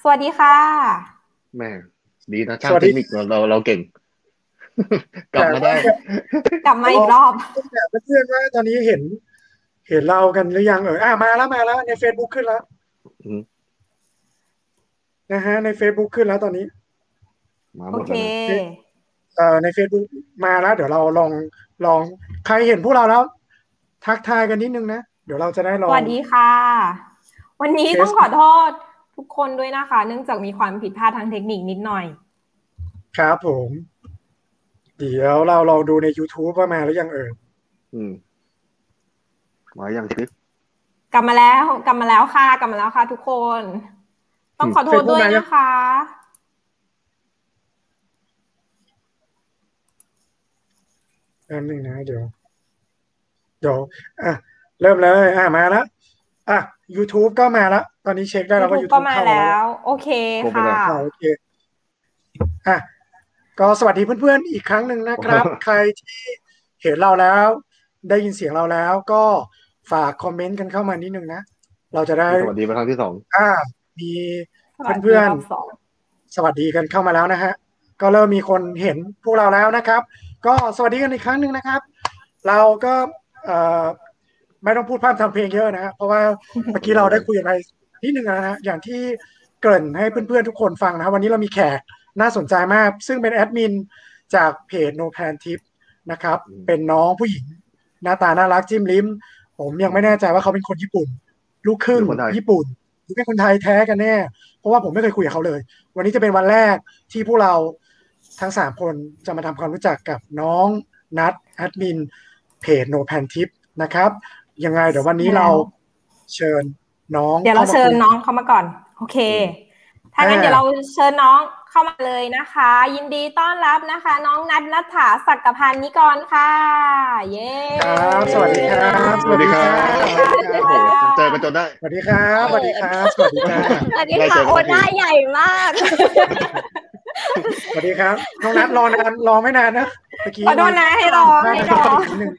สวัสดีค่ะ แม่ดีนะช่าง สวัส เท ดี คนิคเราเราเราเก่ง กลับมาได้ กลับมาอีกรอบ แต่เพื่อนๆว่าตอนนี้เห็น เห็นเรากันหรือยังเอออ่ะมาแล้วมาแล้วใน Facebook ขึ้นแล้ว อืม นะฮะใน Facebook ขึ้นแล้วตอนนี้ มาห โอ มด เค แล้วนะ เอ่อใน Facebook มาแล้ว เดี๋ยวเราลองลอง ใครเห็นพวกเราแล้ว ทักทายกันนิดนึงนะ เดี๋ยวเราจะได้สลอง วัสดีค่ะ วันนี้ เคส ต้องขอโทษทุกคนด้วยนะคะ เนื่องจากมีความผิดพลาดทางเทคนิคนิดหน่อย ครับผม เดี๋ยวเราลองดูใน YouTube ว่ามาแล้วยังเออ อืมมายังคลิป กลับมาแล้วกลับมาแล้วค่ะ กลับมาแล้วค่ะ ทุกคน ต้องขอโทษด้วยนะคะ แป๊บนึงนะเดี๋ยวเดี๋ยวอ่ะเริ่มเลยอ่ะมาแล้วอ่ะ YouTube ก็มาแล้ว ตอนนี้เช็คได้แล้วว่า YouTube YouTube ก็มา เข้า แล้ว โอเค ครบ ค่ะ แล้ว อ่ะโอเคอ่ะก็สวัสดีเพื่อนๆอีกครั้งหนึ่งนะครับ ใครที่เห็นเราแล้ว ได้ยินเสียงเราแล้ว ก็ฝากคอมเมนต์กันเข้ามานิดนึงนะ เราจะได้ สวัสดีเป็นครั้งที่สอง อ่ามี สวัสดี เพื่อนๆ รบสอง สวัสดีกันเข้ามาแล้วนะฮะ ก็เริ่มมีคนเห็นพวกเราแล้วนะครับ ก็สวัสดีกันอีกครั้งหนึ่งนะครับ เราก็เอ่อไม่ต้องพูดพร่ำทำเพลงเยอะนะฮะเพราะว่าเมื่อกี้เราได้คุยกันไปนิดนึงแล้วนะฮะอย่างที่เกริ่นให้เพื่อนๆทุกคนฟังนะครับวันนี้เรามีแขกน่าสนใจมาก ซึ่งเป็นแอดมินจากเพจ No Plan Tip นะครับ เป็นน้องผู้หญิง หน้าตาน่ารักจิ้มลิ้ม ผมยังไม่แน่ใจว่าเขาเป็นคนญี่ปุ่น ลูกครึ่งญี่ปุ่นหรือเป็นคนไทยแท้กันแน่ เพราะว่าผมไม่เคยคุยกับเขาเลย วันนี้จะเป็นวันแรกที่พวกเราทั้งสามคนจะมาทำความรู้จักกับน้องนัดแอดมินเพจ No Pan Tip นะครับ ยังไงเดี๋ยววันนี้เราเชิญน้อง เดี๋ยวเรา ข้ม เชิญ คุ น้องเข้ามาก่อน โอเค ถ้างั้น อ่า เดี๋ยวเราเชิญน้องเข้ามาเลยนะคะ ยินดีต้อนรับนะคะ น้องนัทนัทถาศักพันธ์นิกรค่ะ เย้ ครับสวัสดีครับ สวัสดีครับ สวัสดีค โอ้ รับ โหเจอกันจนได้ สวัสดีครับสวัสดีครับสวัสดีครับ สวัสดี ได้เจอค่ะกัน โอ้ สักที หน้าใหญ่มาก สวัสดีครับน้องนัดรอนานรอไม่นานนะเมื่อกี้ ขอโทษนะให้รอให้รอ นิดนึง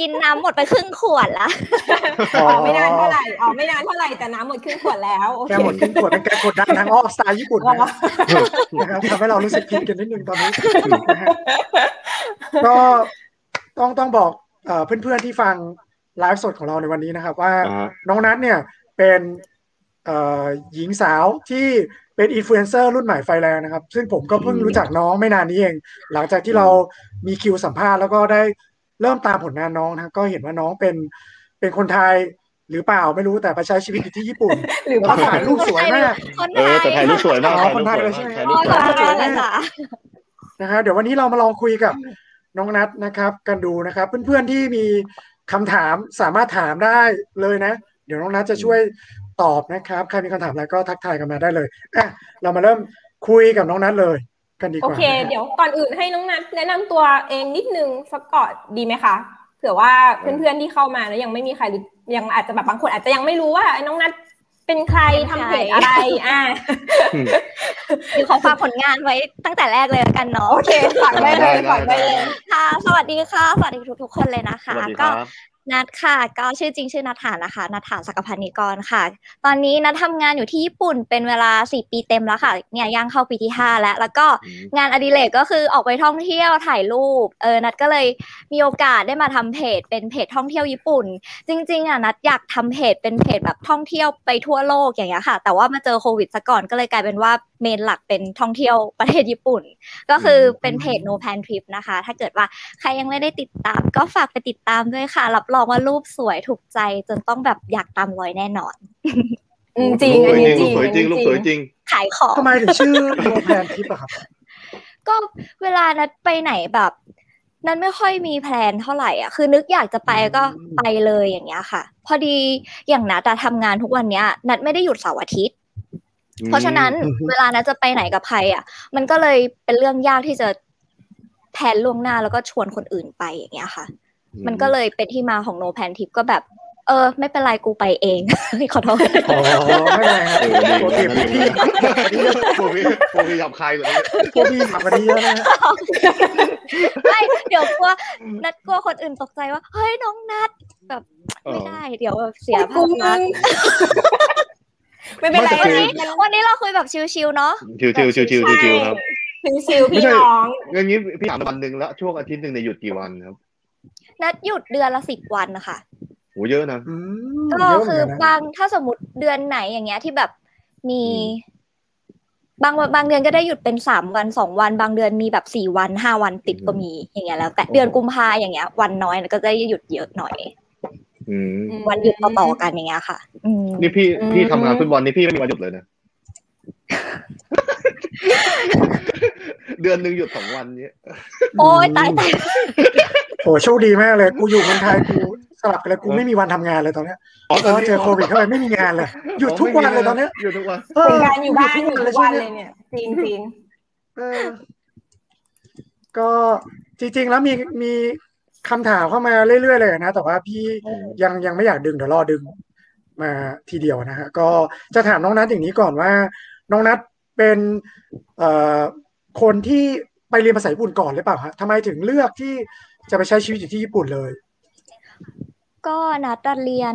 กินน้ำหมดไปครึ่งขวดละ ออกไม่นานเท่าไหร่ออกไม่นานเท่าไหร่แต่น้ำหมดครึ่งขวดแล้วโอเค แก้หมดขึ้นขวดเป็นการกดดันทางอ้อมสไตล์ญี่ปุ่นนะครับนะครับทำให้เรารู้สึกผิดกันนิดนึงตอนนี้นะฮะก็ต้องต้องบอกเอ่อเพื่อนๆที่ฟังไลฟ์สดของเราในวันนี้นะครับ ว่า อ่าฮะ น้องนัทเนี่ยเป็นเอ่อหญิงสาวที่เป็นอินฟลูเอนเซอร์รุ่นใหม่ไฟแรงนะครับ ซึ่งผมก็เพิ่ง อืม รู้จักน้องไม่นานนี้เอง หลังจากที่เรามีคิวสัมภาษณ์แล้วก็ได้เริ่มตามผลงานน้องนะครับก็เห็นว่าน้องเป็นเป็นคนไทยหรือเปล่าไม่รู้แต่ไปใช้ชีวิตอยู่ที่ญี่ปุ่น หรือ เขา ว่า ถ่ายรูปสวยมาก คน เออยไทแต่ถ่ายรูปสวยมาก อ๋อคนไทย ถ่ายรูปส เลยใช่ วมากถ่ายรูปสวยไหมโอ้ยคนมาก ไทยเลยค่ะ นะครับเดี๋ยววันนี้เรามาลองคุยกับน้องนัทนะครับ กันดูนะครับ เพื่อนๆที่มีคำถามสามารถถามได้เลยนะ เดี๋ยวน้องนัทจะช่วยตอบนะครับใครมีคำถามอะไรก็ทักทายกันมาได้เลยอ่ะเรามาเริ่มคุยกับน้องนัทเลยกันดีก โอ ว่า เค เดี๋ยวก่อนอื่นให้น้องนัทแนะนำตัวเองนิดนึงสักก่อนดีไหมคะเผื่อว่าเพื่อนๆที่เข้ามาแล้วยังไม่มีใครรู้ยังอาจจะแบบบางคนอาจจะยังไม่รู้ว่าไอ้น้องนัทเป็นใคร เป็น ทำ ใคร เพจอะไรอ่า หรือขอฝากผลงานไว้ตั้งแต่แรกเลยละกันเนาะ โอเคฝากได้เลยฝากได้เลย ค่ะ สวัสดีค่ะ สวัสดีทุกๆคนเลยนะ ส คะ วัสดีค ก็ รับ นัดค่ะ ก็ชื่อจริงชื่อนัฐานะคะ นัฐาสักพันธ์นิกรค่ะ ตอนนี้นัททำงานอยู่ที่ญี่ปุ่นเป็นเวลา 4 ปีเต็มแล้วค่ะ เนี่ยย่างเข้าปีที่ 5 แล้ว แล้วก็ อืม งานอดิเรกก็คือออกไปท่องเที่ยวถ่ายรูป เออ นัดก็เลยมีโอกาสได้มาทำเพจเป็นเพจท่องเที่ยวญี่ปุ่น จริงๆอ่ะนัดอยากทำเพจเป็นเพจแบบท่องเที่ยวไปทั่วโลกอย่างเงี้ยค่ะ แต่ว่ามาเจอโควิดซะก่อนก็เลยกลายเป็นว่าเมนหลักเป็นท่องเที่ยวประเทศญี่ปุ่น ก็คือ อืม เป็นเพจ No Plan Trip นะคะ ถ้าเกิดว่าใครยังไม่ได้ติดตาม ก็ฝากไปติดตามด้วยค่ะ รับรองว่ารูปสวยถูกใจจนต้องแบบอยากตามรอยแน่นอน อืมจริงอันนี้จริง รูปสวยจริงรูปสวยจริง ขายของ ทำไมถึงชื่อโนแพนทิปอะครับ ก็เวลานัดไปไหนแบบ นั้นไม่ค่อยมีแพลนเท่าไหร่อ่ะ คือนึกอยากจะไปก็ไปเลยอย่างเงี้ยค่ะ พอดีอย่างนัดอะทำงานทุกวันเนี้ย นัดไม่ได้หยุดเสาร์อาทิตย์ เพราะฉะนั้นเวลานัดจะไปไหนกับใครอ่ะ มันก็เลยเป็นเรื่องยากที่จะแพลนล่วงหน้าแล้วก็ชวนคนอื่นไปอย่างเงี้ยค่ะ มันก็เลยเป็นที่มาของ no plan tip ก็แบบ เออ ไม่เป็นไรกูไปเอง ขอโทษ อ๋อไม่เป็นไรครับ เออดีนะ ปกติพวกพี่ โควิดโควิดหยาบคายกว่านี้ พวกพี่ถามกันเยอะนะฮะ ไม่เดี๋ยวกลัวนัดกลัวคนอื่นตกใจว่า เฮ้ยน้องนัดแบบ เออ ไม่ได้ เดี๋ยวเสียภาพ มึ ลัก ง ษณ์ ไม่เป็นไร ไม่ วัน แต่ นี้วันนี้เราคุยแบบชิวๆเนาะ ชิวชิวชิวชิวชิวๆครับ ชิวๆพี่น้อง เรื่องนี้พี่ถามวันหนึ่งแล้วช่วงอาทิตย์หนึ่งเนี่ยหยุดกี่วันครับ นัดหยุดเดือนละสิบวันนะคะ โหเยอะนะ อืม ก็ เยะเหมื คื น อน นะ บางถ้าสมมติเดือนไหนอย่างเงี้ยที่แบบมี อื บางวันบางเดือนก็ได้หยุดเป็นสามวันสองวัน บางเดือนมีแบบสี่วันห้าวันติดก็มีอย่างเงี้ยแล้ว แต่เดือนกุมภาอย่างเงี้ย วันน้อยแล้วก็ได้หยุดเยอะหน่อย อืม วันหยุดต่อๆกันอย่างเงี้ยค่ะ อืม นี่พี่ อืม พี่ทำงานฟุตบอลนี่พี่ไม่มีวันหยุดเลย นะ เดือนหนึ่งหยุดสองวันเนี้ย โอ้ยตายตาย โหโชคดีมากเลย กูอยู่เมืองไทยกูสลับกันเลยกูไม่มีวันทำงานเลยตอนเนี้ยเพราะว่าเจอโควิดเข้าไปไม่มีงานเลยหยุดทุกวันเลยตอนเนี้ย หยุดทุกวัน เอ เป็ อน การอยู่บ้านอยู่ทุกวันเลย ยเนี่ยจริงจริง เออก็จริง ๆ แล้วมีมีคำถามเข้ามาเรื่อยๆเลยนะ แต่ว่าพี่ยังยังไม่อยากดึงเดี๋ยวรอดึงมาทีเดียวนะฮะก็จะถามน้องนัทอย่างนี้ก่อนว่า น้องนัทเป็นเอ่อคนที่ไปเรียนภาษาญี่ปุ่นก่อนหรือเปล่าฮะทำไมถึงเลือกที่จะไปใช้ชีวิตอยู่ที่ญี่ปุ่นเลย ก็นัดเรียน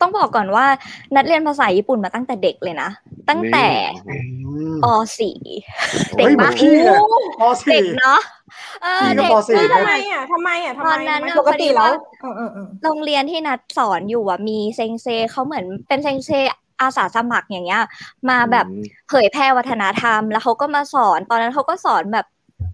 ต้องบอกก่อนว่า นัดเรียนภาษาญี่ปุ่นมาตั้งแต่เด็กเลยนะ ตั้งแต่ นี่ ป .4 เด็ก เฮ้ยเหมื มา อก นพี่เลยปสี่ เด็กเนาะเออ พี่ก็ เด็ก ป เออทำไมมากอ่ะทำไมอ่ะทำ ต ไม อนนั้นน่ะ ปกติแล้ว พอดีว่า เออเออเออ โรงเรียนที่นัดสอนอยู่อ่ะมีเซงเซเขาเหมือนเป็นเซงเซอาสาสมัครอย่างเงี้ย มาแบบเผยแพร่วัฒนธรรม แล้วเขาก็มาสอนตอนนั้นเขาก็สอนแบบ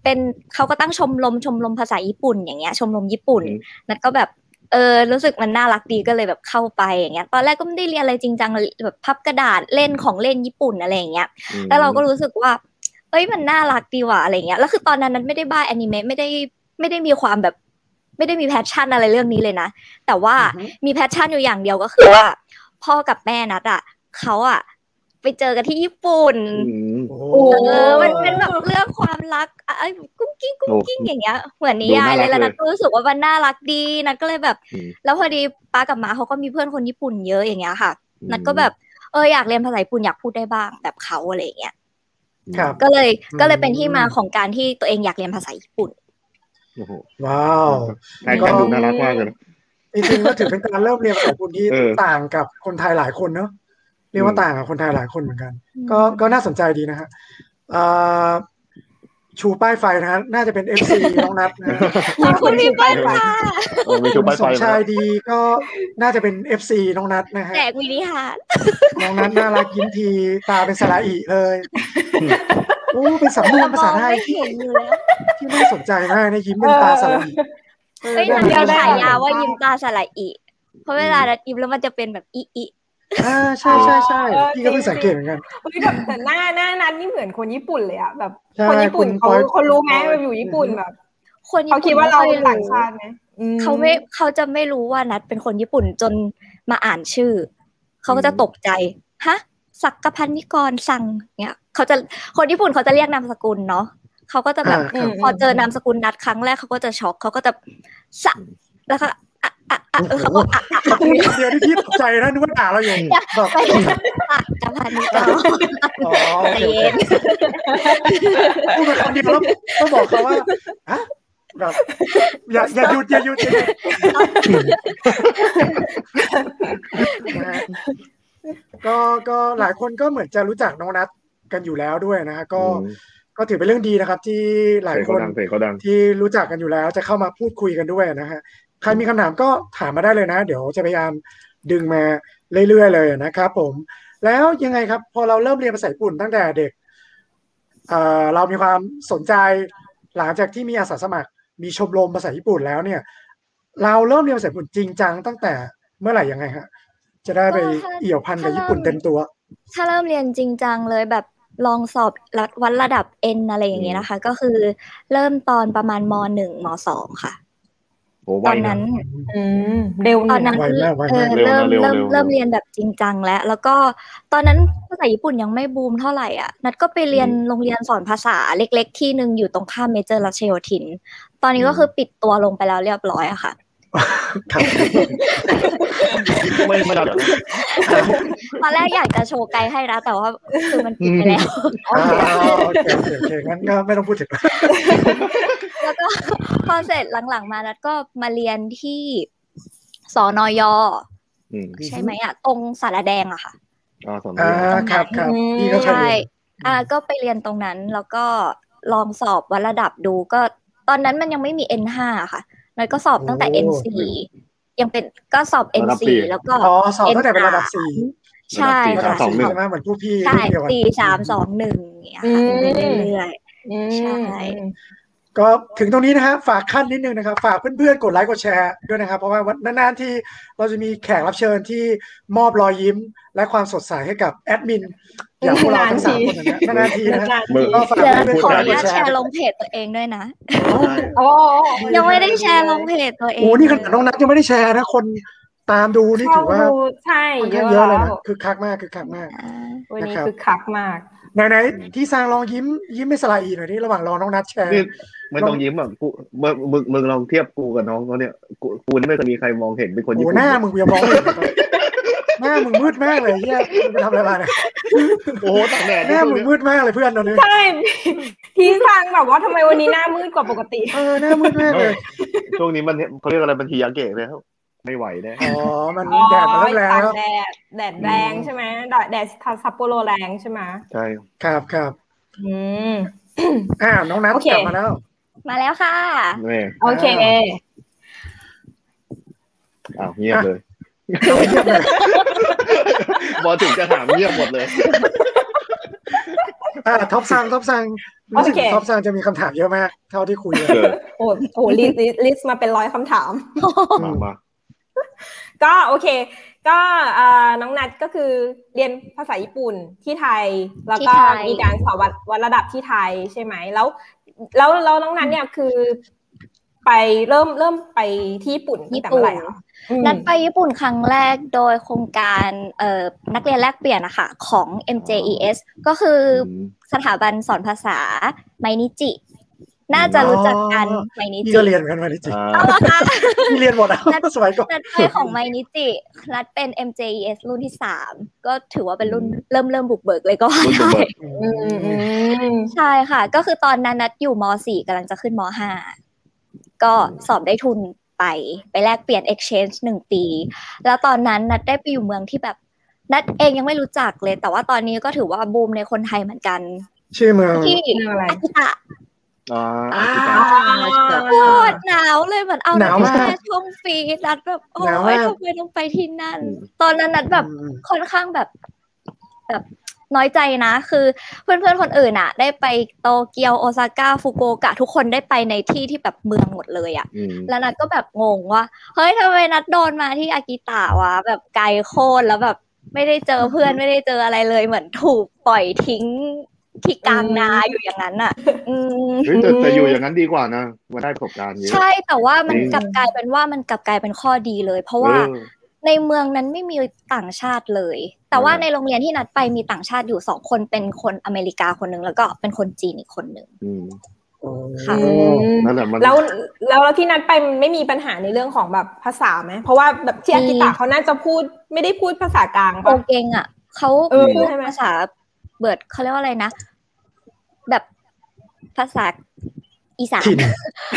เป็นเขาก็ตั้งชมรมชมรมภาษาญี่ปุ่นอย่างเงี้ยชมรมญี่ปุ่น นัดก็แบบเออรู้สึกมันน่ารักดีก็เลยแบบเข้าไปอย่างเงี้ยตอนแรกก็ไม่ได้เรียนอะไรจริงจังเลยแบบพับกระดาษเล่นของเล่นญี่ปุ่นอะไรอย่างเงี้ย อืม แล้วเราก็รู้สึกว่า เอ้ยมันน่ารักดีว่ะอะไรเงี้ย แล้วคือตอนนั้นนั้นไม่ได้บ้าแอนิเมะไม่ได้ไม่ได้มีความแบบ ไม่ได้มีแพชชั่นอะไรเรื่องนี้เลยนะ แต่ว่า อือฮึ มีแพชชั่นอยู่อย่างเดียวก็คือว่า พ่อกับแม่นัดอ่ะเขาอ่ะ ไปเจอกันที่ญี่ปุ่น โอ้ โอ้ เออ มัน เป็ เป็น น แบ แบบ บเรื่องความรักอ่ะเอ้ยกุ้งกิ้งกุ้งกิ้งอย่างเงี้ย เหมือนนิยาย ดู เลย น่ารัก แล้วนัด เลย ก็รู้สึกว่ามันน่ารักดีนัดก็เลยแบบ อืม แล้วพอดีป้ากับหมาเขาก็มีเพื่อนคนญี่ปุ่นเยอะอย่างเงี้ยค่ะ นัดก็แบบเอออยากเรียนภาษาญี่ปุ่นอยากพูดได้บ้างแบบเขาอะไรอย่างเงี้ย ครับ ก็เลย อืม ก็เลยเป็นที่มาของการที่ตัวเองอยากเรียนภาษาญี่ปุ่น โอ้โห ว้าว ใช่ก็ดูน่ารักมากเลยนะ จริงๆก็ถือเป็นการเริ่มเรียนภาษาญี่ปุ่นที่ เออ ต่างกับคนไทยหลายคนเนอะเรียกว่าต่างกับคนไทยหลายคนเหมือนกัน ก็ก็น่าสนใจดีนะฮะเอ่อชูป้ายไฟนะฮะน่าจะเป็นเอฟซีน้องนัทนะฮะ ขอบคุณพี่เปิ้ลค่ะ โอ้มีชูป้าย ส ไฟ ม นะ ชายดีก็น่าจะเป็นเอฟซีน้องนัทนะฮะ แจกวินิฮาร์ด น้องนัทน่ารักยิ้มทีตาเป็นสระอี เลยโอ้เป็นสำนวนภาษาไทย เห็นอยู่แล้ว ที่น่าสนใจมากนะยิ้มเป็นตาสระอีเออ เฮ้ย น่า มันมี รัก ฉายาว่ายิ้มตาสละอิเพราะเวลาเรายิ้มแล้วมันจะเป็นแบบอิอิ อ่าใช่ใช่ใช่พี่ก็เพิ่งสังเกตเหมือนกัน เฮ้ยแบบแต่หน้าหน้านัดนี่เหมือนคนญี่ปุ่นเลยอ่ะแบบ ใช่ คนญี่ปุ่น คุเขาณปอย เขารู้ไหมว่าอยู่ญี่ปุ่นแบบ คนญี่ เขา ปุ่น คิดว่าเราเป็น ไม่ค่อย ต่างชาติไหมอื เขาไม่เขาจะไม่รู้ว่านัดเป็นคนญี่ปุ่นจนมาอ่านชื่อ เขาก็จะตกใจฮะสักกพันนิกรสั่งเนี่ยเขาจะคนญี่ปุ่นเขาจะเรียกนามสกุลเนาะเขาก็จะแบบ อ่าครับ พอเจอนามสกุลนัดครั้งแรกเขาก็จะช็อกเขาก็จะสะแล้วก็อะอะอะเออเขาก็อะอะอะ พูดคำเดียวที่พี่ตกใจนะนึกว่าด่าเราอยู่แบบ ไปปากจะพันนิกร อ๋อโอ ใจ เค เย็น พูดไปคำเดียวแล้วก็บอกเขาว่าฮะแบบอย่าอย่าหยุดอย่าหยุดอย่าหยุดนะฮะ ก็ก็หลายคนก็เหมือนจะรู้จักน้องนัทกันอยู่แล้วด้วยนะฮะก็ก็ถือเป็นเรื่องดีนะครับ ที่หลาย เสียง ค เขา น ดังเสียงเขาดัง ที่รู้จักกันอยู่แล้ว จะเข้ามาพูดคุยกันด้วยนะฮะใครมีคำถามก็ถามมาได้เลยนะ เดี๋ยวจะพยายามดึงมาเรื่อยๆเลยนะครับผม แล้วยังไงครับ พอเราเริ่มเรียนภาษาญี่ปุ่นตั้งแต่เด็กเอ่อเรามีความสนใจหลังจากที่มีอาสาสมัคร มีชมรมภาษาญี่ปุ่นแล้วเนี่ย เราเริ่มเรียนภาษาญี่ปุ่นจริงจังตั้งแต่เมื่อไหร่ยังไงฮะจะได้ไปเอี่ยวพันกับญี่ปุ่นเต็มตัว ถ้าเริ่มเรียนจริงจังเลยแบบลองสอบระวัดระดับ N อะไรอย่างเงี้ยนะคะ ก็คือเริ่มตอนประมาณมหนึ่งมสองค่ะ โอ้ ต ไว อน นะ นั้น อืมเร็ว ตอนนั้น ไวมากไวมาก เออ เร็วนะ เริ่ม เร็ว เริ่ม เร็ว เริ่มเรียนแบบจริงจังแล้ว แล้วก็ตอนนั้นภาษาญี่ปุ่นยังไม่บูมเท่าไหร่อ่ะ นัดก็ไปเรียนโรงเรียนสอนภาษาเล็ก ๆ ที่หนึ่งอยู่ตรงข้ามเมเจอร์รัชโยธิน ตอนนี้ก็คือปิดตัวลงไปแล้วเรียบร้อยอะค่ะ ครับ ไม่ไม่ได้เหรอ ตอนแรกอยากจะโชว์ไกลให้นะแต่ว่าคือมันปิดไปแล้ว อ่าโอเคโอเคโอเคงั้นก็ไม่ต้องพูดถึง แล้วก็ พอเสร็จหลังๆมานัดก็มาเรียนที่สอนอย อืม ใช่ไหมอ่ะ ตรงสารแดงอะค่ะ อ๋อสม อ่า เด็จ ครับครับ อืม พี่ก็เคย ใช่ เรียน อ่าก็ไปเรียนตรงนั้นแล้วก็ลองสอบวัดระดับดูก็ตอนนั้นมันยังไม่มี N5 ค่ะนัดก็สอบตั้งแต่ N4 ยังเป็นก็สอบ N4 แล้วก็ อ๋อสอบตั้งแต่เป็นระดับสี่ ใช่ ระดับ ค่ะ สี่ใช่ไหมเหมือนผู้พี่ ใช่ รุ่นเดียวกัน สี่สามสองหนึ่งอย่างเงี้ยค่ะ อืม ไปเรื่อย อืม ใช่ ก็ถึงตรงนี้นะฮะฝากขั้นนิดนึงนะครับ ฝากเพื่อนๆ กดไลค์กดแชร์ด้วยนะครับ เพราะว่าวันนานๆที่เราจะมีแขกรับเชิญที่มอบรอยยิ้ม และความสดใสให้กับแอดมิน อย่างพวกเราทั้งสามคนนะฮะนานๆทีนะฮะ นานๆ มือ ที ๆเดี๋ยวขออนุญาต ได้ แชร์ลงเพจตัวเองด้วยนะ โอ้ ยังไม่ได้แชร์ลงเพจตัวเอง โอ้นี่ขนาดน้องนัทยังไม่ได้แชร์นะ คนตามดูนี่ถือว่า เข้ดูใช่ ค่อนข้างเยอะเลยนะ แว คือคักมากคือคักมาก อ่า วันนี้ นะครับ คือคักมาก ไหนๆที่สร้างลองยิ้มยิ้มไม่สลายอีกหน่อยนี่ระหว่างรอน้องนัทแชร์ นี่ไม่ต้องยิ้มอ่ะกูมึงมึงมึงลองเทียบกูกับน้องเขาเนี่ยกูกูนี่ไม่เคยมีใครมองเห็นเป็นคน โอ้ ญี่ โห ปุ่น หน้ามึงเบียมองไม่เห็นเลยหน้ามึงมืดมากเลยเฮียมึงไปทำอะไรมาเนี่ย โอ้โหตากแดด หน้ามึงมืดมากเลยเพื่อนตอนนี้ ใช่ ที่ทางแบบว่าทำไมวันนี้หน้ามืดกว่าปกติ เออหน้ามืดมากเลย ช่วงนี้มันเขาเรียกอะไรมันทียาเกะแล้วไม่ไหวแน่ อ๋อ มัน อ๋อ แดดมาเริ่มแล้ ตาก ว แดดแดดแรงใช่ไหมแดดแดดซัปโปโรแรงใช่ไหม ใช่ ครับครับ อืม อ่าน้องนัท โอเค กลับมาแล้ว มาแล้วค่ะ แม่ โอเค อ่ อ้าวเงียบเลย เอาเยี่ยมเลย บอถึงจะถามเงียบหมดเลย อ่าท็อปซังท็อปซังรู้สึก โอเค ท็อปซังจะมีคำถามเยอะมาก เท่าที่คุยเลย โอ้โหลิสต์ลิสต์มาเป็นร้อยคำถาม มามา ก็โอเค ก็เอ่อน้องนัดก็คือเรียนภาษาญี่ปุ่นที่ไทย แล้ว ที่ ก็ ไทย มีการสอบวัดวัดระดับที่ไทยใช่ไหมแล้ว แล้วแล้วน้องนัดเนี่ยคือ ไปเริ่มเริ่มไปที่ญี่ปุ่นตั้งแต่เมื่อไหร่คะอืม นัดไปญี่ปุ่นครั้งแรกโดยโครงการเอ่อนักเรียนแลกเปลี่ยนนะคะของ MJES ก็คืออ ม สถาบันสอนภาษาไมนิจิ น่าจะรู้จักกันไมนิ พี่ จิ ก็เรียนเหมือนกันมาจริง อ่า เอาละค่ะ พี่เรียนหมดแล้ว นัท สมัยก่อน นัดไปของไมนิจินัดเป็น MJES รุ่นที่สามก็ถือว่าเป็นรุ่นเริ่มเริ่มบุกเบิกเลยก็ว่า รุ่นบุก ได้ เบิก อืมอืมอืม ใช่ค่ะ ก็คือตอนนั้นนัดอยู่ม .4 กำลังจะขึ้นม .5 ก็สอบได้ทุนไปไปแลกเปลี่ยน exchange หนึ่งปี แล้วตอนนั้นนัดได้ไปอยู่เมืองที่แบบ นัดเองยังไม่รู้จักเลย แต่ว่าตอนนี้ก็ถือว่าบูมในคนไทยเหมือนกัน ชื่อเมือง ที่ เรื่องอะไร อากิตะ อ่า อ่า อาจารย์ โคตรหนาวเลยเหมือนเอา หนาวมาก แค่ช่วงฟรีดนัดแบบโอ้ หนาวมาย ก ทำไมต้องไปที่นั่น ตอนนั้นนัดแบบ อืม ค่อนข้างแบบแบบน้อยใจนะ คือเพื่อนๆ คนอื่นอะได้ไปโตเกียวโอซาก้าฟุกุโอกะ ทุกคนได้ไปในที่ที่แบบเมืองหมดเลยอะ อืม แล้วนัดก็แบบงงว่าเฮ้ยทำไมนัดโดนมาที่อากิตะวะแบบไกลโคตรแล้วแบบไม่ได้เจอเพื่อนไม่ได้เจออะไรเลย เหมือนถูกปล่อยทิ้งที่กลางนาอยู่อย่างนั้นอะอืม เฮ้ยแต่แต่อยู่อย่างนั้นดีกว่านะมาได้ประสบการณ์เยอะ ใช่แต่ว่ามัน จริง กลับกลายเป็นว่ามันกลับกลายเป็นข้อดีเลย เพราะว่า เออ ในเมืองนั้นไม่มีต่างชาติเลย แต่ว่า อืม ในโรงเรียนที่นัดไปมีต่างชาติอยู่สองคนเป็นคนอเมริกาคนหนึ่งแล้วก็เป็นคนจีนอีกคนหนึ่ง อืม โอ้ ค่ะ อืม นั่นแหละมัน แล้วแล้วแล้วที่นัดไปมันไม่มีปัญหาในเรื่องของแบบภาษาไหมเพราะว่าแบบที่อากิตะเขาน่าจะพูดไม่ได้พูดภาษากลาง โอ ปะ เกงอ่ะเขา เออ พูด ใช่ไหม ภาษาเบิร์ดเขาเรียกว่าอะไรนะ แบบภาษาอีสาน ถิ่น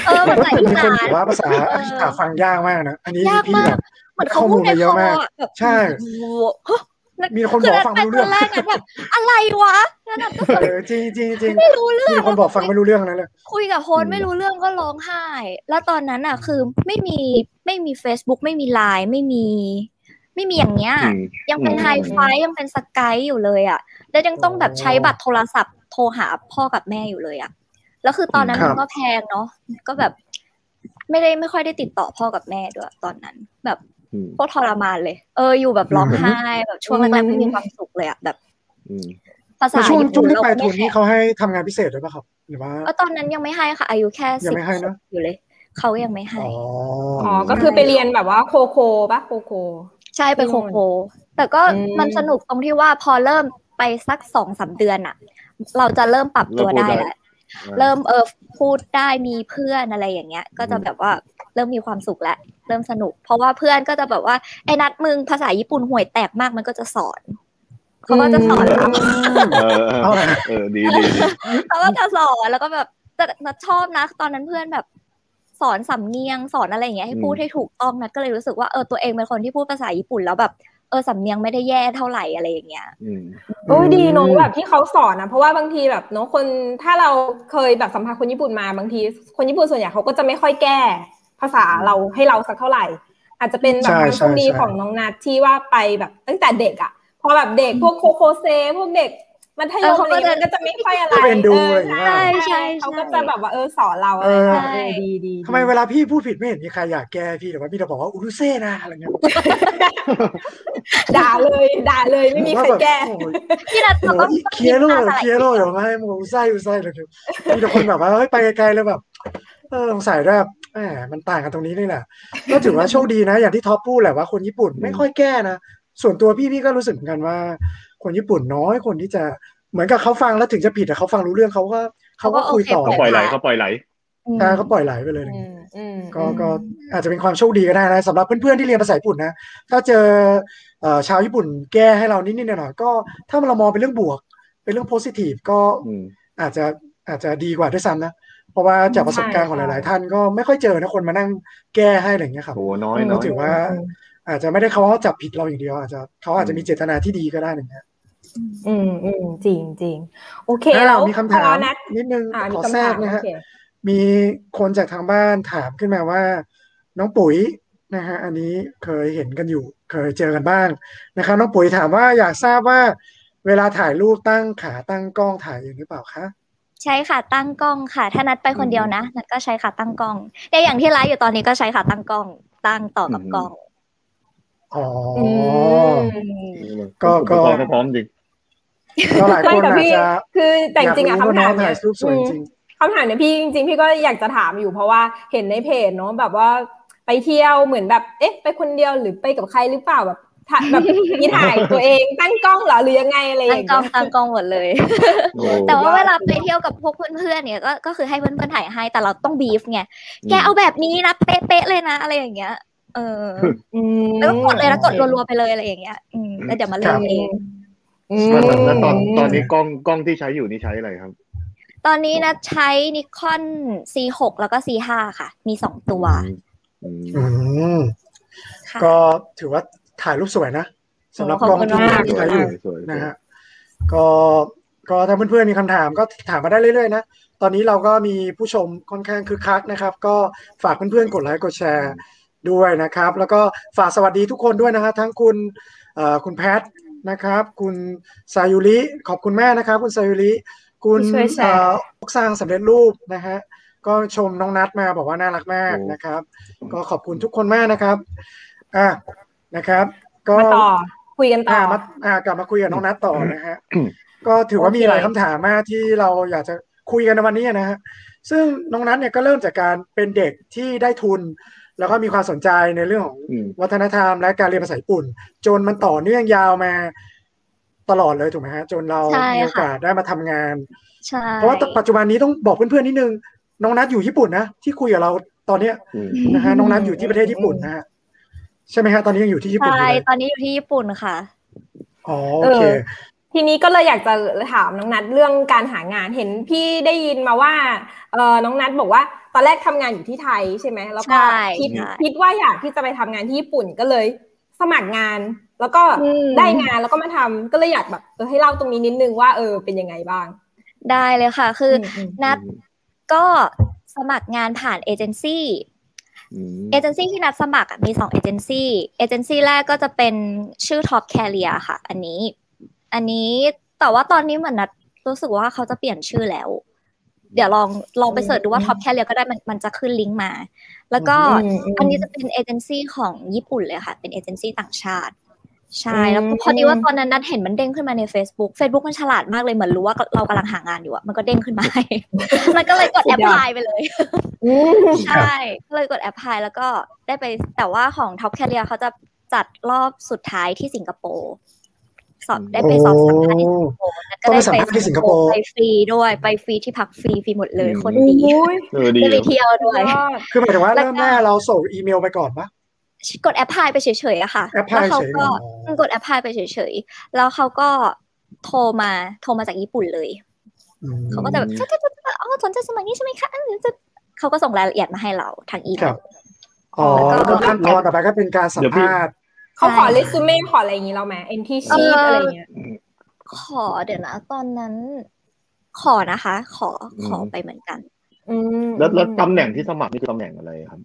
เออภาษาอี มีค สาน น ถือว่าภาษาอังกฤษฟังยากมากนะอันนี้ ยาก พี่ มา แบบกเหมือนเขาพูดใน ข้อมูลเยอะคอ มาก แบบ ใช่ โอ้โหฮะนัด มีคน คื บอกอนัด ฟัง ไป ไม่รู้ ต เรื่องอนแรกนัดแบบอะไรวะแล้วนัดก็ เออจริงจริงจริง ไม่รู้เรื่อง มีคนบอกฟังไม่รู้เรื่องนั่นเลย คุยกับโฮส อื ต์ ม ไม่รู้เรื่องก็ร้องไห้ แล้วตอนนั้นอ่ะ คือไม่มีไม่มี Facebook ไม่มีไลน์ไม่มี ไม่มีอย่างเงี้ย อืม ยังเป็น อืม ไฮไฟยังเป็นสกายอยู่เลยอ่ะ แล้วยังต้องแบบใช้บัตรโทรศัพท์โทรหาพ่อกับแม่อยู่เลยอ่ะ แล้วคือตอนนั้นมันก็แพงเนาะก็แบบ ไม่ได้ไม่ค่อยได้ติดต่อพ่อกับแม่ด้วยตอนนั้น แบบ อืม โคตรทรมานเลย เอออยู่แบบร้องไห้แบบช่วงแรกๆไม่มีความสุขเลยอ่ะแบบ อืม ภาษา แล้วช่วง ญี่ ช่ว ปุ่ ง น ที่ เรา ไป ก็ ทุน ไม่ นี่เขาให้ทำงานพิเศษด้วยป่ะครับหรือว่า เออตอนนั้นยังไม่ให้ค่ะ อายุแค่ ยั สิ ง บ ไม่ให้เนอะ อยู่เลยเขายังไม่ให้ อ๋อ อ๋อก็คือไปเรียนแบบว่าโคโคปะโคโค ใช่ไปโคโค แต่ก็ อืม มันสนุกตรงที่ว่าพอเริ่มไปสักสองสามเดือนอะเราจะเริ่มปรับตัวได้ เริ่มพูดได้ แล้ว เริ่มเออพูดได้มีเพื่อนอะไรอย่างเงี้ย ก็จะแบบว่าเริ่มมีความสุขแล้วเริ่มสนุก เพราะว่าเพื่อนก็จะแบบว่าไอ้นัดมึงภาษาญี่ปุ่นห่วยแตกมากมันก็จะสอนเขาก็จะสอนเรา เออเออ เอาล่ะ เออดีดีดี เขาก็จะสอนแล้วก็แบบแต่นัดชอบนะ ตอนนั้นเพื่อนแบบสอนสำเนียงสอนอะไรอย่างเงี้ยให้พูดให้ถูกต้องนัดก็เลยรู้สึกว่าเออตัวเองเป็นคนที่พูดภาษาญี่ปุ่นแล้วแบบ เออสำเนียงไม่ได้แย่เท่าไหร่อะไรอย่างเงี้ย อืม โอ้ยดีเนอะแบบที่เขาสอนนะเพราะว่าบางทีแบบเนอะคนถ้าเราเคยแบบสัมภาษณ์คนญี่ปุ่นมาบางที คนญี่ปุ่นส่วนใหญ่เขาก็จะไม่ค่อยแก้ภาษาเราให้เราสักเท่าไหร่ อาจจะเป็นแบบ ใช่ ความ ใช่ โชคดี ใช่ ของน้องนัทที่ว่าไปแบบตั้งแต่เด็กอะพอแบบเด็กพวกโคโคเซ พวกเด็กมัธย เออ ม เขา อะไรเงี้ยมันก็จะก็จะไม่ค่อยอะไร ก็เป็นดู เออ อะไรอย่างเงี้ย ใช่ใช่ใช่ใช่ เขาก็จะแบบว่าเออสอนเราอะไร เออ แบบเออ ใช่ ดีดีดี ทำไมเวลาพี่พูดผิดไม่เห็นมีใครอยากแก้พี่แต่ว่าพี่จะบอกว่าอุรุเซ่นะอะไรเงี้ย ด่าเลยด่าเลยไม่มีใครแก้ โอ้ย ที่นัด โอ้ เขาก็ ยเคลียร์ลูกเหรอเคลียร์ลูกเดี๋ยวมาให้มึงไส้อยู่ไส้เลยเดี๋ยวมีแต่คนแบบว่าเฮ้ยไปไกลๆเลยแบบเออสงสัยด้วยแหมมันต่างกันตรงนี้นี่แหละก็ถือว่าโชคดีนะ อย่างที่ท็อปพูดแหละว่าคนญี่ปุ่นไม่ค่อยแก้นะส่วนตัวพี่พี่ก็รู้สึกเหมือนกันว่า คนญี่ปุ่นน้อยคนที่จะเหมือนกับเขาฟังแล้วถึงจะผิดแต่เขาฟังรู้เรื่องเขาก็เขาก็คุยต่อ เขาปล่อยไหลเขาปล่อยไหล ใช่เขาปล่อยไหลไปเลย อืมอืม ก็ก็อาจจะเป็นความโชคดีก็ได้นะสำหรับเพื่อนๆที่เรียนภาษาญี่ปุ่นนะ ถ้าเจอเอ่อชาวญี่ปุ่นแก้ให้เรานิดๆหน่อยๆก็ถ้าเรามองเป็นเรื่องบวก เป็นเรื่องโพสิทีฟก็ อืม อาจจะอาจจะดีกว่าด้วยซ้ำนะ เพราะว่าจากประสบการณ์ของหลายๆ ท่านก็ไม่ค่อยเจอนะคนมานั่งแก้ให้อะไรอย่างเงี้ยครับ โหน้อย ก็ น้อย ถือว่า อาจจะไม่ได้เขาว่าจับผิดเราอย่างเดียวอาจจะเขาอาจจะมีเจตนาที่ดีก็ได้อะไรอย่างเงี้ย อืมอืมจริงจริงโอเค อ่ะ แล้ว มีคำถา พ ม อนัท นิดนึง อ่ามีขอ คำถาม แทรกนะฮะ โอเค มีคนจากทางบ้านถามขึ้นมาว่า น้องปุ๋ยนะฮะอันนี้เคยเห็นกันอยู่ เคยเจอกันบ้างนะครับน้องปุ๋ยถามว่าอยากทราบว่า เวลาถ่ายรูปตั้งขาตั้งกล้องถ่ายเองหรือเปล่าคะ ใช้ขาตั้งกล้องค่ะ ถ้านัดไปคนเดียวนะนัดก็ใช้ขาตั้งกล้องแต่อย่างที่ไลฟ์อยู่ตอนนี้ก็ใช้ขาตั้งกล้องตั้งต่อกับกล้อง อ๋ออ อืม ก็ก็ อุปรณ์พร้อมจริง ก็หลาย ไม่ คแต่นอาจ พี่ จะ คือแต่จริงๆ ยา อะ กว่า คำ น้อ ถาม งถ่า เนี่ย ย รูปสวยจริง คำถามเนี่ยพี่จริง ๆ พี่ก็อยากจะถามอยู่เพราะว่าเห็นในเพจเนาะแบบว่าไปเที่ยวเหมือนแบบเอ๊ะไปคนเดียวหรือไปกับใครหรือเปล่าแบบถ่ายแบบ มีถ่ายตัวเองตั้งกล้องเหรอหรือยังไงอะไรอ ตั้ง ย่าง กเงี้ยล้องตั้งกล้องหมดเลย โอ้ แต่ว่าเวลาไปเที่ยวกับพวกเพื่อนๆเนี่ยก็ก็คือให้เพื่อนๆถ่ายให้แต่เราต้องบีฟไง อืม แกเอาแบบนี้นะเป๊ะๆเลยนะอะไรอย่างเงี้ย เอ อ อืม แล้วก็กดเลยนะกดรัวๆไปเลยอะไรอย่างเงี้ยอืมแล้วเดี๋ยวมาเริ่มเอง อืม แล้วตอนตอนนี้กล้องกล้องที่ใช้อยู่นี่ใช้อะไรครับ ตอนนี้นะใช้นิคอน C6 แล้วก็ C5 ค่ะ มี 2 ตัว อืม อืม ค่ะ ก็ถือว่าถ่ายรูปสวยนะสำหรับกล้องทสี่ใช้ วย อยู่ สวย นะฮะก็ก็ถ้าเพื่อนๆมีคำถามก็ถามมาได้เรื่อยๆนะ ตอนนี้เราก็มีผู้ชมค่อนข้างคึกคักนะครับ ก็ฝากเพื่อนๆกดไลค์กดแชร์ด้วยนะครับ แล้วก็ฝากสวัสดีทุกคนด้วยนะฮะทั้งคุณเอ่อคุณแพทนะครับ คุณซายุริขอบคุณแม่นะครับ คุณซายุริคุณ ที่ช่วยแช เอ่ ร์ ออกสร้างสำเร็จรูปนะฮะก็ชมน้องนัทมาบอกว่าน่ารักมากนะครับ ก็ขอบคุณทุกคนมากนะครับอ่ะนะครับก็ มาต่อคุยกันต่ อ่า อ มาอ่ากลับมาคุยกับน้องนัทต่อนะฮะ ก็ถือว่า โอเค มีหลายคำถามมากที่เราอยากจะคุยกันในวันนี้นะฮะ ซึ่งน้องนัทเนี่ยก็เริ่มจากการเป็นเด็กที่ได้ทุน แล้วก็มีความสนใจในเรื่องของ อืม วัฒนธรรมและการเรียนภาษาญี่ปุ่น จนมันต่อเนื่องยาวมาตลอดเลยถูกไหมฮะ จนเรา ใช่ มี ค่ะ โอกาสได้มาทำงาน ใช่ เพราะว่าปัจจุบันนี้ต้องบอกเพื่อนๆนิดนึงน้องนัทอยู่ญี่ปุ่นนะที่คุยกับเราตอนเนี้ย อืม นะฮะน้องนัทอยู่ที่ประเทศญี่ปุ่นนะฮะใช่ไหมฮะตอนนี้ยังอยู่ที่ญี่ปุ่นอ ใช่ ยู่เลย ตอนนี้อยู่ที่ญี่ปุ่นค่ะ อ๋อโอเอเคอ ทีนี้ก็เลยอยากจะถามน้องนัทเรื่องการหางานเห็นพี่ได้ยินมาว่าเออน้องนัทบอกว่าตอนแรกทำงานอยู่ที่ไทยใช่ไหมแล้วก็ ใช่ คิด ใช่ คิดว่าอยากที่จะไปทำงานที่ญี่ปุ่นก็เลย สมัครงาน แล้วก็ได้งานแล้วก็มาทำก็เลยอยากแบบเออให้เล่าตรงนี้นิดนึงว่าเออเป็นยังไงบ้าง ได้เลยค่ะ คืออ ม นัดก็สมัครงานผ่านเอเจนซี่ อืม เอเจนซี่ที่นัดสมัครอะมีสองเอเจนซี่เอเจนซี่แรกก็จะเป็นชื่อ Top Career ค่ะ อันนี้ อันนี้แต่ว่าตอนนี้เหมือนนัดรู้สึกว่าเขาจะเปลี่ยนชื่อแล้ว เดี๋ยวลองลองไปเสิร์ชดูว่า Top Career ก็ได้มันมันจะขึ้นลิงก์มา แล้วก็ อืมอืม อันนี้จะเป็นเอเจนซี่ของญี่ปุ่นเลยค่ะ เป็นเอเจนซี่ต่างชาติ ใช่ อืม แล้วพอดีว่าตอนนั้นนัดเห็นมันเด้งขึ้นมาใน Facebook Facebook มันฉลาดมากเลยเหมือนรู้ว่าเรากำลังหางานอยู่อะมันก็เด้งขึ้นมาให้ มันก็เลยกดแอปพลายไปเลย อืม ใช่ก็เลยกดแอปพลายแล้วก็ได้ไปแต่ว่าของ Top c a r e e r เขาจะจัดรอบสุดท้ายที่สิงคโปร์สอบได้ไปสอบสัมภาษณ์ที่สิงคโปร์แล้วก็ได้ ต้องไปสัมภาษณ์ที่สิงคโปร์ ไปฟรีด้วยไปฟรีที่พักฟรีฟรีหมดเลยคน โอ้ ดี ย เออดี ได้ไป อะ เที่ยวด้วย ยอด คือหมายถึงว่า แล้วก็ เริ่มแรกเราส่งอีเมลไปก่อนปะ กดแอปพลายไปเฉยๆอะค่ะ แอปพลาย เขา เฉยๆ ก็ อ๋อ กดแอปพลายไปเฉยๆแล้วเขาก็โทรมาโทรมาจากญี่ปุ่นเลย อืม เขาก็จะแบบจ๊ะจ๊ะจ๊ะจ๊ะอ๋อสนใจสมัครนี้ใช่ไหมคะอืมจะเขาก็ส่งรายละเอียดมาให้เราทางอีเม ครั ล บ อ๋อ แล้วก็ ก็ขั้นตอนต่อไปก็เป็นการสัมภาษณ์ เขาขอเรซูเม่ขออะไรอย่างนี้เราไหมเอ็นที่ชีตอะไรอย่างเงี้ย ขอเดี๋ยวนะ ตอนนั้น ขอนะคะ ขอขอไปเหมือนกัน อืม แล้วแล้วตำแหน่งที่สมัครนี่คือตำแหน่งอะไรครับ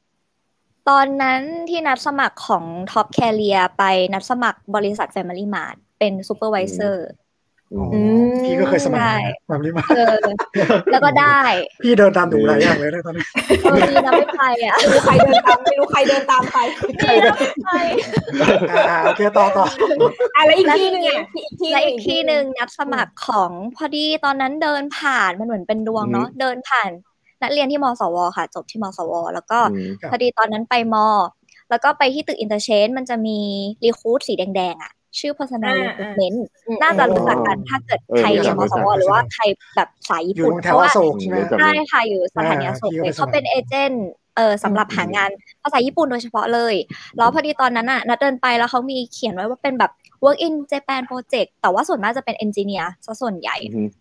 ตอนนั้นที่นัดสมัครของท็อปแคเรียไปนัดสมัครบริษัท Family Mart เป็นซูเปอร์วิเซอร์ อืม พี่ก็เคยสมัคร ได้ แบบนี้มา เออ แล้วก็ได้ พี่เดินตามหนูหลายอย่างเลยนะตอนนี้ เออดีนะไม่ไปอ่ะ ไม่รู้ใครเดินตามไม่รู้ใครเดินตามใคร ดีนะไม่ไป อ่าโอเคต่อต่อ อ่ะแล้วอีกที่หนึ่งอ่ะที่อีกที่ และอีกที่หนึ่งนัดสมัครของพอดีตอนนั้นเดินผ่านมันเหมือนเป็นดวงเนาะเดินผ่านนักเรียนที่มสวค่ะ จบที่มสว แล้วก็พอดีตอนนั้นไปมอ แล้วก็ไปที่ตึกอินเตอร์เชนมันจะมีรีคูดสีแดงๆอ่ะ ชื่อ personal recruitment น่าจะรู้จักกันถ้าเกิดใครเรียนมสวหรือว่าใครแบบสายญี่ อยู่ ปุ่น ตรงแถ เพ วอราะว่า โศกใช่ไหม รู้จัก ใช่ค่ะอยู่สถานีอโศก อ่าพี่ก็ไปสมัคร เขาเป็นเอเจนต์เออสำหรับหางานภาษาญี่ปุ่นโดยเฉพาะเลย แล้วพอดีตอนนั้นน่ะนัดเดินไปแล้วเขามีเขียนไว้ว่าเป็นแบบ work in Japan project แต่ว่าส่วนมากจะเป็น engineer ซะส่วนใหญ่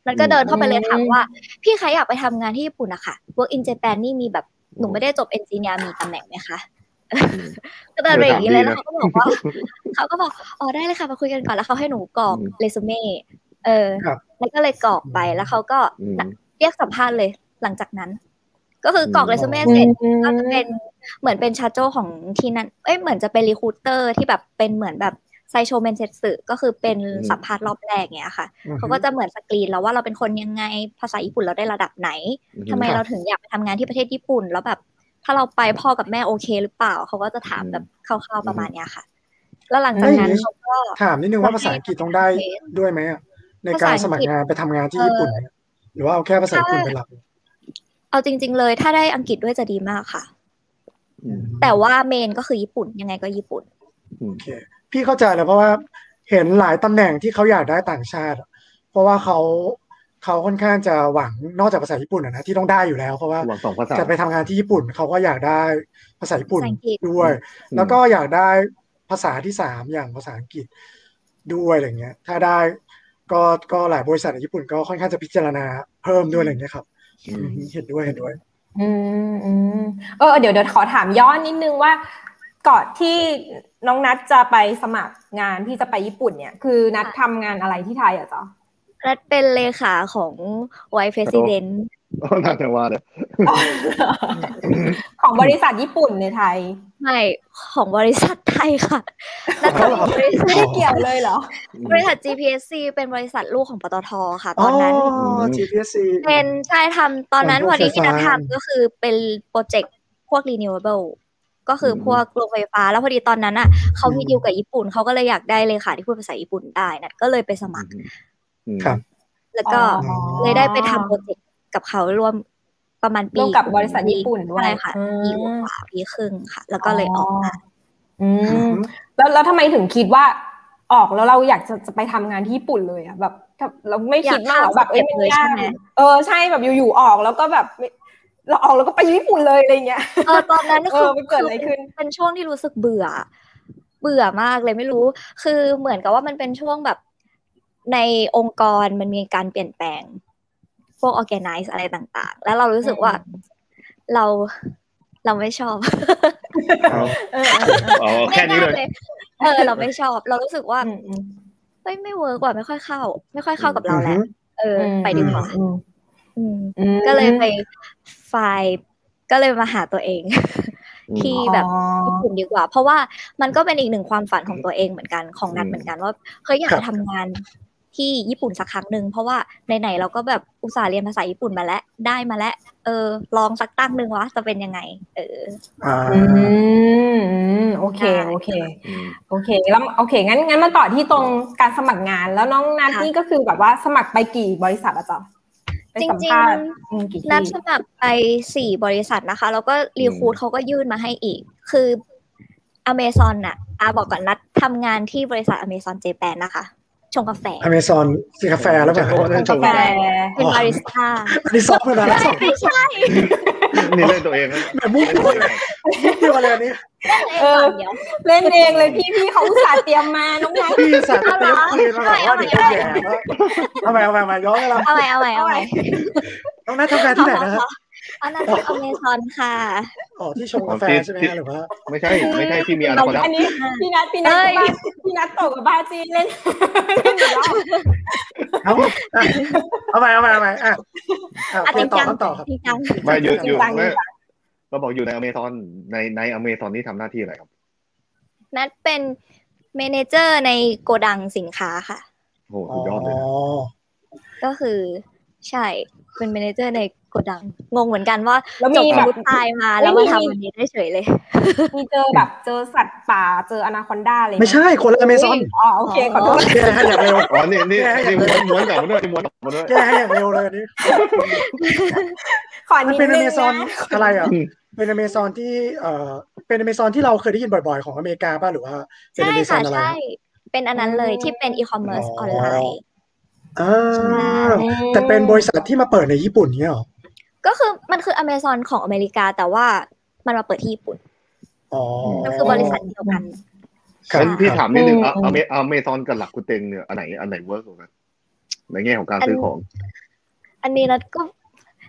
นัดก็เดินเข้าไปเลยถามว่า พี่คะอยากไปทำงานที่ญี่ปุ่นนะคะ work in Japan นี่มีแบบหนูไม่ได้จบ engineer มีตำแหน่งไหมคะ ก็เดินไปอย่างนี้เลยแล้วเขาก็บอกว่าเขา ก็บอกอ๋อได้เลยค่ะมาคุยกันก่อนแล้วเขาให้หนูกรอก อืม เรซูเม่เออ ครับ แล้วก็เลยกรอกไปแล้วเขาก็ อืม เรียกสัมภาษณ์เลยหลังจากนั้น ก็คือกรอกเรซูเม่ อื เสร็จ ม ก็จะเป็นเหมือนเป็นชาโจของที่นั่น เอ้ยเหมือนจะเป็นรีคูเตอร์ที่แบบเป็นเหมือนแบบไซโชเมนเซตสึก็คือเป็น อืม สัมภาษณ์รอบแรกเงี้ยค่ะ เขาก็จะเหมือนสกรีนแล้วว่าเราเป็นคนยังไงภาษาญี่ปุ่นเราได้ระดับไหนทำไมเราถึงอยากไปทำงานที่ประเทศญี่ปุ่น แล้วแบบถ้าเราไปพ่อกับแม่โอเคหรือเปล่า เขาก็จะถามแบบคร่าวๆประมาณเนี้ยค่ะ แล้วหลังจากนั้น เอ้ย เขาก็ ถามนิดนึงว่าภาษาอังกฤษต้องได้ด้วยไหมอะในการสมัครงานไปทำงานที่ญี่ปุ่น หรือว่าเอาแค่ภาษาญี่ปุ่นเป็นหลัก เอาจริง ๆ เลยถ้าได้อังกฤษด้วยจะดีมากค่ะ แต่ว่าเมนก็คือญี่ปุ่นยังไงก็ญี่ปุ่น พี่เข้าใจแล้วเพราะว่าเห็นหลายตำแหน่งที่เขาอยากได้ต่างชาติ เพราะว่าเขาเขาค่อนข้างจะหวังนอกจากภาษาญี่ปุ่นอะนะที่ต้องได้อยู่แล้วเพราะว่า หวังสองภาษา จะไปทำงานที่ญี่ปุ่นเขาก็อยากได้ภาษาญี่ปุ่น ภาษาอังกฤษ ด้วย แล้วก็อยากได้ภาษาที่สามอย่างภาษาอังกฤษด้วยอะไรเงี้ย ถ้าได้ก็ก็หลายบริษัทในญี่ปุ่นก็ค่อนข้างจะพิจารณาเพิ่มด้วยอะไรเงี้ยครับ อืม เห็นด้วยเห็นด้วย อืมอืมเออเดี๋ยวเดี๋ยวขอถามย้อนนิดนึงว่าก่อนที่น้องนัทจะไปสมัครงานที่จะไปญี่ปุ่นเนี่ย คือนัททำงานอะไรที่ไทยอ่ะจ๊ะ รัฐเป็นเลขาของไวเฟสิเดน น่าจะว่าเลย ของบริษัทญี่ปุ่นในไทย ไม่ของบริษัทไทยค่ะ แล้วก็มีบริษั ไม่ ท ได้เกี่ยวเลยเหรอ บริษัท GPSC เป็นบริษัทลูกของปตทค่ะ ตอนนั้น GPSC เป็นใช่ทำตอนนั้น ของ พ โร อง ไฟฟ้า ดีที่นัดทำก็คือเป็นโปรเจกต์พวก renewable ก็คือพวกโรงไฟฟ้า แล้วพอดีตอนนั้นอ่ะเขามีดีลกับญี่ปุ่นเขาก็เลยอยากได้เลขาที่พูดภาษาญี่ปุ่นได้นัดก็เลยไปสมัคร ครับ แล้วก็ อ๋อ เลยได้ไปทำโปรเจกต์กับเขาร่วมประมาณปี ร่วมกับบริษัทญี่ปุ่นด้วย ใช่ค่ะ อื ปีก ม ว่าปีครึ่งค่ะ แล้วก็เลยออกมา อืมแล้วแล้วทำไมถึงคิดว่าออกแล้วเราอยากจะจะไปทำงานที่ญี่ปุ่นเลยอ่ะแบบเราไม่คิดมากหรอกแบบเอ้ยมันยากเออใช่แบบอยู่ๆออกแล้วก็แบบไม่เราออกแล้วก็ไปญี่ปุ่นเลยอะไรอย่างเงี้ย เออตอนนั้น เอ คือ อมันเกิดอะไรขึ้น คืเป็นช่วงที่รู้สึกเบื่อ เบื่อมากเลยไม่รู้ คือเหมือนกับว่ามันเป็นช่วงแบบในองค์กรมันมีการเปลี่ยนแปลง พวก organize อะไรต่าง ๆ แล้วเรารู้สึกว่าเราเราไม่ชอบ เออเออ อ๋อแค่นี้เลย ง่าๆเออ เราไม่ชอบ เรารู้สึกว่า เอออืม เฮ้ยไม่เวิร์กว่าไม่ค่อยเข้า ไม่ค่อยเข้ากับเราแหละเออ ไปดีกว่าอืม ก็เลยไปไฟล์ก็เลยมาหาตัวเอง อืม ที่แบบญี่ปุ่นดีกว่า เพราะว่ามันก็เป็นอีกหนึ่งความฝันของตัวเองเหมือนกันของนัดเหมือนกันว่าเคยอยาก ครับ จะทำงานที่ญี่ปุ่นสักครั้งหนึ่งเพราะว่าไหนๆเราก็แบบอุตส่าห์เรียนภาษาญี่ปุ่นมาแล้วได้มาแล้วเออ ลองสักตั้งหนึ่งวะจะเป็นยังไง เออ อืมอืมโอเค ได้ โอเคโอเคแล้วโอเคงั้นงั้นมาต่อที่ตรงการสมัครงานแล้วน้องนัทนี่ก็คือแบบว่าสมัครไปกี่บริษัทอะจ๊ะไป จ สัม ริง ภาษณ์อืมกี่ ๆ ที่ นัดสมัครไปสี่บริษัทนะคะ แล้วก็รีคูดเขาก็ยื่นมาให้อีก คืออเมซอนอะอาบอกก่อนนัดทำงานที่บริษัทอเมซอนเจแปนนะคะชงกาแฟ อเมซอนซื้อกาแฟแล้วแบบ เป็นกาแฟ แต่ เป็นบาริสต้า อันนี้ซอฟต์เพื่อนนะสอง ไม่ใช่ นี่เล่นตัวเองนะ แบบมุกมุกเดียวเลยอันนี้ เองก่อนเดี๋ยว เล่นเองเลยพี่พี่เขาอุตส่าห์เตรียมมาน้องนัท พี่สัตว์เตรียมคืนมาแบบว่าเดี๋ยวจะแย่แล้วทำไมเอาไปมาย้อนเวลา เอาไว้เอาไว้เอาไว้ น้องนัททำงานที่ไหนนะฮะ อันนั้นเป็นอเมซอนค่ะ อ๋อที่ชงกาแฟใช่ไหมฮะหรือว่า ไม่ใช่ไม่ใช่ที่มีอนาคต อันนี้พี่นัทพี่นัท เอ้ย บ้าพี่นัทตกกับบาจีเล่นเล่นอยู่แล้ว เอาอ่ะเอาไปเอาไปเอาไปอ่ะอ่ะ อัน คุย นี้ ต่อ จัง กันต่อครับ จริงจัง ไม่อยู่อยู่ จริงจัง ไม่เราบอกอยู่ในอเมซอนในในอเมซอนนี่ทำหน้าที่อะไรครับ นัดเป็นเมเนเจอร์ในโกดังสินค้าค่ะ โหสุดยอดเลยนะ ก็คือใช่เป็นเมเนเจอร์ในโกดัง งงเหมือนกันว่า แล้ว จบ มี ม แบบ นุษย์ตายมาแล้วมา เอ้ยมี ทำวันนี้ได้เฉยเลย มีเจอแบบเจอสัตว์ป่าเจออนาคอนด้าอะไร ไม่ใช่คนละอเมซอน อ๋อโอเคขอโทษ แก้ให้อย่างเร็ว อ๋อนี่นี่ แกให้ นี่ม้วนม้วนกลับมาด้วยนี่ม้วนกลับมาด้วย แก้ให้อย่างเร็วเลยอันนี้ ขอ มัน นิด เป็นอ นึง เมซอน นะ อะไรอ่ะ เป็นอเมซอนที่เอ่อเป็นอเมซอนที่เราเคยได้ยินบ่อยๆ ของอเมริกาป่ะหรือว่าเป็น ใช่ อเมซอ ค่ะ นอะไร ใช่ อ่ะ เป็นอันนั้นเลยที่เป็นอีคอมเมิร์ซ อ๋อ ออนไลน์ อ่าแต่เป็นบริษัทที่มาเปิดในญี่ปุ่นเนี่ยเหรอ ก็คือมันคืออเมซอนของอเมริกาแต่ว่ามันมาเปิดที่ญี่ปุ่น อ๋อ ก็คือบริษัทเดียวกัน ครับ งั้นพี่ ครับ ถามนิดนึงอะอเมอเมซอนกับหลักคุณเต็งเนี่ยอันไหนอันไหนเวิร์กกว่ากันในแง่ของการซื้อของ อันนี้นัดก็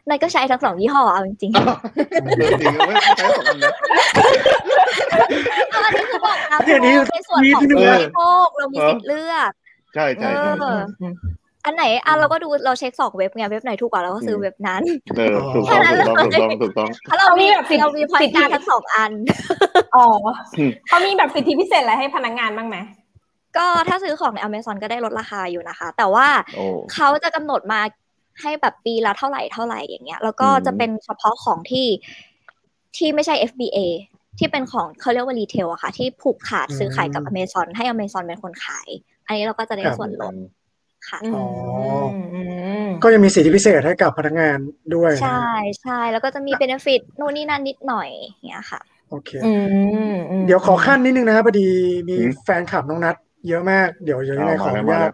นัดก็ใช้ทั้งสองยี่ห้อเอาจริงๆ อ้าว เออจริงๆไม่ใช้สองอันนะ เอาอันนี้คือบอกตาม เดี๋ยวนี้ ในส่วน มี ของ ที่หนึ่ง เออ บริโภคเรามีสิทธิ์เลือก ใช่ใช่ใช่ เออ อันไหนอ่ะเราก็ดูเราเช็คสองเว็บไงเว็บไหนถูกกว่าเราก็ซื้อเว็บนั้น เออถูกต้องถูกต้องถูกต้องถูกต้อง เพราะเรามีเรามีพอยต์การทั้งสองอัน อ๋อเขามีแบบสิทธิพิเศษอะไรให้พนักงานบ้างไหม ก็ถ้าซื้อของใน Amazon ก็ได้ลดราคาอยู่นะคะ แต่ว่า โอ้ เขาจะกำหนดมาให้แบบปีละเท่าไหร่เท่าไหร่อย่างเงี้ย แล้วก็ อืม จะเป็นเฉพาะของที่ที่ไม่ใช่ FBA ที่เป็นของเขาเรียกว่ารีเทลอะค่ะ ที่ผูกขาดซื้อขายกับ Amazon ให้ Amazon เป็นคนขาย อันนี้เราก็จะได้ส่วนลดค่ะ ม ก็ยังมีสิทธิพิเศษให้กับพนักงานด้วยนะ ใช่ใช่แล้วก็จะมีเบนฟิตโน่นนี่นั่นนิดหน่อยอย่างเงี้ยค่ะ โอเค อืมม เดี๋ยวขอขั้นนิดนึงนะครับพอดีมี อืม แฟนคลับน้องนัดเยอะมากเดี๋ยวเดี๋ยวยังไงขอ เอามาอนุ มา ญา แล้วต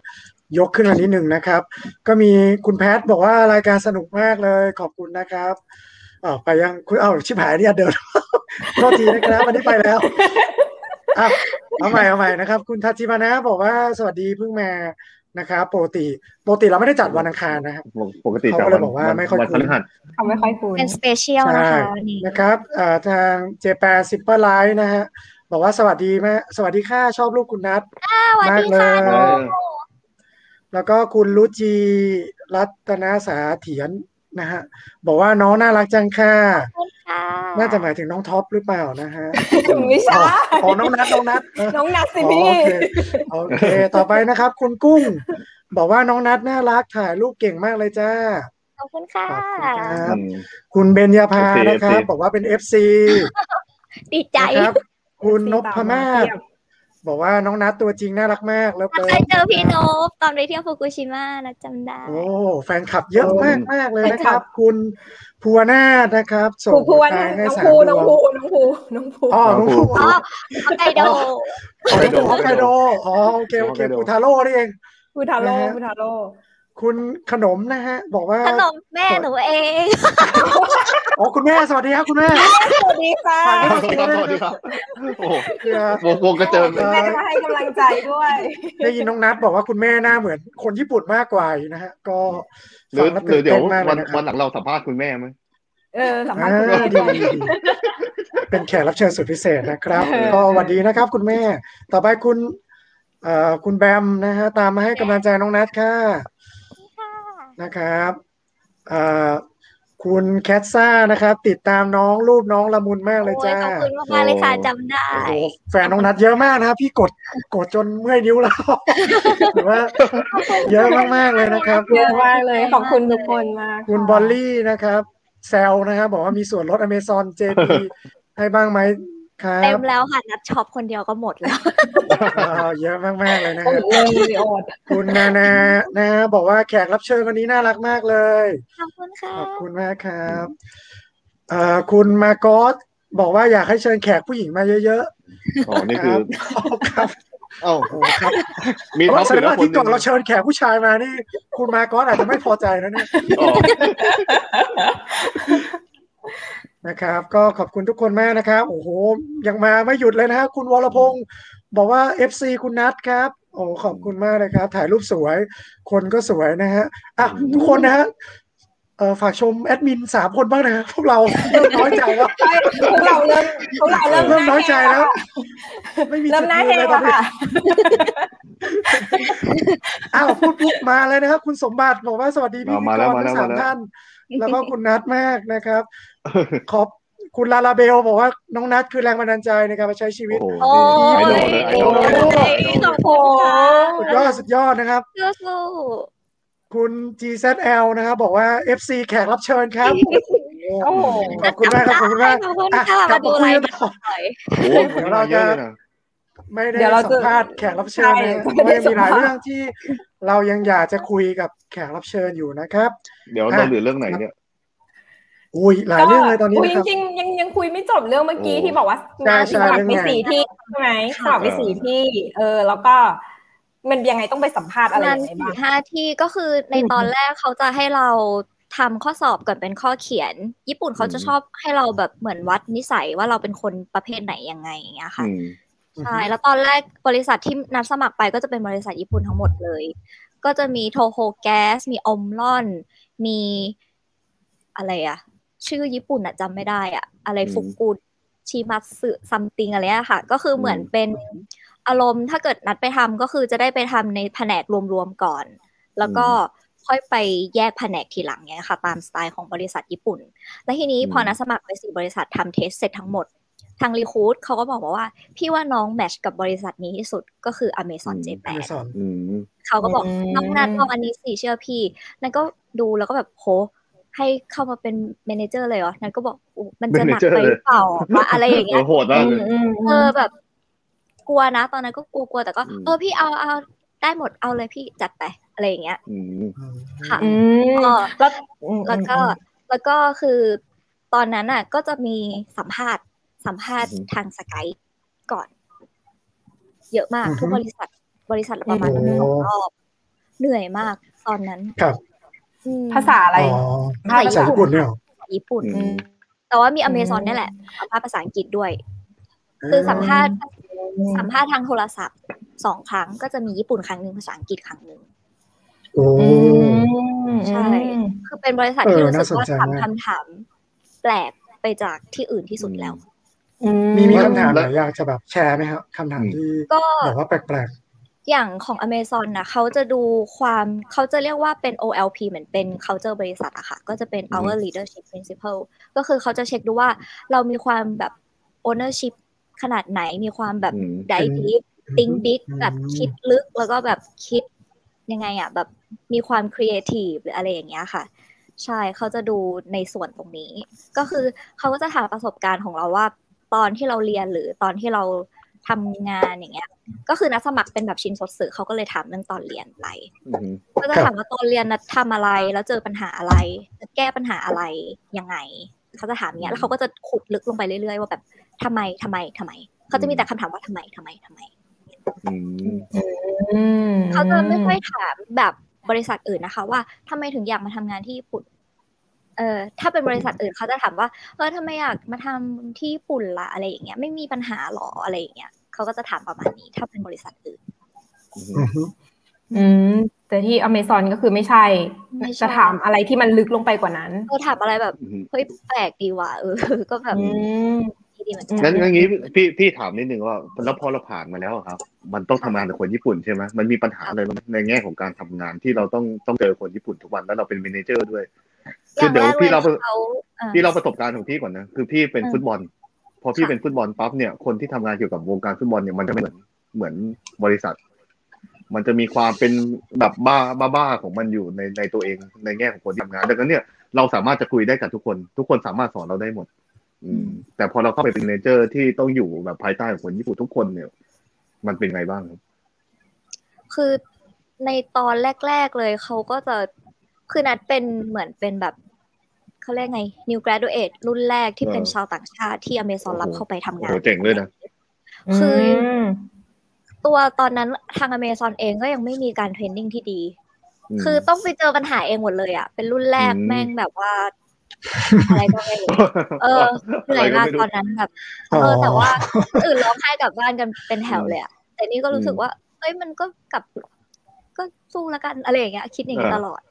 ยกขึ้นมานิดนึงนะครับ ก็มีคุณแพทบอกว่ารายการสนุกมากเลยขอบคุณนะครับอาวไปยังคุณเอ้าชิบหายเนี่ยเดิน โทษทีนะครับวันนี้ไปแล้ว อ่ะเอาใหม่เอาใหม่นะครับ คุณทัชชิมานะบอกว่าสวัสดีเพิ่งมานะครับปกติปกติเราไม่ได้จัดวันอังคารนะครับ ปกติจะ เขาก็เลยบอกว่าไม่ค่อย วัน คุ้ พ น ฤหัส เขาไม่ค่อยคุ้น เป็นสเปเชียลนะคะวันนี้ นะครับเอ่อทางเจแปนซิปเปอร์ไลน์นะฮะบอกว่าสวัสดีแม่สวัสดีค่ะชอบลูกคุณนัท สวัสดีค่ะ มากเลย น้อง แล้วก็คุณรุจีรัตนาสาเถียนนะฮะบอกว่าน้องน่ารักจังค่ะ คุณค่ะ น่าจะหมายถึงน้องท็อปหรือเปล่านะฮะ ไม่ใช่ ของน้องนัทน้องนัทเออ น้องนัทสิ อ๋อ พี่ โอเคโอเค ต่อไปนะครับ คุณกุ้ง บอกว่าน้องนัทน่ารักถ่ายรูปเก่งมากเลยจ้า ขอบคุณค่ะ ขอบคุณครับ คุณเบญญาภานะครับ FC บอกว่าเป็น FC ดีใจ นะครับคุณนพมาศ เทียบ บอกว่าน้องนัทตัวจริงน่ารักมากแล้ว ถ้า ก็ เคยเจอพี่โนบตอนไปเที่ยวฟุกุชิมะนะจำได้ โอ้แฟนคลับเยอะมากมากๆเลยนะครับ คุณภูวนาถนะครับส่ง ภูพวน ทายให้ น้อง สาม ภู ด น้อง วง ภูน้องภูน้องภู อ๋อน้องภู อ๋อฮอกไกโด ฮอกไกโดฮอกไกโดอ๋อ โอเคโอฮอกเคไกโด ปูทาโร่นี่เอง ภูทาโร่ นะฮะ ภูทาโร่ คุณขนมนะฮะ บอกว่า ขนมแม่หนูเอง อ๋อคุณแม่สวัสดีครับคุณแม่ สวัสดีค่ะ ฝาก ส ด้ วั ย สดีครับสวัสดีครับโอ้โห เพื่วองวงกระเจิงคุเลย ณแม่จะมาให้กำลังใจด้วย ได้ยินน้องนัทบอกว่าคุณแม่หน้าเหมือนคนญี่ปุ่นมากกว่าอยู่นะฮะ ก็ หรือ ฟังแล้ว หรือเดี๋ยว ต้นมากล วัน นะครับ วันหลังเราสัมภาษณ์คุณแม่ไหม เออสัมภา อ่า ษณ์คุณแม่ ดี ด้วย ดีเป็นแขกรับเชิญสุดพิเศษนะครับ เออ ก็สวัสดีนะครับ คุณแม่ ต่อไปคุณเอ่อคุณแบมนะฮะ ตามมาให้กำลังใจน้องนัทค่ะ นะครับเอ่อคุณแคทซ่านะครับ ติดตามน้องรูปน้องละมุนมากเลย โอ้ย จ้า ขอบคุณมากๆเลยค่ะจำได้ โอ้โหแฟนน้องนัดเยอะมากนะครับพี่กดกดจนเมื่อยนิ้ว แล้วหรือว่าเยอะมากๆเลยนะครับ เยอะมากเลยขอบคุณทุกคนมาก คุณบอลลี่นะครับแซลนะครับบอกว่ามีส่วนลดอเมซอนเจ พีให้บ้างไหมครั เต็ บ มแล้วค่ะนัดช็อปคนเดียวก็หมดแล้ว เอ่อเยอะมากๆเลยนะ โอ้ ฮะ โหโอด คุณนานานะฮะบอกว่าแขกรับเชิญวันนี้น่ารักมากเลย ขอบคุณค่ะ ขอบคุณมากครับเอ่อคุณมาโกอสบอกว่าอยากให้เชิญแขกผู้หญิงมาเยอะ อ๋อ ๆ นี่ นะค คือ รับครับ เอ้า โอ้ครับ มี เพ ท็อปอราะยู่ แสดง แล้ว ว่า คน ที่ หนึ ก่อง นเราเชิญแขกผู้ชายมานี่ คุณมาโกอสอาจจะไม่พอใจนะเนี่ย อ๋อ นะครับ ก็ขอบคุณทุกคนมากนะครับ โอ้โห ยังมาไม่หยุดเลยนะฮะคุณวรพงศ์บอกว่า FC คุณนัทครับ โอ้ขอบคุณมากเลยครับ ถ่ายรูปสวย คนก็สวยนะฮะอ่ะทุกคนนะฮะ เออฝากชมแอดมินสามคนบ้างนะครับพวกเราเริ่มน้อยใจแล้ว ใช่พวกเราเริ่มพวกเราเริ่ม เริ่มน้อยใจแล้ว ไม่มี เริ่มหน้าแห้ง จุดยืน แล้ว เลยตอนนี้ ค่ะ อ้าวพูดปุ๊บมาเลยนะครับ คุณสมบัติบอกว่าสวัสดีพี่พิ มา ธี แล้ ก ว ร มาแล้ ทั้ ว งสาม มาแล้ว ท่าน แล้วก็คุณนัทมากนะครับ ขอบคุณลาลาเบลบอกว่าน้องนัทคือแรงบันดาลใจในการมาใช้ชีวิต โอ้โห โอ้ ไอย ดอลเลยไอดโอ้อลเลย ยขอบ โอ้ คุณ โห ค่ะ สุดยอดสุดยอดนะครับ สู้ คุณ GZL นะครับ บอกว่า FC แขกรับเชิญครับ โอ้โห ขอบคุณมากครับขอบคุณมาก ขอบคุณ อ่ะ ค่ะ กลั มา บ ดู มา ไล คุย ฟ์ กันต่อ หน่อย โอ้โหคนนี้มาเยอะเลยนะ ไม่ได้ เดี๋ยวเรา สั จะ มภาษณ์แขกรับเชิญ ใช่ นะ ไม่ได้ ไม่มีหลาย สัมภาษณ์ เรื่องที่เรายังอยากจะคุยกับแขกรับเชิญอยู่นะครับ เดี๋ยวเราเหลือเรื่องไหนเนี่ย อุ้ยหลายเรื่องเลยตอนนี้ ก็ นะครับ จริงๆยังยังคุยไม่จบเรื่องเมื่อกี้ โอ้ ที่บอกว่า ใช่สใช่มัคร เรื่อง ไป งาน สี่ที่ใช่ไหมสมัครไปสี่ที่ เออ แล้วก็ มันยังไงต้องไปสัมภาษณ์อะไร นั้ ยั น งไง สี่ บ้าง ห้าที่ก็คือใน อืม ตอนแรกเขาจะให้เราทำข้อสอบก่อนเป็นข้อเขียน ญี่ปุ่นเขาจะ อืม ชอบให้เราแบบเหมือนวัดนิสัยว่าเราเป็นคนประเภทไหนยังไงอย่างเงี้ยค่ะ อืม ใช่แล้วตอนแรกบริษัทที่นัดสมัครไปก็จะเป็นบริษัทญี่ปุ่นทั้งหมดเลย ก็จะมีโทโฮแก๊สมีอมลอน มีอะไรอะชื่อญี่ปุ่นอะจำไม่ได้อะอะไร อืม ฟุกุชิมัตสึซัมติงอะไรอะค่ะ ก็คือเหมือน อืม เป็นอารมณ์ถ้าเกิดนัดไปทำก็คือจะได้ไปทำในแผนกรวมๆก่อน แล้วก็ค่อยไปแยกแผนกทีหลังเนี่ยค่ะ ตามสไตล์ของบริษัทญี่ปุ่น และทีนี้ อืม พอนัดสมัครไปสี่บริษัททำเทสเสร็จทั้งหมด ทางรีคูดเขาก็บอกมาว่า พี่ว่าน้องแมทชกับบริษัทนี้ที่สุดก็คือ Amazon J8 สอน อืม เขาก็บอก อืม น้องนัดลองอันนี้สิเชื่อพี่ นั่นก็ดูแล้วก็แบบโหให้เข้ามาเป็นเมเนเจอร์เลยเหรอ นั่นก็บอกอู้มันจะหนัก manager ไปหรือเปล่าว่าอะไรอย่าง เอ เงี้ย อโหดมากเลย อืม เออแบบ กลัวนะ ตอนนั้นก็กลัวกลัวแต่ก็ อืม เออพี่เอาเอาได้หมดเอาเลยพี่จัดไปอะไรอย่างเงี้ย อืม ค่ะ อืม ก็ แล้ว แล้วก็แล้วก็คือตอนนั้นน่ะ ก็จะมีสัมภาษณ์สัมภาษณ์ อือหือ ทางสกายก่อน เยอะมาก อือหือ ทุกบริษัท บริษัทละประมาณ โอ้โห สองรอบเหนื่อยมาก ตอนนั้น ครับ อืม ภาษาอะไร อ๋อ ภา ภา ษา ษาญี่ปุ่นเนี่ยเหรอ ญี่ปุ่น อืม แต่ว่ามี อืม อเมซอนนี่ยแหละสัมภาษณ์ภาษาอังกฤษด้วย คือสัมภาษณ์สัมภาษณ์ทางโทรศัพท์สองครั้งก็จะมีญี่ปุ่นครั้งหนึ่งภาษาอังกฤษครั้งหนึ่ง โอ้ อืม ใช่ อืม คือเป็นบริษัท เออ ที่รู้สึน่าสนกว่า ใจ ถาม มาก คำถามแปลกไปจากที่อื่นที่สุดแล้ว มีมีคำถาม แล้ ไห วน อยากจะแบบแชร์ไหมครับคำถาม อืม ที่ ก็ บอกว่าแปลก อย่างของ Amazon นะเขาจะดูความเขาจะเรียกว่าเป็น OLP เหมือนเป็น culture บริษัทอะค่ะ ก็จะเป็น our leadership principle ก็คือเขาจะเช็คดูว่าเรามีความแบบ ownership ขนาดไหนมีความแบบ อืม d i v e ๆ think big อืม แบบคิดลึกแล้วก็แบบคิดยังไงอ่ะ แบบมีความ creative หรืออะไรอย่างเงี้ยค่ะ ใช่เขาจะดูในส่วนตรงนี้ ก็คือเขาก็จะถามประสบการณ์ของเราว่า ตอนที่เราเรียนหรือตอนที่เราทำงานอย่างเงี้ย ก็คือนักสมัครเป็นแบบชินสดสื่อเขาก็เลยถามเรื่องตอนเรียนไป อืม ก็จะถามว่าตอนเรียนนัดทำอะไร แล้วเจอปัญหาอะไรจะแก้ปัญหาอะไรยังไงเขาจะถามอย่างเงี้ยแล้วเขาก็จะขุดลึกลงไปเรื่อยๆ ว่าแบบทำไมทำไมทำไมเขาจะมีแต่คำถามว่าทำไมทำไมทำไม อืม เขาจะไม่ค่อยถามแบบบริษัทอื่นนะคะ ว่าทำไมถึงอยากมาทำงานที่ญี่ปุ่น เออถ้าเป็นบริษัทอื่นเขาจะถามว่าเออทำไมอยากมาทำที่ญี่ปุ่นล่ะอะไรอย่างเงี้ยไม่มีปัญหาหรออะไรอย่างเงี้ยเขาก็จะถามประมาณนี้ถ้าเป็นบริษัทอื่น อือฮึ อืมแต่ที่อเมซอนก็คือไม่ใช่ ไม่ใช่ จะถามอะไรที่มันลึกลงไปกว่านั้น เขาถามอะไรแบบเฮ้ยแปลกดีว่ะเออ ก็แบบ อืม ดีเหมือนกั งั้น น งั้นงี้พี่พี่ถามนิดนึงว่า แล้วพอเราผ่านมาแล้วอะครับ มันต้องทำงานกับคนญี่ปุ่นใช่ไหมมันมีปัญหาอะไรบ้างในแง่ของการทำงานที่เราต้องต้องเจอคนญี่ปุ่นทุกวันแล้วเราเป็นเมเนเจอร์ด้วย อ คือเดี๋ยว แรกล พี่เรา เขาเอ่อ พี่เราประสบการณ์ของพี่ก่อนนะคือพี่เป็น อืม ฟุตบอล พอพี่ ค่ะ เป็นฟุตบอลปั๊บเนี่ยคนที่ทำงานเกี่ยวกับวงการฟุตบอลเนี่ยมันจะไม่เหมือนเหมือนบริษัท มันจะมีความเป็นแบบบ้าบ้าบ้าของมันอยู่ในในตัวเองในแง่ของคนที่ทำงานดังนั้นเนี่ยเราสามารถจะคุยได้กับทุกคน ทุกคนสามารถสอนเราได้หมด อืม แต่พอเราเข้าไปเป็นเนเจอร์ที่ต้องอยู่แบบภายใต้ของคนญี่ปุ่นทุกคนเนี่ย มันเป็นไงบ้างครับ คือในตอนแรก ๆ เลยเขาก็จะคือนัดเป็นเหมือนเป็นแบบเขาเรียกไง new graduate รุ่นแรกที่เป็น เออ ชาวต่างชาติที่อเมซอน โอ้โห รับเข้าไปทำ โอ้ งาน โหเจ๋งเลยนะ คือ ม ตัวตอนนั้นทางอเมซอนเองก็ยังไม่มีการเทรนนิ่งที่ดี ม คือต้องไปเจอปัญหาเองหมดเลยอ่ะ เป็นรุ่นแรก อืม แม่งแบบว่า อะไรก็ไม่รู้ เออ เหนื่อยมากตอนนั้นแบบ เออแต่ว่าคนอื่นร้องไห้กลับบ้านกันเป็นแถวเลยอะแต่นี่ก็รู้สึกว่าเอ้ยมันก็กลับก็สู้ละกันอะไรอย่างเงี้ย คิดอย่างเงี้ย อ่า ตลอด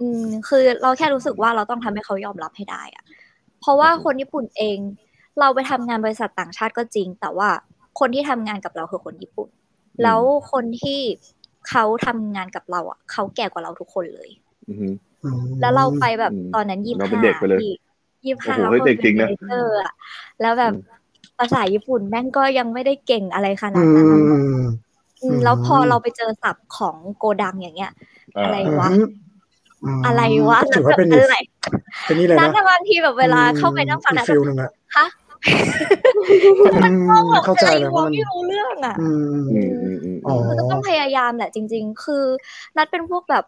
อืมคือเราแค่รู้สึกว่าเราต้องทำให้เขายอมรับให้ได้อะเพราะว่าคนญี่ปุ่นเอง เราไปทำงานบริษัทต่างชาติก็จริง แต่ว่าคนที่ทำงานกับเราคือคนญี่ปุ่น แล้วคนที่เขาทำงานกับเราอ่ะเขาแก่กว่าเราทุกคนเลย อือหือ แล้วเราไปแบบ อืม ตอนนั้นยี่สิบ เราเป็น ห้า เด็กไปเลย ยี่สิบห้า โอ้โหเฮ้ยเด็กจริงนะ เอออะแล้วแบบ อืม ภาษาญี่ปุ่นแม่งก็ยังไม่ได้เก่งอะไรขนา อื ดนั้นอะ ม อืมแล้วพออ ม เราไปเจอศัพท์ของโกดังอย่างเงี้ย อ่า อะไร วะ ม อะไรวะ ก็ถือว่าเป็นอีก อะไร เป็นนี่เลย นั้ นะ นอะบางทีแบบเวลาเข้าไปนั่งฟัง อี นะ กฟิลหนึ่งอะ ฮะ อืม แบบ เข้าใจ อะเลยวไระ ว่ามัน ไม่รู้เรื่องอ่ะ อืม อืมอืมอืม อ๋อ มันก็ต้องพยายามแหละจริง ๆ คือ นัดเป็นพวกแบบ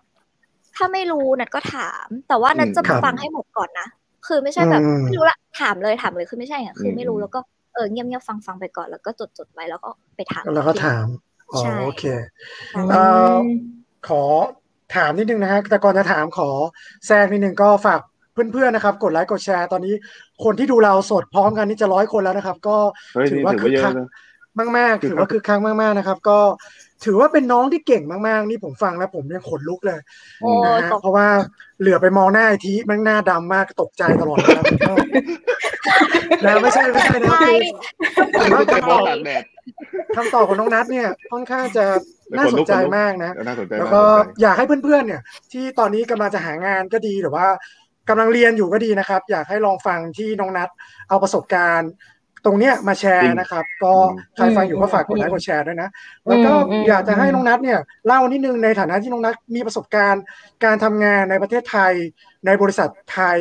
ถ้าไม่รู้นัดก็ถาม แต่ว่านัดจะ ครับ ฟังให้หมดก่อนนะ คือไม่ใช่แบบ อืม ไม่รู้ละถามเลยถามเลยคือไม่ใช่อ่ะคือไม่รู้แล้วก็เออเงียบๆฟังฟังไปก่อนแล้วก็จดจดๆไว้แล้วก็ไปถาม แล้วก็ถามอ๋อ ใช่ โอเค ใช่ เอ่อ ขอถามนิดนึงนะฮะแต่ก่อนจะถามขอแซงนิดนึงก็ฝากเพื่อนๆนะครับ กดไลค์กดแชร์ตอนนี้คนที่ดูเราสดพร้อมกันนี่จะร้อยคนแล้วนะครับ ก็ เฮ้ย ถื นี่ อว่า ถือ คึ ว่าก เยอะ คัก นะ มากมากๆ คือ ถือว่าคือครั้งมากๆนะครับ ก็ถือว่าเป็นน้องที่เก่งมากๆ นี่ผมฟังแล้วผมยังขนลุกเลย โอ้ นะ ย ฮะ ตก เพราะว่าเหลือไปมองหน้าไอทีมันหน้าดำมากตกใจตลอดนะครับแล้วไม่ใช่ไม่ใช่นะ ใจ คือผมว่า จะ คำ ม ต อ อง บ ตากแดด คำตอบของน้องนัทเนี่ยค่อนข้างจะน่าสนใจมากนะ น่าสนใจ แล้ว มาก ก็อยากให้เพื่อนๆ เนี่ย ที่ตอนนี้กำลังจะหางานก็ดีหรือว่ากำลังเรียนอยู่ก็ดีนะครับ อยากให้ลองฟังที่น้องนัทเอาประสบการณ์ ตรงเนี้ยมาแชร์นะครับ ก็ใครฟังอยู่ก็ฝากกดไลค์กดแชร์ด้วยนะแล้วก็ อืม อยากจะให้น้องนัทเนี่ยเล่านิดนึงในฐานะที่น้องนัทมีประสบการณ์ การทำงานในประเทศไทย ในบริษัทไทย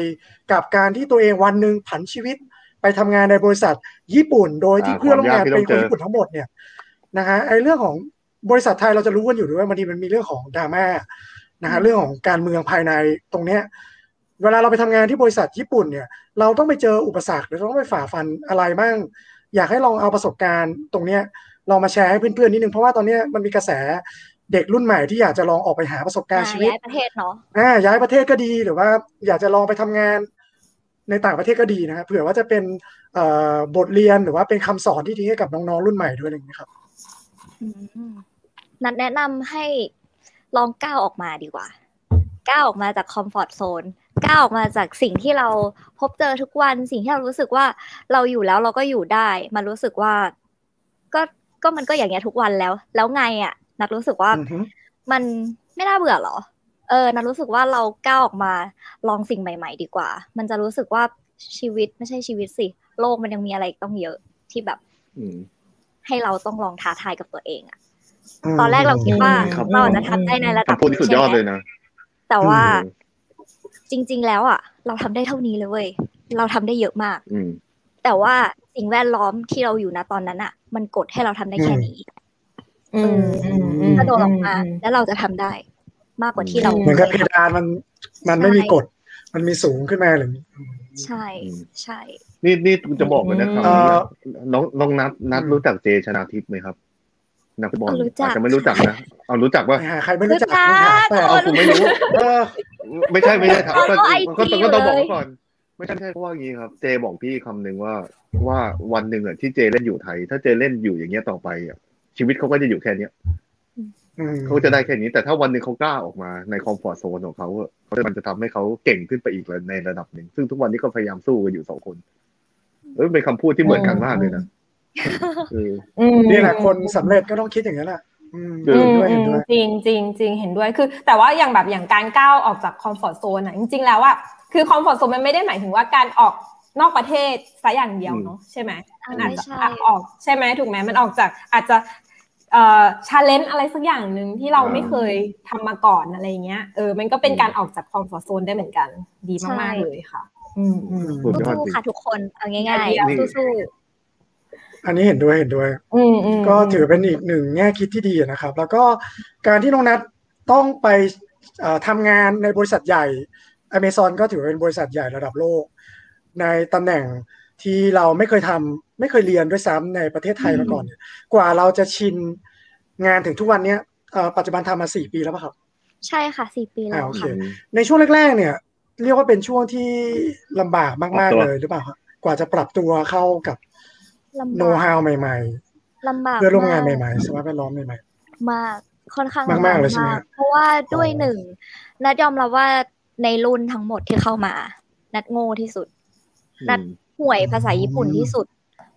กับการที่ตัวเองวันหนึ่งผันชีวิต ไปทำงานในบริษัทญี่ปุ่น โดยที่เพื่อนร่วมงานเป็นคนญี่ปุ่นทั้งหมดเนี่ยนะฮะไอ้เรื่องของบริษัทไทยเราจะรู้กันอยู่ด้วยว่าบางทีมันมีเรื่องของดราม่านะฮะเรื่องของการเมืองภายในตรงเนี้ยเวลาเราไปทำงานที่บริษัทญี่ปุ่นเนี่ย เราต้องไปเจออุปสรรคหรือต้องไปฝ่าฟันอะไรบ้าง อยากให้ลองเอาประสบการณ์ตรงเนี้ยลองมาแชร์ให้เพื่อนๆนิดนึงเพราะว่าตอนเนี้ยมันมีกระแสเด็กรุ่นใหม่ที่อยากจะลองออกไปหาประสบการณ์ชีวิต ย้ายประเทศเนาะ อ่าย้ายประเทศก็ดีหรือว่าอยากจะลองไปทำงานในต่างประเทศก็ดีนะฮะเผื่อว่าจะเป็นเอ่อบทเรียนหรือว่าเป็นคำสอนที่ดีให้กับน้องๆรุ่นใหม่ด้วยอะไรอย่างนี้ยครับ อืมนัดแนะนำให้ลองก้าวออกมาดีกว่า ก้าวออกมาจากคอมฟอร์ทโซนก้าวออกมาจากสิ่งที่เราพบเจอทุกวันสิ่งที่เรารู้สึกว่าเราอยู่แล้วเราก็อยู่ได้ มันรู้สึกว่า ก็ก็มันก็อย่างเงี้ยทุกวันแล้ว แล้วไงอะ่ะ นัดรู้สึกว่า อือฮึ มันไม่น่าเบื่อเหรอ เออ นัดรู้สึกว่าเราก้าวออกมาลองสิ่งใหม่ ๆ ดีกว่า มันจะรู้สึกว่าชีวิตไม่ใช่ชีวิตสิโลกมันยังมีอะไรอีกต้องเยอะที่แบบ อืม ให้เราต้องลองท้าทายกับตัวเองอะ ตอนแรกเราคิดว่า ครับ เราอาจจะทำได้ในระดับ คำพูดที่สุดยอดเลยนะ แต่ว่า อืม จริง ๆ แล้วอ่ะ เราทำได้เท่านี้เลยเว้ยเราทำได้เยอะมาก อืม แต่ว่าสิ่งแวดล้อมที่เราอยู่นะตอนนั้นอ่ะ มันกดให้เราทำได้แค่นี้ อืมอืมอืม ถ้าโดนออกมาแล้วเราจะทำได้ มากกว่าที่เรา อื เหมือนกับเพ คยท ดานมันมันไม่มีกฎมันมีสูงขึ้นมาอะไรอย่างนี้ ำใช่ อืม ใช่ นี่นี่จะบอกเลยนะครับ เอ่อ น้องน้องนัทนัทรู้จักเจชนาทิพย์ไหมครับนักฟุตบอลอาจจะไม่รู้จักนะเอารู้จักว่า ไปหาใครไม่รู้จัก จ้า มึงถามแต่ โด เอา น กูไม่รู้ เออ ไม่ใช่ไม่ใช่ครับก็ เอาไอจี ก็ก็ต้อง เลบอกยไว้ก่อน ไม่ใช่ไม่ใช่เพราะว่าอย่างนี้ครับ เจบอกพี่คำหนึ่งว่าว่าวันหนึ่งอ่ะที่เจเล่นอยู่ไทย ถ้าเจเล่นอยู่อย่างเงี้ยต่อไปอ่ะชีวิตเขาก็จะอยู่แค่เนี้ย อืม เขาจะได้แค่นี้ แต่ถ้าวันหนึ่งเขากล้าออกมาในคอมฟอร์ทโซนของเขาอ่ะเขาจะมันจะทำให้เขาเก่งขึ้นไปอีกในระดับหนึ่งซึ่งทุกวันนี้ก็พยายามสู้กันอยู่สองคนเออเป็นคำพูดที่เหมือนกันมากเลยนะเออ อืม นี่แหละคนสำเร็จก็ต้องคิดอย่างนั้นแหละอืม อื เห็นด้วยเห็นด้วย จริงจริงจริงเห็นด้วยคือ แต่ว่าอย่างแบบอย่างการก้าวออกจากคอมฟอร์ทโซนอ่ะจริง ๆ แล้วอ่ะคือคอมฟอร์ทโซนมันไม่ได้หมายถึงว่าการออกนอกประเทศซะอย่างเดียวเนาะใช่ไหมมันอาจ ไม่ จะ ใช่ อ่ะออกใช่ไหมถูกไหมมันออกจากอาจจะเอ่อชาเลนจ์อะไรสักอย่างหนึ่งที่เรา อ่า ไม่เคยทำมาก่อนอะไรเงี้ยเออมันก็เป็นการออกจากคอมฟอร์ทโซนได้เหมือนกัน ดีมากๆเลยค่ะ อืมอืม สุดยอด สู้ จริง ๆค่ะทุกคนเอาง่าย เดี๋ยว ๆสู้ อันนี้เห็นด้วยเห็นด้วย อืมอืม ก็ถือเป็นอีกหนึ่งแง่คิดที่ดีนะครับ แล้วก็การที่น้องนัทต้องไปเอ่อทำงานในบริษัทใหญ่ Amazon ก็ถือเป็นบริษัทใหญ่ระดับโลก ในตำแหน่งที่เราไม่เคยทำไม่เคยเรียนด้วยซ้ำในประเทศไทยมาก่อนเนี่ยกว่าเราจะชินงานถึงทุกวันเนี้ยเอ่อปัจจุบันทำมาสี่ปีแล้วป่ะครับ ๆใช่ค่ะสี่ปีแล้ว อ่าโอเค ค่ะ ในช่วงแรกๆ เนี่ย เรียกว่าเป็นช่วงที่ลำบาก ปรั มา บ ก ตั ๆ ว เลยหรือเปล่าครับกว่าจะปรับตัวเข้ากับ ลำบาก โน้ตฮาวใหม่ ลำบาๆกเพื่อนร่วมงาน ก ใหม่ๆสภาพแวดล้อมใหม่ มากค่อนข้าง มากๆเลยใช่ไหม ากเพราะว่าด้วย อ๋อ หนึ่งนัดยอมรับว่า ในรุ่นทั้งหมดที่เข้ามา นัดโง่ที่สุด นัด ห่วยภาษาญี่ปุ่นที่สุด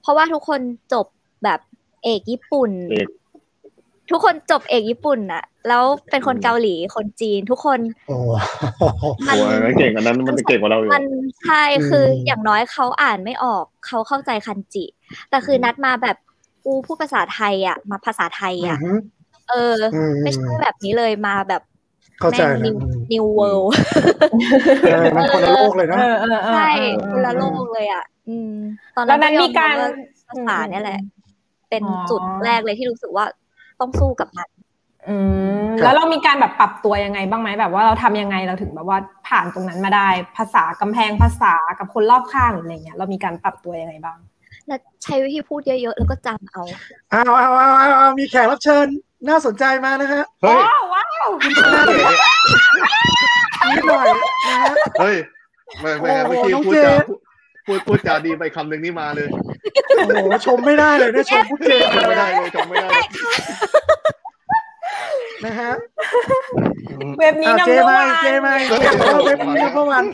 เพราะว่าทุกคนจบแบบเอกญี่ปุ่น เอก ทุกคนจบเอกญี่ปุ่นน่ะ แล้วเป็นคน อืม เกาหลีคนจีนทุกคน โอ้ มัน โอ้ยอันนั้นเก่งกว่านั้นมันเก่งกว่าเราอยู่ มันใช่ อืม คืออย่างน้อยเขาอ่านไม่ออกเขาเข้าใจคันจิ แต่คือนัดมาแบบกูพูดภาษาไทยอ่ะ มาภาษาไทยอ่ะ เออ อืม ไม่ใช่แบบนี้เลยมาแบบ เข้าใจ แม่ง นะ นิวนิวเวิลด์ เออมันคนละโลกเลยนะ เออเออเออ ใช่คนละโลกเลยอ่ะ อืม ตอน แล้วนั้น ยอ มีการ ว่ภาษาเนี่ยแหละ เป็น อ๋อ จุดแรกเลยที่รู้สึกว่าต้องสู้กับมัน อืมแล้วเรามีการแบบปรับตัวยังไงบ้างไหมแบบว่าเราทำยังไงเราถึงแบบว่าผ่านตรงนั้นมาได้ ภาษากำแพงภาษากับคนรอบข้างหรืออะไรเงี้ยเรามีการปรับตัวยังไงบ้าง แล้วใช้วิธีพูดเยอะๆ แล้วก็จำเอา เอาเอาเอาเอาเอามีแขกรับเชิญน่าสนใจมานะฮะ เฮ้ย ว้าวว้าว นิดหน่อยนะฮะ เฮ้ยไม่ไม่นะ โอ้ เมื่อ โห กี้ น้อง พูด เจ จาพูดพูดจาดีไปคำหนึ่งนี่มาเลย โอ้โหชมไม่ได้เลยนะชมผู้เก่ง จำไม่ได้เลยจำไม่ได้เลย นะฮะ เว็บนี้ อ่ะ นำ เจ เบอร์ มา วั เจมาเจมาเป็นเมื่อวัน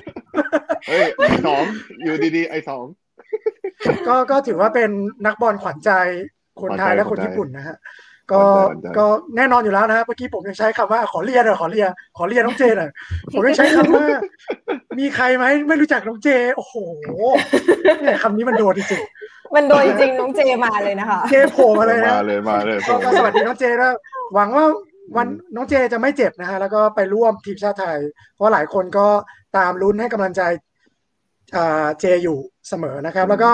เฮ้ยไอ้สองอยู่ดีๆไอ้สอง ก็ก็ถือว่าเป็นนักบอลขวัญใจคนไทยและคนญี่ปุ่นนะฮะก็ ขวัญใจ ก็แน่นอนอยู่แล้วนะฮะเมื่อกี้ผมยังใช้คำว่าขอเรียนหน่อยขอเรียนขอเรียนน้องเจหน่อยผมยังใช้คำว่า มีใครไหมไม่รู้จักน้องเจ โอ้โหเนี่ยคำนี้มันโดนจริง มันโดนจริงๆน้องเจมาเลยนะคะ ๆเจโผล่มาเลยนะ มาเลยมาเลย ก็ก็สวัสดีน้องเจด้วยหวังว่าวันน้องเจจะไม่เจ็บนะฮะแล้วก็ไปร่วมทีมชาติไทย เพราะหลายคนก็ตามลุ้นให้กำลังใจอ่าเจอยู่เสมอนะครับ แล้วก็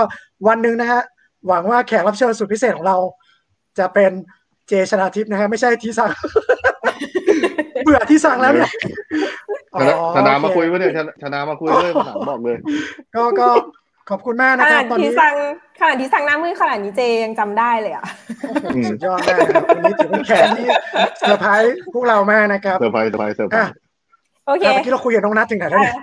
วันหนึ่งนะฮะ หวังว่าแขกรับเชิญสุดพิเศษของเรา จะเป็นเจชนาทิพย์นะฮะไม่ใช่ทีสัง เบื่อทีสังแล้วเนี่ย ชนะ อ๋อ ชนะมา โอเ คุยไว้เนี่ยชนะชนะมาคุยเลยถามบอกเลย ก็ก็ขอบคุณมาก ข นะค นา รับ ด ตอน ที่ นี้ สั่งขนาดที่สั่งหน้ามือขนาดนี้เจยังจำได้เลยอ่ะ อืม สุดยอดมากนะครับวันนี้ถือเป็นแขกที่เซอร์ไพรส์พวกเรามากนะครับ เซอร์ไพรส์เซอร์ไพรส์เซอร์ไพร อ่ะ ส์ โอเค อ่ะเมื่อกี้เราคุยกับน้องนัทถึงไหนแล้วเนี่ย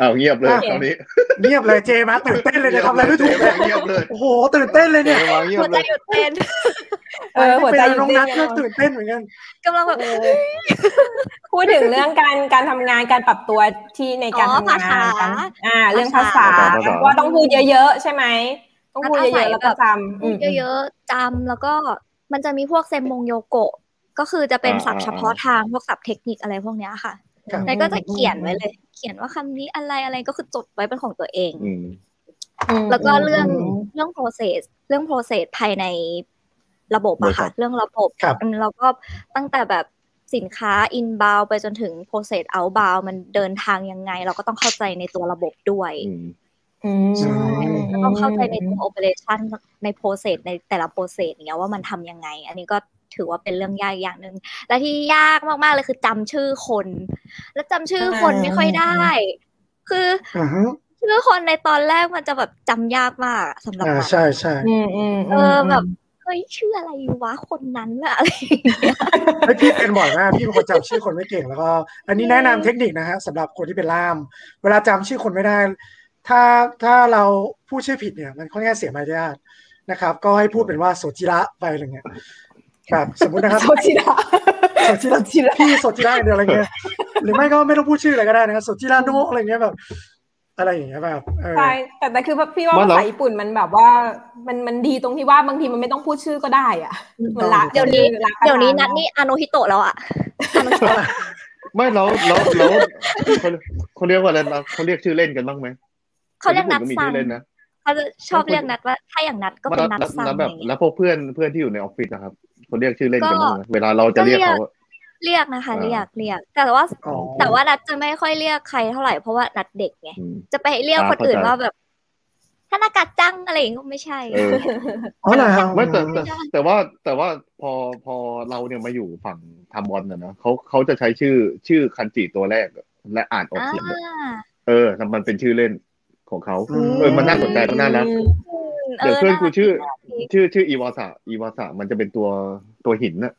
อ้าวเงียบเลย อ่ะ ตอนนี้ เงียบเลยเจมาตื่นเต้นเลยเนี่ยทำอะไรไม่ถูกเลย เงียบเลย โอ้โหตื่นเต้นเลย เงี เนี่ย ย บเลยเงียบหัว เล ใจ ย หยุดเต้น เออหัวใจหยุด น้อง เต้ นัท นแล้วก็ตื่นเต้นเหมือนกัน กำลังแบบ พูดถึงเรื่องการการทำงานการปรับตัวที่ในการ อ๋อ ทำงาน ภาษา กันอ่า เรื่องภาษา าภาษา ว่าต้องพูดเยอะๆ ใช่ไหม ต้องพูดเย แล้วก็ใส่ อะๆแล้ว แบ ก็ บ จำ พู อื ด ม เยอะๆจำแล้วก็มันจะมีพวกเซมมงโยโกะ ก็คือจะเป็น อ่า ศัพท์เฉพาะทางพวกศัพท์เทคนิคอะไรพวกเนี้ยค่ะ ครับ อืม แล้วก็จะเขียนไว้เลย เขียนว่าคำนี้อะไรอะไรก็คือจดไว้เป็นของตัวเอง อืม อืม แล้วก็เรื่อง ม เรื่อง process เรื่อง process ภายในระบบอะค่ะ บริษัท เรื่องระบบ ครับ อืมแล้วก็ตั้งแต่แบบสินค้า inbound ไปจนถึง process outbound มันเดินทางยังไง เราก็ต้องเข้าใจในตัวระบบด้วย อืม ใช่ แล้วต้องเข้าใจในตัว operation ใน process ในแต่ละ process อย่างเงี้ยว่ามันทำยังไง อันนี้ก็ถือว่าเป็นเรื่องยากอย่างหนึ่งและที่ยากมากๆเลยคือจำชื่อคน แล้วจำชื่อคนไม่ค่อยได้ คือ อือฮึ ชื่อคนในตอนแรกมันจะแบบจำยากมากสำหรับ อ่า เรา ใช่ใช่ อืมอืม เออแบบ เฮ้ยชื่ออะไรวะคนนั้นอะอะไรอย่างเงี้ย เฮ้ยพี่เป็นบ่อยมากพี่เป็นคนจำชื่อคนไม่เก่งแล้วก็ อันนี้แนะนำเทคนิคนะฮะสำหรับคนที่เป็นล่าม เวลาจำชื่อคนไม่ได้ ถ้าถ้าเราพูดชื่อผิดเนี่ย มันค่อนข้างเสียมารยาทนะครับ ก็ให้พูดเป็นว่าโสจิระไปอะไรเงี้ยแบบสมมตินะครับ โซชิระ โซจิระ ชิระ พี่สดที่ได้เดียวอะไรเงี้ยหรือไม่ก็ไม่ต้องพูดชื่ออะไรก็ได้นะครับสดที่ร้านโนอะไรเงี้ยแบบ อะไรอย่างเงี้ยแบบเออ ใช่แต่แต่คือพี่ว่า ว่า ภา เรา ษาญี่ปุ่นมันแบบว่ามันมันดีตรงที่ว่าบางทีมันไม่ต้องพูดชื่อก็ได้อ่ะเหมันละ เดี๋ยวนี้ ละ เดี๋ยวนี้นัดนี่อาโนฮิโตะแล้วอะอาโนฮิโตะ ไม่แล้วแล้วแล้วเขาเขาเรียกว่าอะไรนะเขาเรียกชื่อเล่นกันบ้างไหม เขาเรียกนัด ญี่ปุ่ ซั ก็มีชื่องเล่นนะ เขาจะชอบเรียกนัดว่า ถ้าอย่างนัดก็เป็นนัด แล้ว ซัง แล้ว อะไร แบ อบ ย่างเงี้ย แล้วพวกเพื่อนเพื่อนที่อยู่ในออฟฟิศนะครับเขาเรียกชื่อเล่นกันบ้างไหมเวลาเราจะเรียกเขาอะ เรียกนะคะ อ่า เรียกเรียก แต่ว่า อ๋อ แต่ว่านัดจะไม่ค่อยเรียกใครเท่าไหร่เพราะว่านัดเด็กไง อืม จะไปเรียก อ่า คนอื่น เข้าใจ ว่าแบบท่านอากาศจังอะไรอย่างเงี้ยก็ไม่ใช่ เออ อ๋อเหรอฮะ ไม่แต่แต่แต่ว่าแต่ว่าพอพอเราเนี่ยมาอยู่ฝั่งทำบอลน่ะนะเขาเขาจะใช้ชื่อชื่อคันจิตัวแรกอะและอ่านออก อ่า เสียงอะเออแล้วมันเป็นชื่อเล่นของเขา อืม เออมันน่าสนใจมันน่ารัก อืม เดี๋ยว เออ เพื่อน น่ารัก กูชื่อ ชื่อชื่ออีวาสะอีวาสะมันจะเป็นตัวตัวหินน่ะ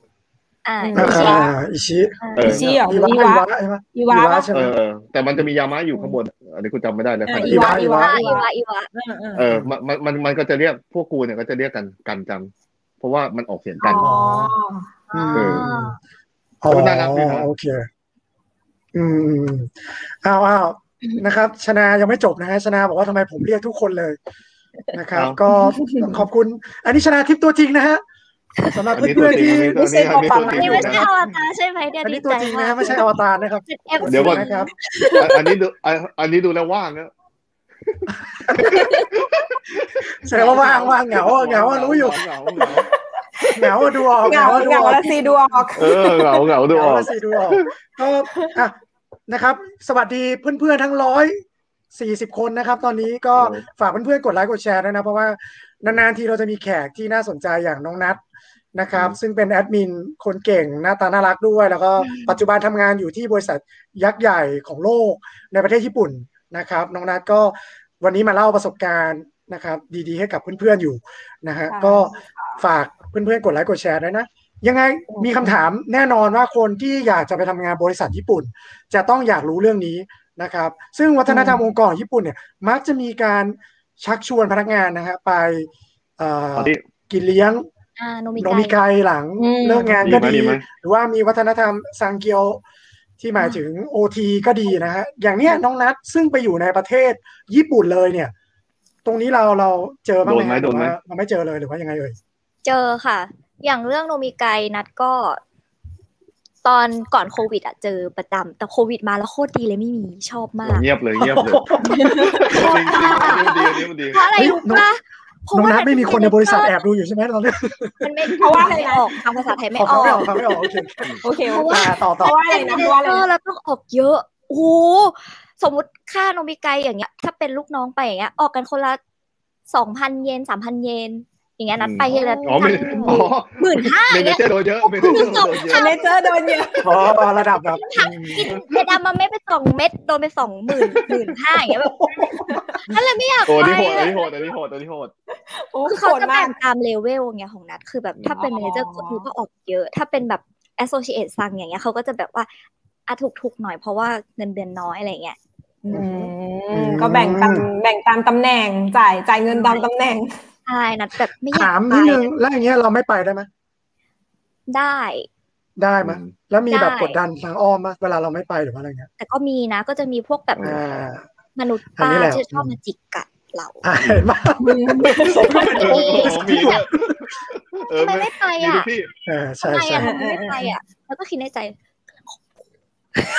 อ่า อืม อ่า ใช่ อิชิ เออ อิชิเหรอ อีวะ อี อี วะ วะใช่ไหม อีวะปะ ใช่ไห เอ ม อเออแต่มันจะมียามะอยู่ข้างบนอันนี้กูจำไม่ได้แล้ว อ่า คัน อี จิ วะอีวะ อ่าอีวะอีวะ อ่าอ่า เออมันมันมันมันก็จะเรียกพวกกูเนี่ยก็จะเรียกกันกันจัง เพราะว่ามันออกเสียงกัน อ๋อ อืม อ่า อ๋อ ก็น่ารักดีนะ โอเค อืมอืมอืมอ้าวอ้าวนะครับ ชนายังไม่จบนะฮะชนาบอกว่าทำไมผมเรียกทุกคนเลยนะครับ เอ้า ก็ต้องขอบคุณ อันนี้ชนาทิพย์ตัวจริงนะฮะสำหรับ อันนี้ตั เพื่ ว อน จ ๆ ริง ที่ อันนี้อันนี้ตัวจริง นี่ อยู่ ไม่ใช่ นะ อวตารใช่ไหมเดี๋ยว อัน ดี นี้ตัว ใจ จริง มา นะ ก ฮะไม่ใช่อวตารนะครับ เจ็ด F เดี๋ยวก่อน นะครับ อันอันนี้ดูอันอันนี้ดูแล้วว่างนะ แสดงว่าว่างว่างเหงาอะเหงาอะรู้อยู่ เหงาเหงา เหงาอะดูออก เหงา อะดู เหงา ออก ละซีดูออก เออเหงาเหงาดูออก เาละสิดูออกก็อ่ะนะครับ สวัสดีเพื่อนๆทั้งร้อยสี่สิบคนนะครับ ตอนนี้ก็ ครับ ฝากเพื่อนๆกดไลค์กดแชร์ด้วยนะ เพราะว่านานๆทีเราจะมีแขกที่น่าสนใจอย่างน้องนัทนะครับ ซึ่งเป็นแอดมินคนเก่งหน้าตาน่ารักด้วย แล้วก็ปัจจุบันทำงานอยู่ที่บริษัทยักษ์ใหญ่ของโลกในประเทศญี่ปุ่นนะครับ น้องนัทก็วันนี้มาเล่าประสบการณ์นะครับ ดีๆ ให้กับเพื่อนๆอยู่นะฮะ ค่ะ ก็ฝากเพื่อนๆกดไลค์กดแชร์ด้วยนะ ยังไงมีคำถามแน่นอนว่าคนที่อยากจะไปทำงานบริษัทญี่ปุ่น จะต้องอยากรู้เรื่องนี้นะครับ ซึ่งวัฒนธรรมองค์กรของญี่ปุ่นเนี่ยมักจะมีการชักชวนพนักงานนะฮะไปเอ่อ ตอนนี้ กินเลี้ยง อ่าโนมิ โนมิ ไกะ ไกายหลัง อืม เลิกงาน ดี ก็ ไหม ดี ดีไหม หรือว่ามีวัฒนธรรมซังเกียวที่หมายถึงโอทีก็ดีนะฮะอย่างเนี้ยน้องนัทซึ่งไปอยู่ในประเทศญี่ปุ่นเลยเนี่ย ตรงนี้เราเราเจอบ้างไหม โดนไหมโดไหมฮะหรือนว่าเราไม่เจอเลยหรือว่ายังไงเอ่ย เจอค่ะ อย่างเรื่องโนมิไกะนัดก็ ตอนก่อนโควิดอะเจอประจำแต่โควิดมาแล้วโคตรดีเลยไม่มีชอบมาก เงียบเลยเงียบเลยจริงจริงอันนี้มันดีอันนี้มันดี เพราะอะไรรู้ปะเพราะ น้อง ว่า นัทไม่มีคนในบริษัท มั แอบดูอยู่ใช่ไหมตอนนี้ มันไม่ เพราะว่าอะไรนะ ออกทางภาษาไทยไม่ ขอ ออก ไม่ออกขอไม่ออกโอเค โอเค เพราะว่า อ่าต่อ เพ ต่อ ราะว่าอะไรนะเพราะว่าอะไรนะ เราต้องออกเยอะ โอ้โหสมมติค่านมิไกอย่างเงี้ย ถ้าเป็นลูกน้องไปอย่างเงี้ย ออกกันคนละสองพันเยนสามพันเยน อย่างเงี้ยนัดไปทีละ อ๋อไม่อ๋อ หมื่นห้า เม อย่าง เน เงี้ย เจอร์โดนเยอะเมเนเจอร์โดนเยอะ เนเจอร์โดนเยอะ พอพอระดับแบบ กินเม็ดามาไม่ไปสองเม็ดโดนไปสองหมื่นหมื่นห้าอย่างเงี้ยแบบนั่นเลยไม่อยาก โอ้ ไป นี่โหด อะ อันนี้โหดอันนี้โหดอันนี้โหด โอ้ คือ โห เขา ด จะ มา แบ่ ก งตามเลเวลอย่างเงี้ยของนัดคือแบบถ้าเป็น อ๋ เม อ เนเจอร์คนนี้ก็ออกเยอะ ถ้าเป็นแบบแอสโซเชตซังอย่างเงี้ยเขาก็จะแบบว่าอะถูกถูกๆหน่อยเพราะว่าเงินเดือนน้อยอะไรเงี้ย อืมก็แบ่งตามแบ่งตามตำแหน่งจ่ายจ่ายเงินตามตำแหน่ง ใช่นัดแบบไม่อยาก ถาม ไป นิดนึงแล้วอย่างเงี้ยเราไม่ไปได้ไหม ได้ ได้ไหม อืม แล้วมีแบบ ได้ กดดันทางอ้อมไหมเวลาเราไม่ไปหรือว่าอะไรเงี้ย แต่ก็มีนะก็จะมีพวกแบบ อื อ่า มนุษย์ อัน ป้า นี้แหละ ที่ชอบมาจิกกัดเรา อ่าเห็นไหมสมกับเป็น เออ โอ้ โอ้โหมีเยอะเออ ทำไมไม่ไป มีทุก อ่ะ ที่ เออ ทำ ใช่ ไม ใช่ อ่ะทำไมไม่ไปอ่ะแล้วก็คิดในใจ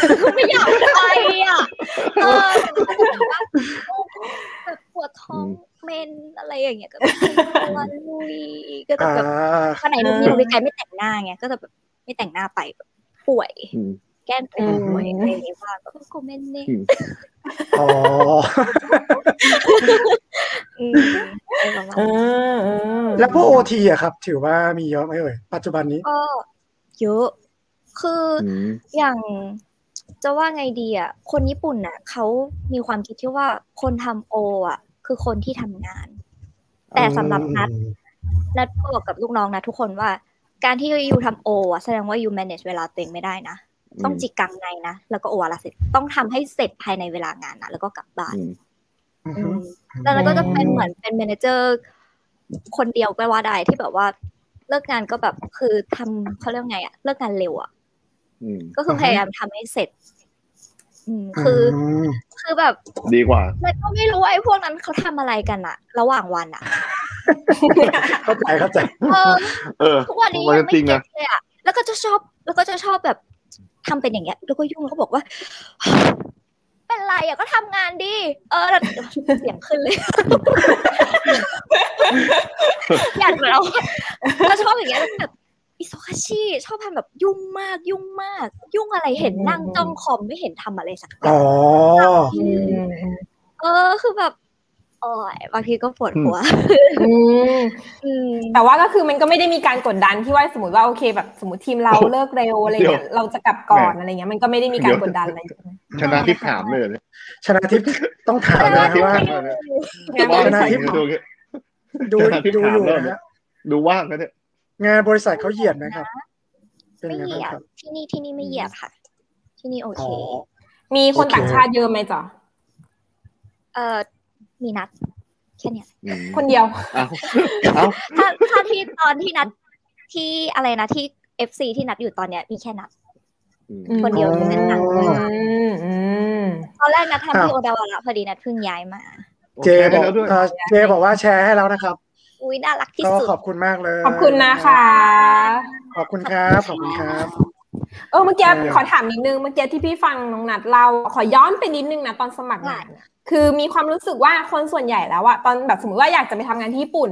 ไม่อยากไปอ่ะเออแบบปวดท้องเมนอะไรอย่างเงี้ยก็แบบวันลุยก็จะ อ่า แบบวันไหนหนูมีหนูมีไกลไม่แต่งหน้าไงก็จะแบบไม่แต่งหน้าไปแบบป่วย อืม แก้มเป็นป่วย อืม อะไรอย่างเงี้ยบ้างก็คอมเมนต์เนี่ย อ๋อ อืมอะไรประมาณ เอ นั้น อเออ แล้วพวกโอทีอะครับ ถือว่ามีเยอะไหมเอ่ยปัจจุบันนี้ ก็เยอะ คืออ อืม อย่างจะว่าไงดีอ่ะ คนญี่ปุ่นน่ะเขามีความคิดที่ว่าคนทำโออ่ะ คือคนที่ทำงาน แต่สำหรับนัด นัดบอกกับลูกน้องนะทุกคนว่า การที่ยูทำโออ่ะแสดงว่ายู manage เวลาตัวเองไม่ได้นะ ต้องจิกกังในนะ แล้วก็โอวาระเสร็จ ต้องทำให้เสร็จภายในเวลางานนะแล้วก็กลับบ้าน อืม อืม อืม แล้วเราก็จะเป็นเหมือนเป็นเมเนเจอร์คนเดียวก็ว่าได้ที่แบบว่าเลิกงานก็แบบคือทำเขาเรียกไงอะเลิกงานเร็วอะ อืม ก็คือ อฮึ พยายามทำให้เสร็จ อืมคืออ ม คือแบบ ดีกว่า มันก็ไม่รู้ว่าไอ้พวกนั้นเขาทำอะไรกันอะระหว่างวันอะ เข้าใจเข้าใจ เออ เออ ทุกวันนี้ มัน ยัจงไม่ ริงนะ เก็บเลยอะแล้วก็จะชอบ แล้วก็จะชอบแบบทำเป็นอย่างเงี้ย แล้วก็ยุ่งแล้วก็บอกว่า เป็นไรอะก็ทำงานดิเออแล้วเสียงขึ้นเลย อยากเรา เราชอบอย่างเงี้ยแล้วแบบอิโซคาชิชอบทำแบบยุ่งมากยุ่งมาก ยุ่งอะไรเห็นนั่งจ้องคอมไม่เห็นทำอะไรสักอย่า อ๋ ง อ อืม เออคือแบบโอ้ยบางทีก็ปวดหัว อืม อืม แต่ว่าก็คือมันก็ไม่ได้มีการกดดันที่ว่าสมมติว่าโอเคแบบสมมติทีมเราเลิกเร็วอะไรเงี้ยเราจะกลับก่อนอะไรเงี้ยมันก็ไม่ได้มีการกดดันอะไรใช่ไหม ชนะที่ถามเลยเนี่ย ชนะทิพย์ต้องถามนะฮะว่า งั้น ว่าง ไม่ ชนะ ได้ จ ทิ ริ พ ง ย์ ดูเนี่ย ดูดูอยู่นะฮะ ดูว่างนะเนี่ย งานบริษัทเขาเหยียดไหมครับ เป็น ไม่ ไง เหยี บ้าง ย ครับ บ ที่นี่ที่นี่ไม่เหยียบค่ะ ที่นี่โอ อ๋ เค อ มีคนต่างชาติเยอะไหมจ๊ะ เออมีนัดแค่เนี้ย อืม คนเดียว เอ้าเอ้า ถ้าถ้าที่ตอนที่นัดที่อะไรนะที่เอฟซีที่นัดอยู่ตอนเนี้ยมีแค่นัด อืม คนเดียวที่แน่นหนักมาก อืมอืม ตอนแรกนัดทำ อ้าว ที่โอดาวาระพอดีนัดเพิ่งย้ายมา เจบอแชร์ให้กแล้วด้วย เอ่อเจบอกว่าแชร์ให้แล้วนะครับ อุ้ยน่ารักที่ ก็ สุด ขอบคุณมากเลย ขอบคุณนะคะ ขอบคุณครับ ขอบคุณครับ เออเมื่อกี้ เออ ขอถามนิดนึงเมื่อกี้ที่พี่ฟังน้องนัดเราขอย้อนไปนิดนึงนะตอนสมัครงานอะคือมีความรู้สึกว่าคนส่วนใหญ่แล้วอะตอนแบบสมมติว่าอยากจะไปทำงานที่ญี่ปุ่น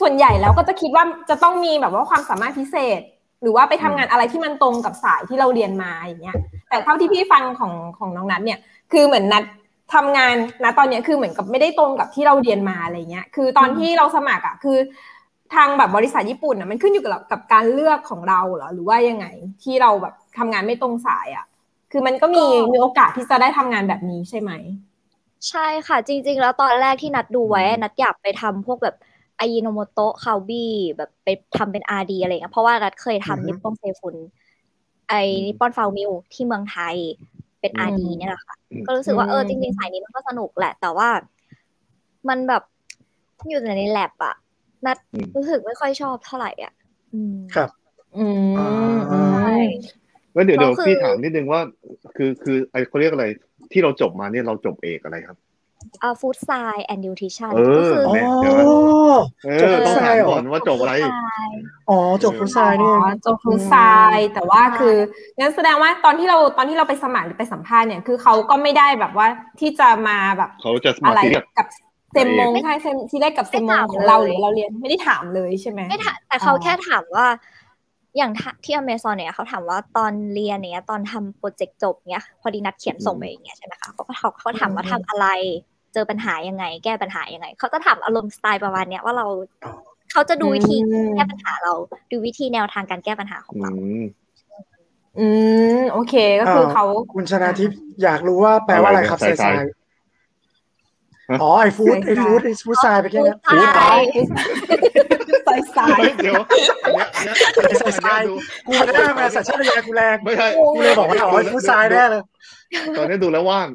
ส่วนใหญ่แล้วก็จะคิดว่าจะต้องมีแบบว่าความสามารถพิเศษ หรือว่าไปทำงานอะไรที่มันตรงกับสายที่เราเรียนมาอย่างเงี้ย แต่เท่าที่พี่ฟังของของน้องนัดเนี่ย คือเหมือนนัดทำงานนะตอนเนี้ยคือเหมือนกับไม่ได้ตรงกับที่เราเรียนมาอะไรเงี้ย คือตอนที่เราสมัครอ่ะคือ ทางแบบบริษัทญี่ปุ่นอ่ะมันขึ้นอยู่กับกับการเลือกของเราเหรอหรือว่ายังไงที่เราแบบทำงานไม่ตรงสายอ่ะ คือมันก็มี ก็ มีโอกาสที่จะได้ทำงานแบบนี้ใช่ไหม ใช่ค่ะ จริง ๆ แล้วตอนแรกที่นัดดูไว้อะนัดอยากไปทำพวกแบบอายิโนโมโตะคาบี้แบบไปทำเป็นอาดีอะไรเงี้ยเพราะว่านัดเคย อือฮึ ทำนิปปอนเซฟุนไอนิปปอนฟาวมิลที่เมืองไทยเป็นอาดีเนี่ยแหละค่ะ อืม ก็รู้สึกว่าเออจริง ๆ สายนี้มันก็สนุกแหละ แต่ว่า มันแบบอยู่แต่ในแลบอะนัด อืม รู้สึกไม่ค่อยชอบเท่าไหร่อ่ะ อืม ครับ อืม อ่า อืม ใช่ แล้วเดี๋ยว ก็ เดี๋ยว คือ พี่ถามนิดนึงว่า คือคือไอเขาเรียกอะไรที่เราจบมาเนี่ยเราจบเอกอะไรครับ อ่าฟู้ดไซน์แอนด์ดิวทิชัน เออ ก็คือ อ๋อ เอ จบ อ อะไร ต้องถามก่อนว่าจบอะไร อ๋อจบฟุตซอลนี่เอง อ๋อจบฟูซายแต่ว่าคืองั้นแสดงว่าตอนที่เราตอนที่เราไปสมัครหรือไปสัมภาษณ์เนี่ยคือเขาก็ไม่ได้แบบว่าที่จะมาแบบ เขาจะมา อะไร เรียก กับเซมมง ไม่ ใช่เซมที่แรกกับเซมมง ไม่ถาม ของเรา เลหยรือเราเรียนไม่ได้ถามเลยใช่ไหม ไม่ถามแต่เขา อ๋อ แค่ถามว่า อย่างถ้าที่อเมซอนเนี่ยเขาถามว่าตอนเรียนเนี่ยตอนทำโปรเจกต์จบเนี่ยพอดีนัดเขียนส่งไปอย่างเงี้ยใช่ไหมคะเขาก็เขาเขาถามว่าทำอะไร เจอปัญหายังไง แก้ปัญหายังไงเขาจะถามอารมณ์สไตล์ประมาณเนี้ยว่าเราเขาจะดูวิธี อืม แก้ปัญหาเราดูวิธีแนวทางการแก้ปัญหาของ อื เรา ม อืมโอเคก็คือ เออ เขา คุณชนะทิพย์อยากรู้ว่าแปลว่าอะไรครับ อะไร ไซ เนี่ย ไซ ไซไซ อ๋อไอฟูดไอ ไซไซ ฟูดไอฟูดไซไปแค่นี้ ฟู้ดไซ ใส่ สาย เฮ้ยเดี๋ยวอันเนี้ยอันเนี้ยอันเนี้ย ใส่ใส่ ดู กูไม่ได้มาสัญชาตญาณกูแรง ไม่ใช่ กูเลยบอกว่าอ๋อไอฟูดไซแน่เลย ตอนนี้ดูแล้วว่าง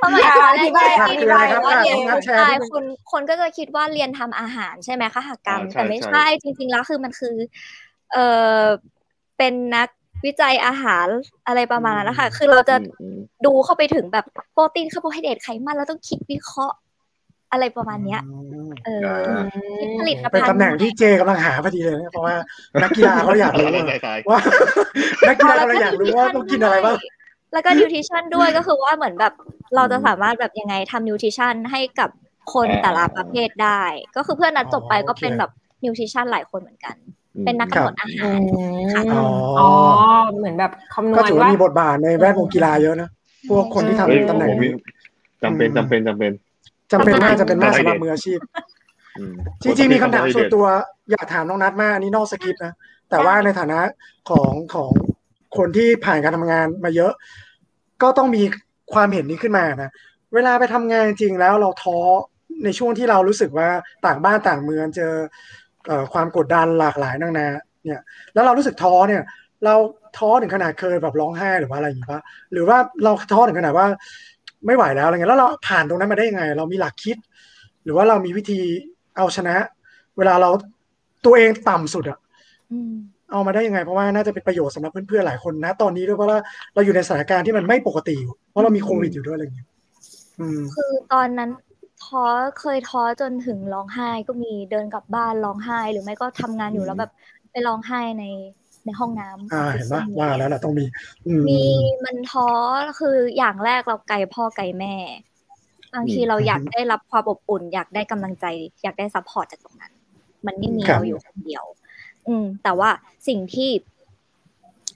สมัยตอนแรอกธิบายอที่ธิบายครับ ว่าเรียน อ่ะ ใช่คนคนก็จะคิดว่าเรียนทำอาหารใช่ไหมคะหัตถกรรม อ่าใช่ แต่ไม่ ใช่ ใช่จริง ๆ แล้วคือมันคือเออเป็นนักวิจัยอาหารอะไรประมาณนั้นนะคะคือเราจะ อืม ดูเข้าไปถึงแบบโปรตีนคาร์โบไฮเดรตไขมันเราต้องคิดวิเคราะห์ อะไรประมาณเนี้ย เออ อ่า คิดผลิตภัณฑ์ เป็นตำแหน่งที่เจกำลังหาพอดีเลยนะเพราะว่านักกีฬาเขาอยากรู้ อะไรสาย ว่านักกีฬา แล้ว เขาอยากรู้ว่าต้องกินอะไรบ้าง แล้วก็นิวทริชั่นด้วยก็คือว่าเหมือนแบบเราจะสามารถแบบยังไงทำนิวทริชั่นให้กับคนแต่ละประเภทได้ ก็คือเพื่อนนัดจบไป อ๋อ ก็เป็น โอเค แบบนิวทริชั่นหลายคนเหมือนกัน ๆ เป็นนัก ค กำหน บ ดอาหาร อืม อ๋ออ๋ อ๋อเหมือนแบบคำนว ก็ ณ ถือว่า ว่า มีบทบาทในแวดวงกีฬาเยอะนะพวกคนที่ เฮ้ย ทำตำแหน่ง ผมมี นี้ จำเป็นจำเป็นจำเป็น จำเป็นมากจำเป็นมากสำหรับมืออาชีพ อืม จริงๆมีคำถามส่วนตัวอยากถามน้องนัดมากอันนี้นอกสคริปต์นะ แต่ว่าในฐานะของของคนที่ผ่านการทำงานมาเยอะ ก็ต้องมีความเห็นนี้ขึ้นมานะ เวลาไปทำงานจริงแล้วเราท้อในช่วงที่เรารู้สึกว่าต่างบ้านต่างเมืองเจอเอ่อความกดดันหลากหลายนานาเนี่ย แล้วเรารู้สึกท้อเนี่ย เราท้อถึงขนาดเคยแบบร้องไห้หรือว่าอะไรอย่างงี้ปะหรือว่าเราท้อถึงขนาดว่าไม่ไหวแล้วอะไรเงี้ยแล้วเราผ่านตรงนั้นมาได้ยังไง เรามีหลักคิด หรือว่าเรามีวิธีเอาชนะ เวลาเราตัวเองต่ำสุดอะ อืม เอามาได้ยังไง เพราะว่าน่าจะเป็นประโยชน์สำหรับเพื่อนๆหลายคนนะ ตอนนี้ด้วยเพราะว่าเราอยู่ในสถานการณ์ที่มันไม่ปกติอยู่เพราะเรามีโควิดอยู่ด้วยอะไรอย่างเงี้ยอืม คือตอนนั้นท้อเคยท้อจนถึงร้องไห้ก็มีเดินกลับบ้านร้องไห้ หรือไม่ก็ทำงานอยู่แล้วแบบไปร้องไห้ในในห้องน้ำ อ่าเห็นปะว่าแล้วนะต้องมีอืม มีมันท้อคืออย่างแรกเราไกลพ่อไกลแม่บางทีเราอยากได้รับความอบอุ่น อยากได้กำลังใจ อยากได้ซัพพอร์ตจากตรงนั้น มันไม่มี ครับ เราอยู่คนเดียว อืม แต่ว่าสิ่งที่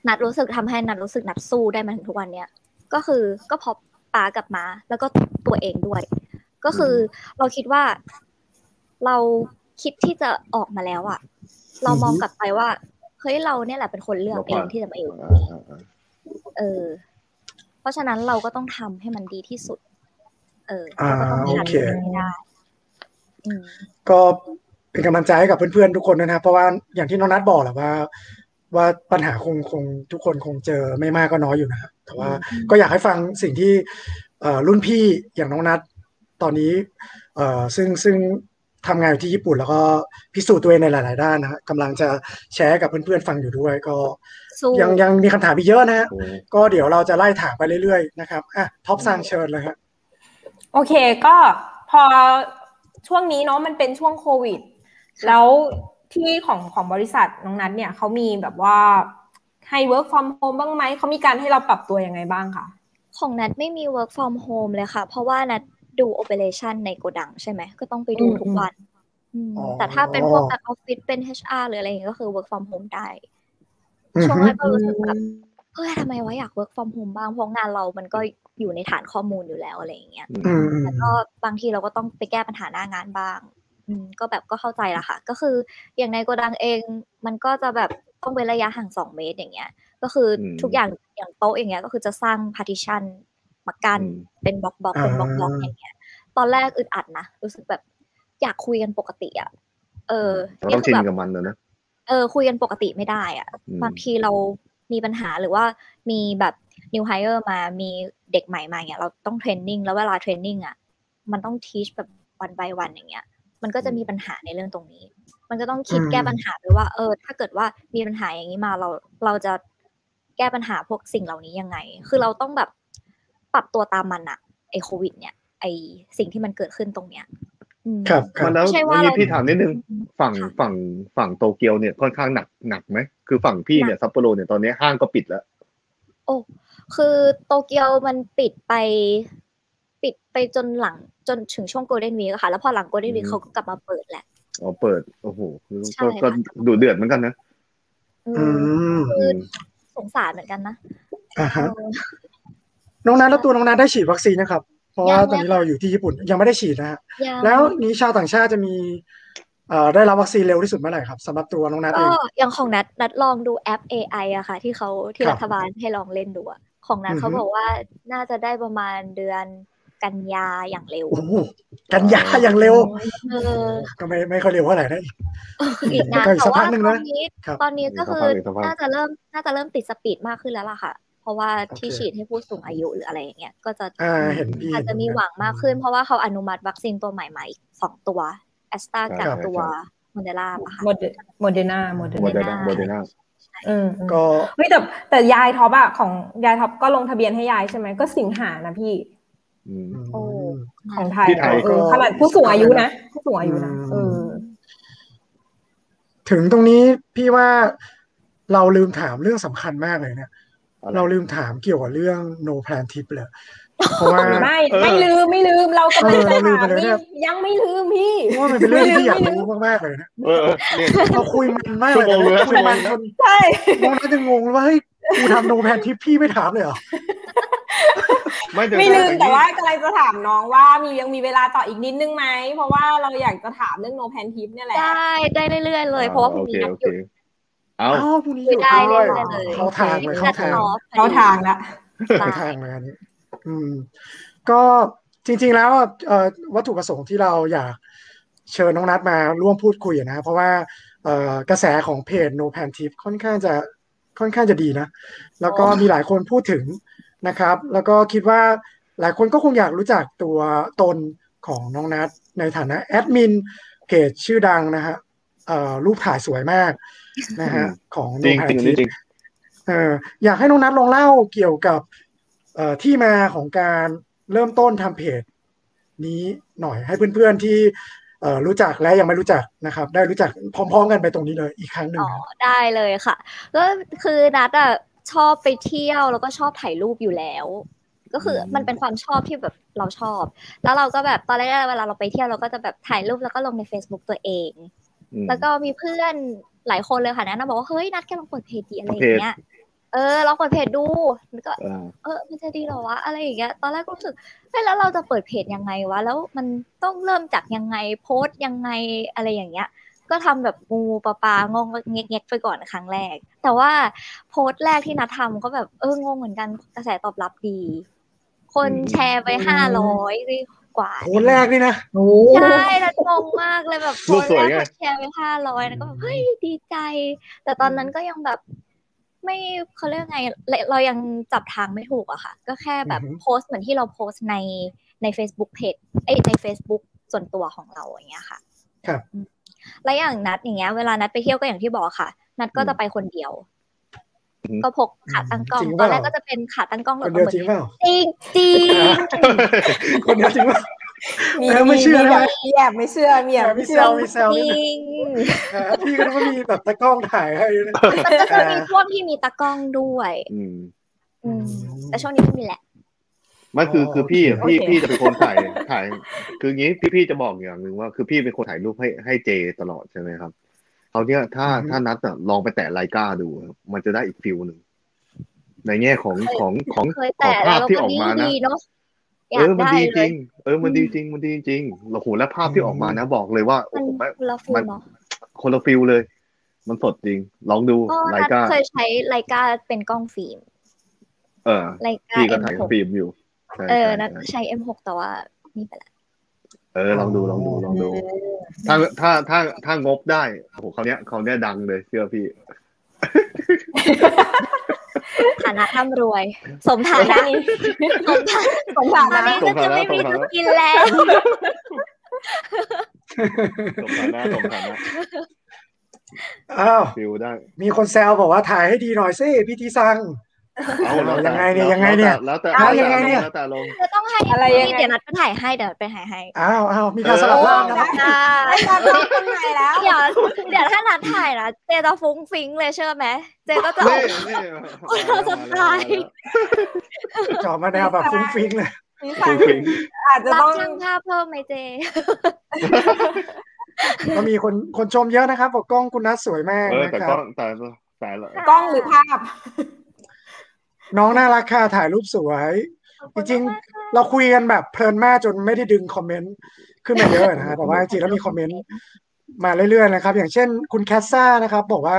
นัดรู้สึกทำให้นัดรู้สึกนัดสู้ได้มาถึงทุกวันเนี้ยก็คือก็เพอป้ากับมาแล้วก็ตัวเองด้วย ก็คือเราคิดว่า เราคิดที่จะออกมาแล้วอะเรามองกลับไปว่าเฮ้ยเราเนี่ยแหละเป็นคนเลือกเองที่จะมาอยู่ตรงนี้ อ่าๆ เออ เพราะฉะนั้นเราก็ต้องทำให้มันดีที่สุด เออ อ่า เราก็ต้อโองพยายามเค ทำให้ได้อืม ก็เป็นกำลังใจให้กับเพื่อนๆทุกคนด้วยนะครับเพราะว่าอย่างที่น้องนัทบอกแหละว่า ว่าปัญหาคงคงทุกคนคงเจอไม่มากก็น้อยอยู่นะครับแต่ว่าก็อยากให้ฟังสิ่งที่เอ่อรุ่นพี่อย่างน้องนัทตอนนี้เอ่อซึ่งซึ่ง ทำงานอยู่ที่ญี่ปุ่น แล้วก็พิสูจน์ตัวเองในหลาย ๆ ด้านนะฮะกำลังจะแชร์ให้กับเพื่อน ๆ ฟังอยู่ด้วยก็ สู้ ยังยังมีคำถามอีกเยอะนะฮะ โอ้ ก็เดี๋ยวเราจะไล่ถามไปเรื่อย ๆ นะครับอ่ะท็อปสร้างเชิญเลยฮะ โอเคก็พอช่วงนี้เนาะมันเป็นช่วงโควิด แล้วที่ของของบริษัทน้องนัทเนี่ยเขามีแบบว่าให้ work from home บ้างไหม เขามีการให้เราปรับตัวยังไงบ้างคะ ของนัดไม่มี work from home เลยค่ะ เพราะว่านัดดู operation ในโกดังใช่ไหม ก็ต้องไปดูทุกวันอืม อ๋อ แต่ถ้าเป็นพวกแบบออฟฟิศเป็น HR หรืออะไรอย่างเงี้ยก็คือ work from home ได้ อือ ช่วง ฮึ แรกก็รู้สึกแบบเฮ้ยทำไมวะอยาก work from home บ้าง เพราะงานเรามันก็อยู่ในฐานข้อมูลอยู่แล้วอะไรอย่างเงี้ย อืมอืม แล้วก็บางทีเราก็ต้องไปแก้ปัญหาหน้างานบ้าง อืมก็แบบก็เข้าใจละค่ะ ก็คืออย่างในโกดังเองมันก็จะแบบต้องเว้นระยะห่างสองเมตรอย่างเงี้ย ก็คืออ ม ทุกอย่างอย่างโต๊ะอย่างเงี้ยก็คือจะสร้าง partition มากั อื น ม เป็นบล็อกบล็อกเป็นบล็อกบล็อกอย่างเงี้ย ตอนแรกอึดอัดนะ รู้สึกแบบอยากคุยกันปกติอ่ะ เออ เรา นี่ ต้อง คื ชิน แบบ กับมันนะนะ เออ คุยกันปกติไม่ได้อ่ะ อืม บางทีเรามีปัญหาหรือว่ามีแบบ new hire มา มีเด็กใหม่มาเนี่ยเราต้องเทรนนิ่ง แล้วเวลาเทรนนิ่งอ่ะ มันต้อง teach แบบวันไปวันอย่างเงี้ย มันก็จะมีปัญหาในเรื่องตรงนี้ มันก็ต้องคิดแก้ปัญหาด้วยว่า เออ ถ้าเกิดว่ามีปัญหาอย่างนี้มาเรา เราจะแก้ปัญหาพวกสิ่งเหล่านี้ยังไง คือเราต้องแบบปรับตัวตามมันอะไอโควิด เนี่ย ไอสิ่งที่มันเกิดขึ้นตรงเนี้ยอืม ครับครั มา บ แล้ว ไม่ใช่ว่า วันนี้ เรา พี่ถามนิดนึง ฝั่ง ค่ะ ฝั่งฝั่งโตเกียวเนี่ยค่อนข้างหนักหนักไหมคือฝั่งพี่เนี่ยซัปโปโรเนี่ยตอนนี้ห้างก็ปิดแล้ว โอ้ คือโตเกียวมันปิดไป ปิดไปจนหลังจนถึงช่วงโกลเด้นวีค่ะ แล้วพอหลังโกลเด้นวี อืม เขาก็กลับมาเปิดแหละ อ๋อเปิดโอ้โหคือ ใช่ ก็ ค่ะ ก็ดูเดือดเหมือนกันนะ อื อืมมคือ ม สงสารเหมือนกันนะ อ่าฮะ เออ น้องนัทแล้วตัวน้องนัทได้ฉีดวัคซีนนะครับ เพราะว่าตยังอนนี้เราอยู่ที่ญี่ปุ่นยังไม่ได้ฉีดนะฮะ ยัง แล้วนี้ชาวต่างชาติจะมีเอ่อได้รับวัคซีนเร็วที่สุดเมื่อไหร่ครับสำหรับตัวน้องนัทเอ ก็ ง อย่างของนัดนัดลองดูแอป AI อะค่ะ ที่เขาที่ ครับ รัฐบาลให้ลองเล่นดูอะของนัด อือฮึ เขาบอกว่าน่าจะได้ประมาณเดือนกันยาอย่างเร็ว โอ้โหกันยาอย่างเร็ว เออ ก็ไม่ไม่ค่อยเร็วเท่าไหร่นะ อีกนาน ก็อีกสักพัแต่ว่าก หนึ่ง ต นะ อนนี้ ครับ ตอนนี้ก็คือ สักพัก น่าจะเริ่มน่าจะเริ่มติดสปีดมากขึ้นแล้วล่ะค่ะ เพราะว่าที่ โอเค ฉีดให้ผู้สูงอายุหรืออะไรอย่างเงี้ยก็จะ อ่าเห็นพี่ อาจจะมีหวังมากขึ้น เพราะว่าเขาอนุมัติวัคซีนตัวใหม่มาอีกสองตัวแอสตรากับตัวโมเดล่าปะคะ โมเดโมเดนาโมเด โมเด นา อร์นาโมเดอร์นา อืมอืม ก็ เฮ้ยแต่แต่ยายท็อปอะของยายท็อปก็ลงทะเบียนให้ยายใช่ไหมก็สิงหานะพี่ โอ้ ของไทย ที่ไทย เออ ก็ ขนาดผู้สูงอายุนะผู้สูงอายุนะ อืม เออ ถึงตรงนี้พี่ว่าเราลืมถามเรื่องสำคัญมากเลยเนี่ย อะไร เราลืมถามเกี่ยวกับเรื่อง no plan tip เลยเพราะว่า ไม่ไม่ลืมไม่ลืมเรากำลัง เออ จะ เราลืม ถาม ไปเลยเนี่ นี่ ย ยังไม่ลืมพี่ เพราะว่ามันเป็นเรื่องที่อยากรู้มากๆเลยนะ เออเออเนี่ย เราคุยมันมาก ชั่ว เล โมงเลยย นะ นะ คุยมันจน ใช่ น้องน่าจะงงว่าเฮ้ยกูทำ no plan tip พี่ไม่ถามเลยเหรอ ไม่เดี๋ยว ไม่ลืม นี้ แต่ว่ากำลังจะถามน้องว่ามียังมีเวลาต่ออีกนิดนึงไหม เพราะว่าเราอยากจะถามเรื่องโนแพนทิปเนี่ยแหละ ได้ได้เรื่อยๆเลย เพราะว่าพรุ่งนี้ โอค นัด โอ หยุด เคเอา อ้าวพรุ่งนี้ห คุย ยุด ได้ ด้ เรื่ ว อย ยๆเลย เข้าทางเลยเข้าทาง เขาทางละ ไปทางเลยอันนี้อืม ก็จริง ๆ แล้วอ่ะเอ่อวัตถุประสงค์ที่เราอยากเชิญน้องนัดมาร่วมพูดคุยอะนะ เพราะว่าเอ่อกระแสของเพจ No Pan Tip ค่อนข้างจะค่อนข้างจะดีนะ แล้วก็มีหลายคนพูดถึงนะครับ แล้วก็คิดว่าหลายคนก็คงอยากรู้จักตัวตนของน้องนัดในฐานะแอดมินเพจชื่อดังนะฮะเอ่อรูปถ่ายสวยมากนะฮะ อืม ของ จ No ริง Pan จริง Tip อันนี้จริง เอออยากให้น้องนัทลองเล่าเกี่ยวกับเอ่อที่มาของการเริ่มต้นทำเพจ นี้หน่อยให้เพื่อนๆที่เอ่อรู้จักและยังไม่รู้จักนะครับ ได้รู้จักพร้อมๆกันไปตรงนี้เลยอีกครั้งหนึ่ง อ๋อได้เลยค่ะ ก็คือนัดอะชอบไปเที่ยวแล้วก็ชอบถ่ายรูปอยู่แล้ว ก็คือ อืม มันเป็นความชอบที่แบบเราชอบ แล้วเราก็แบบตอนแรกๆเวลาเราไปเที่ยวเราก็จะแบบถ่ายรูปแล้วก็ลงใน Facebook ตัวเอง อืม แล้วก็มีเพื่อนหลายคนเลยค่ะแนะนำบอกว่าเฮ้ยนัดแกลองเปิดเพจดีอะไรอ เพจ ย่างเงี้ยเออลองเปิดเพจดูแล้วก็ เออ เออ มันจะดีเหรอวะ อะไรอย่างเงี้ย ตอนแรกก็รู้สึกเฮ้ยแล้วเราจะเปิดเพจยังไงวะ แล้วมันต้องเริ่มจากยังไง โพสต์ยังไง อะไรอย่างเงี้ย ก็ทำแบบงูปลาปลางงเงี้ยเงี้ยไปก่อนครั้งแรก แต่ว่าโพสต์แรกที่นัดทำก็แบบ เออ งงเหมือนกัน กระแสตอบรับดี คน อืม แชร์ไปห้าร้อยกว่า โพสต์แรกนี่นะ โอ้ ใช่นัดงงมากเลยแบบโพสต์รูปแรสวย ก ไง คนแชร์ไปห้าร้อยแล้วก็แบบเฮ้ย ดีใจ แต่ตอนนั้นก็ยังแบบไม่เขาเรียกไงเราเรายังจับทางไม่ถูกอะค่ะ ก็แค่แบบโพสต์เหมือนที่เราโพสต์ในใน Facebook Page เอ้ยใน Facebook ส่วนตัวของเราอย่างเงี้ยค่ะ ครับ และอย่างนัดอย่างเงี้ย เวลานัดไปเที่ยวก็อย่างที่บอกค่ะ นัดก็จะไปคนเดียว อืม ก็พกขาตั้งกล้อง จริง ต เป อ ล่า นแรกก็จะเป็นขาตั้งกล้อง ค แล้ น ว เดียวจริงเปล่า จริงจริง คนเดียวจริงเปล่า เออไม่เชื่อ มี นะ แบบมีแอบไม่เชื่อมีแอบ มี ไม่ แซ เชื่อ วมีแซว จ นิดนึง ริง เออพี่ก็นึกว่ามีแบบตะกล้องถ่ายให้ด้วยนะ มันก็จะมีช่วงที่มีตากล้องด้วย อืม อืมแต่ช่วงนี้ไม่มีแหละ ไม่คือ อ๋อ คือพี่อะ โอเค พี่พี่จะเป็นคนถ่ายถ่าย คืองี้พี่พี่จะบอกอย่างหนึ่งว่า คือพี่เป็นคนถ่ายรูปให้ให้เจตลอดใช่ไหมครับเขาวเนี้ยถ้า อือฮึ ถ้านัดอะลองไปแตะไลกาดูครับมันจะได้อีกฟิลหนึ่งในแง่ของของของ เคย ของ แต่ ภา แล้ว พที่ออก ยิ่ มานะ ดีเนาะเอยอาก อ มัน ได้ ดีจ เล ริ ย ง เออ มันดีจริง มันดีจริงโอ้โหและภาพที่ออกมานะบอกเลยว่าโอ้ มัน โหแม่งมัคนละฟิลน เนาะ คนละฟิลเลย มันสดจริง ลองดู เพราะ ไล นัด กา เคยใช้ไลกาเป็นกล้องฟิล์ม เออ ไลกา พี่ก็ถ่าย M6 ฟิล์มอยู่ใช่ เออ ใช่ นัด ใช่ ใช้ M6 แต่ว่านี่ไปละ เออ ลองดูลองดูลองดู เออ ถ้าถ้าถ้าถ้างบได้โอ้โหเขาวเนี้ยเขาวเนี้ยดังเลยเชื่อพี่ ฐานะร่ำรวย สมฐานะนี้สมฐานะ สงสาร ตอน นะ นี้ก็จะไม่มีจะกินแล้ว สมฐานะสมฐานะ อ้าว ฟิลได้ มีคนแซวบอกว่าถ่ายให้ดีหน่อยสิพี่ทีซัง เอาแล้วแต่ ยังไงเนี่ยยังไงเนี่ย แล้วแต่ เอายั แล้ว งแต่ไงเนี่ย แล้วแต่ลง จะต้องให้ อะไรยัง นี่ ไง เดี๋ยวนัดไปถ่ายให้เดี๋ยวไปถ่ายให้ อ้าวอ้าวมีการสลับร่างนะครับ ได้ ตามเข้าไปแล้ว เดี๋ยวเดี๋ยวถ้านัดถ่ายนะเจจะฟุ้งฟิ้งเลยเชื่อไหมเจก็จะออก นี่ โอ้ยเราจะตาย จอมาแนวแบบฟุ้งฟิ้งเลย นี่ มา ฟัง แล้วมาอาจจะแล้วฟิลฟิลรับ ต้อง ช่างภาพเพิ่มไหมเจ ก็มีคนคนชมเยอะนะครับบอกกล้องคุณนัทสวยมาก เออ นะ แต่ ค ก็ รับ แต่แต่ละ กล้องหรือภาพ น้องน่ารักค่ะถ่ายรูปสวย จริงๆ เราคุยกันแบบเพลินมากจนไม่ได้ดึงคอมเมนต์ขึ้นมาเยอะนะฮะแต่ว่าจริงๆแล้วมีคอมเมนต์มาเรื่อยๆนะครับ อย่างเช่นคุณแคสซ่านะครับ บอกว่า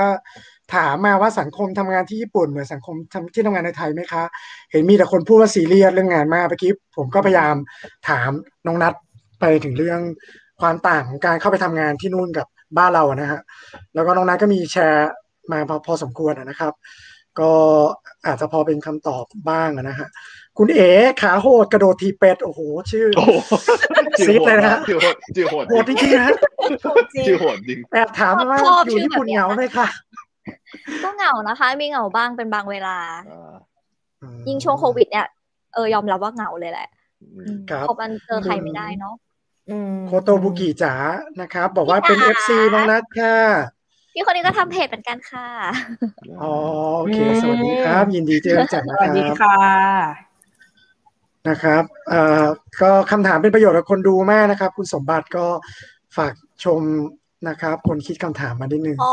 ถามมาว่าสังคมทำงานที่ญี่ปุ่นเหมือนสังคมทำที่ทำงานในไทยไหมคะ เห็นมีแต่คนพูดว่าซีเรียสเรื่องงานมากเมื่อกี้ผมก็พยายามถามน้องนัทไปถึงเรื่องความต่างของการเข้าไปทำงานที่นู่นกับบ้านเราอะนะฮะแล้วก็น้องนัทก็มีแชร์มาพอพอสมควรอะนะครับ ก็อาจจะพอเป็นคำตอบบ้างอะนะฮะคุณเอ๋ขาโหดกระโดดทีเป็ดโอ้โห ชื่อ โอ้โห ซีดเลยนะ จิ๋วโหดจิ๋วโหด โหดจริงๆนะ จริง จิ๋วโหดจริง แอบถามมาว่า ชอบ อยู่ญี่ปุ่น ชื่อแบบเนี้ เห ย งาไหมคะ ก็เหงานะคะ มีเหงาบ้างเป็นบางเวลา อ่า ยิ่งช่วงโควิดเนี่ยเออยอมรับว่าเหงาเลยแหละ อืม ครับ เพราะมันเจอใครไม่ได้เนาะ อืม โคโตบุกิจ๋านะครับ บอกว่าเป็น จ๋า FC น้องนัทค่ะ พี่คนนี้ก็ทำเพจเหมือนกันค่ะ อ๋อโอเค สวัสดีครับ ยินดีที่รู้จัก ส นะ วัสดี ครับ ค่ะ นะครับเอ่อก็คำถามเป็นประโยชน์กับคนดูมากนะครับ คุณสมบัติก็ฝากชมนะครับ คนคิดคำถามมานิดนึง อ๋อ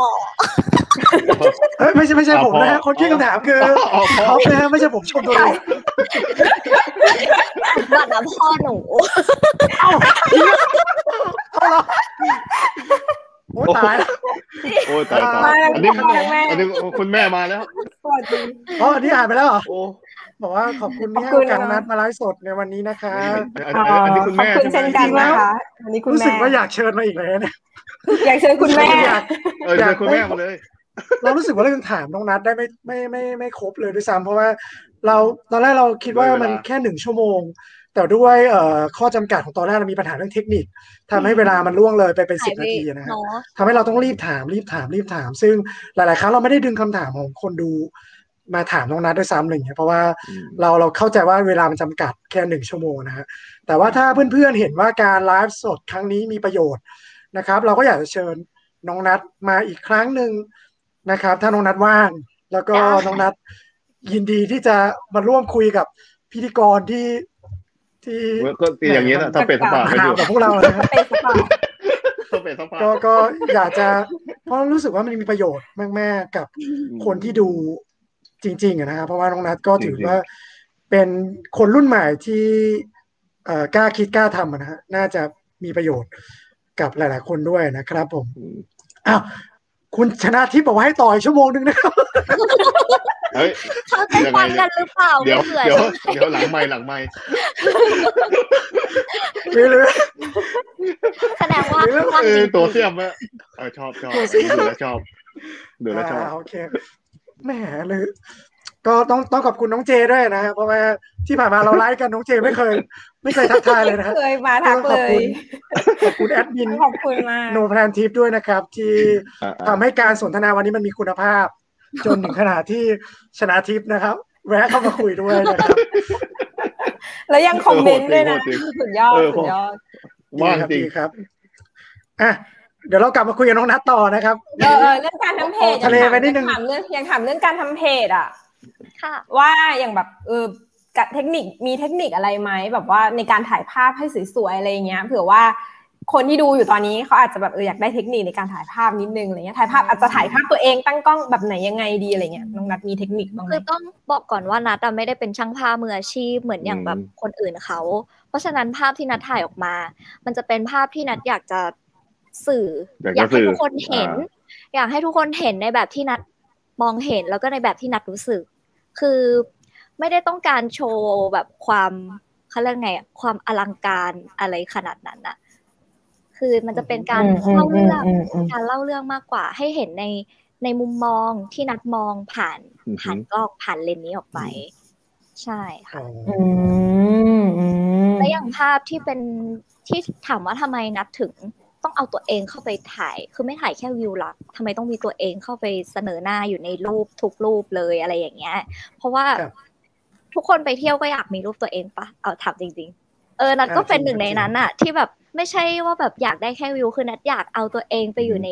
เอ้ยไม่ใช่ไม่ใช่ผมนะฮะคนคิดคำถามคือ อ๋อ เขานะฮะไม่ใช่ผมชมตัวเอง บัตรนะพ่อหนู โอ้ตายแล้ว โอ้ยตายตา มา ยอันนี้ แล้ว แม่ อันนี้คุณแม่มาแล้ว สวัสดี อ๋ออันนี้อ่านไปแล้วเหรอ โอ้ บอกว่าขอบคุณที่ให้ ขอบคุ โอ ณ กาส นะ นัดมาไลฟ์สดในวันนี้นะคะ อันนี้อันนี้คุณ ขอบ แม่ คุณ ใช่ เช่น ไหม กันนะคะวันนี้คุณ รู้ แม่ สึกว่าอยากเชิญมาอีกเลยเนี่ย อยากเชิญคุณแม่ อยาก เออเชิญคุณแม่มาเลย เรารู้สึกว่าเรายังถามน้องนัดได้ไม่ไม่ไม่ไม่ครบเลยด้วยซ้ำเพราะว่าเราตอนแรกเราคิดว่ามันแค่หนึ่งชั่วโมง แต่ด้วยเอ่อข้อจำกัดของตอนแรกเรามีปัญหาเรื่องเทคนิคทำให้เวลามันล่วงเลยไปเป็น หา สิ ย บ ไป นาทีนะฮะ เนาะ ทำให้เราต้องรีบถามรีบถามรีบถาม ซึ่งหลาย ๆ ครั้งเราไม่ได้ดึงคำถามของคนดูมาถามน้องนัดด้วยซ้ำอะไรอย่างเงี้ยเพราะว่า อืม เราเราเข้าใจว่าเวลามันจำกัดแค่หนึ่งชั่วโมงนะฮะแต่ว่าถ้าเพื่อน ๆ เห็นว่าการไลฟ์สดครั้งนี้มีประโยชน์นะครับ เราก็อยากจะเชิญน้องนัดมาอีกครั้งหนึ่งนะครับ ถ้าน้องนัดว่าง แล้วก็น้องนัดยินดีที่จะมาร่วมคุยกับพิธีกรที่ที่ ก็อย่างนี้นะถ้าเป็นสปาไปอถาม ยู่ กับพวกเรานะฮะ เป็นสปอร์ต ถ้าเป็นสปา ก็ก็อยากจะเพราะรู้สึกว่ามันมีประโยชน์มากๆกับคนที่ดูจริงๆอะนะครับเพราะว่าน้องนัทก็ถือว่าเป็นคนรุ่นใหม่ที่เอ่อกล้าคิดกล้าทำอะนะฮะน่าจะมีประโยชน์กับหลายๆคนด้วยนะครับผม อืม อ้าวคุณชนะทิพย์บอกว่าให้ต่อยชั่วโมงหนึ่งนะครับ เฮ้ย เขาใจฟังกันหรือเปล่า เดี๋ ไม่ ยว เหมือน เดี๋ยวเดี๋ยวหลังไม่หลังไม่ หรือหรือ แสดงว่าวัน เออ นี้ ตัวเสียมอะเออชอบชอบดูแลวชอบดูแลวชอบ อ่าโอเคแหมหรือก็ต้องต้องขอบคุณน้องเจด้วยนะครับเพราะว่า ที่ผ่านมาเราไลฟ์กันน้องเจไม่เคย ไม่เคยทักทายเลยนะฮะ เคยมาทักเลย ขอบคุณแอดมิน ขอบคุณมาก โนแพลนทิปด้วยนะครับ ที่ อ่าๆ ทำให้การสนทนาวันนี้มันมีคุณภาพ จนถึงขนาดที่ชนะทิปนะครับ แวะเข้ามาคุยด้วยนะครับ แล้วยังคอมเมนต์ด้วยนะ โอ้โห สุดยอด เออ สุดยอด ว่างจริง ดีครับดีครับอ่ะเดี๋ยวเรากลับมาคุยกับน้องนัทต่อนะครับ เออเออเรื่องการทำเพจ ออกทะเลไปนิดนึง ยังถามเรื่องยังถามเรื่องการทำเพจอ่ะ ค่ะ ว่าอย่างแบบเออกับเทคนิคมีเทคนิคอะไรไหมแบบว่าในการถ่ายภาพให้สวยๆอะไรอย่างเงี้ยเผื่อว่าคนที่ดูอยู่ตอนนี้เขาอาจจะแบบเอออยากได้เทคนิคในการถ่ายภาพนิดนึงอะไรเงี้ยถ่ายภาพอาจจะถ่ายภาพตัวเองตั้งกล้องแบบไหนยังไงดีอะไรเงี้ยน้องนัดมีเทคนิคบ้างไหม คือต้องบอกก่อนว่านัทอะไม่ได้เป็นช่างภาพมืออาชีพเหมือนอย่าง อืม แบบคนอื่นเขา เพราะฉะนั้นภาพที่นัทถ่ายออกมา มันจะเป็นภาพที่นัทอยากจะสื่ออ อยากจะ ให้ สื่อ ทุกคนเห็น อ่า อยากให้ทุกคนเห็นในแบบที่นัทมองเห็นแล้วก็ในแบบที่นัทรู้สึก คือไม่ได้ต้องการโชว์แบบความเขาเรียกไงอะความอลังการอะไรขนาดนั้นอะคือมันจะเป็นการเล่าเรื่อง การเล่าเรื่องมากกว่าให้เห็นในในมุมมองที่นัดมองผ่าน อือฮึ ผ่านกล้องผ่านเลนส์นี้ออกไป ใช่ค่ะ อืมอืม และอย่างภาพที่เป็นที่ถามว่าทำไมนัดถึงต้องเอาตัวเองเข้าไปถ่าย คือไม่ถ่ายแค่วิวหลักทำไมต้องมีตัวเองเข้าไปเสนอหน้าอยู่ในรูปทุกรูปเลยอะไรอย่างเงี้ย เพราะว่า ครับ ทุกคนไปเที่ยวก็อยากมีรูปตัวเองปะเอาถามจริง ๆ เออนัดก็เป็นหนึ่งในนั้นอะที่แบบไม่ใช่ว่าแบบอยากได้แค่วิวคือนัดอยากเอาตัวเองไปอยู่ใน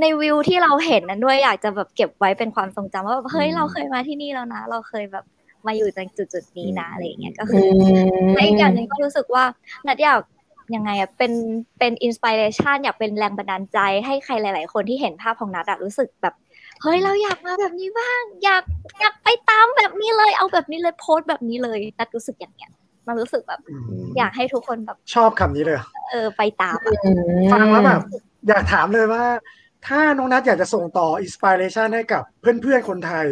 ในวิวที่เราเห็นนั้นด้วยอยากจะแบบเก็บไว้เป็นความทรงจำว่าแบบเฮ้ยเราเคยมาที่นี่แล้วนะ เราเคยแบบมาอยู่ในจุดจุดๆนี้นะอะไรอย่างเงี้ยก็คืออและอีกอย่างหนึ่งก็รู้สึกว่านัดอยากยังไงอะเป็นเป็นอินสปิเรชันอยากเป็นแรงบันดาลใจให้ใครหลาย ๆ คนที่เห็นภาพของนัดอะรู้สึกแบบเฮ้ยเราอยากมาแบบนี้บ้าง อยากอยากไปตามแบบนี้เลยเอาแบบนี้เลยโพสต์แบบนี้เลยนัดรู้สึกอย่างเงี้ยมันรู้สึกแบบอยากให้ทุกคนแบบ ชอบคำนี้เลยเหรอ เออไปตามอะ ฟังแล้วแบบอยากถามเลยว่า ถ้าน้องนัทอยากจะส่งต่ออินสปิเรชันให้กับเพื่อนๆคนไทย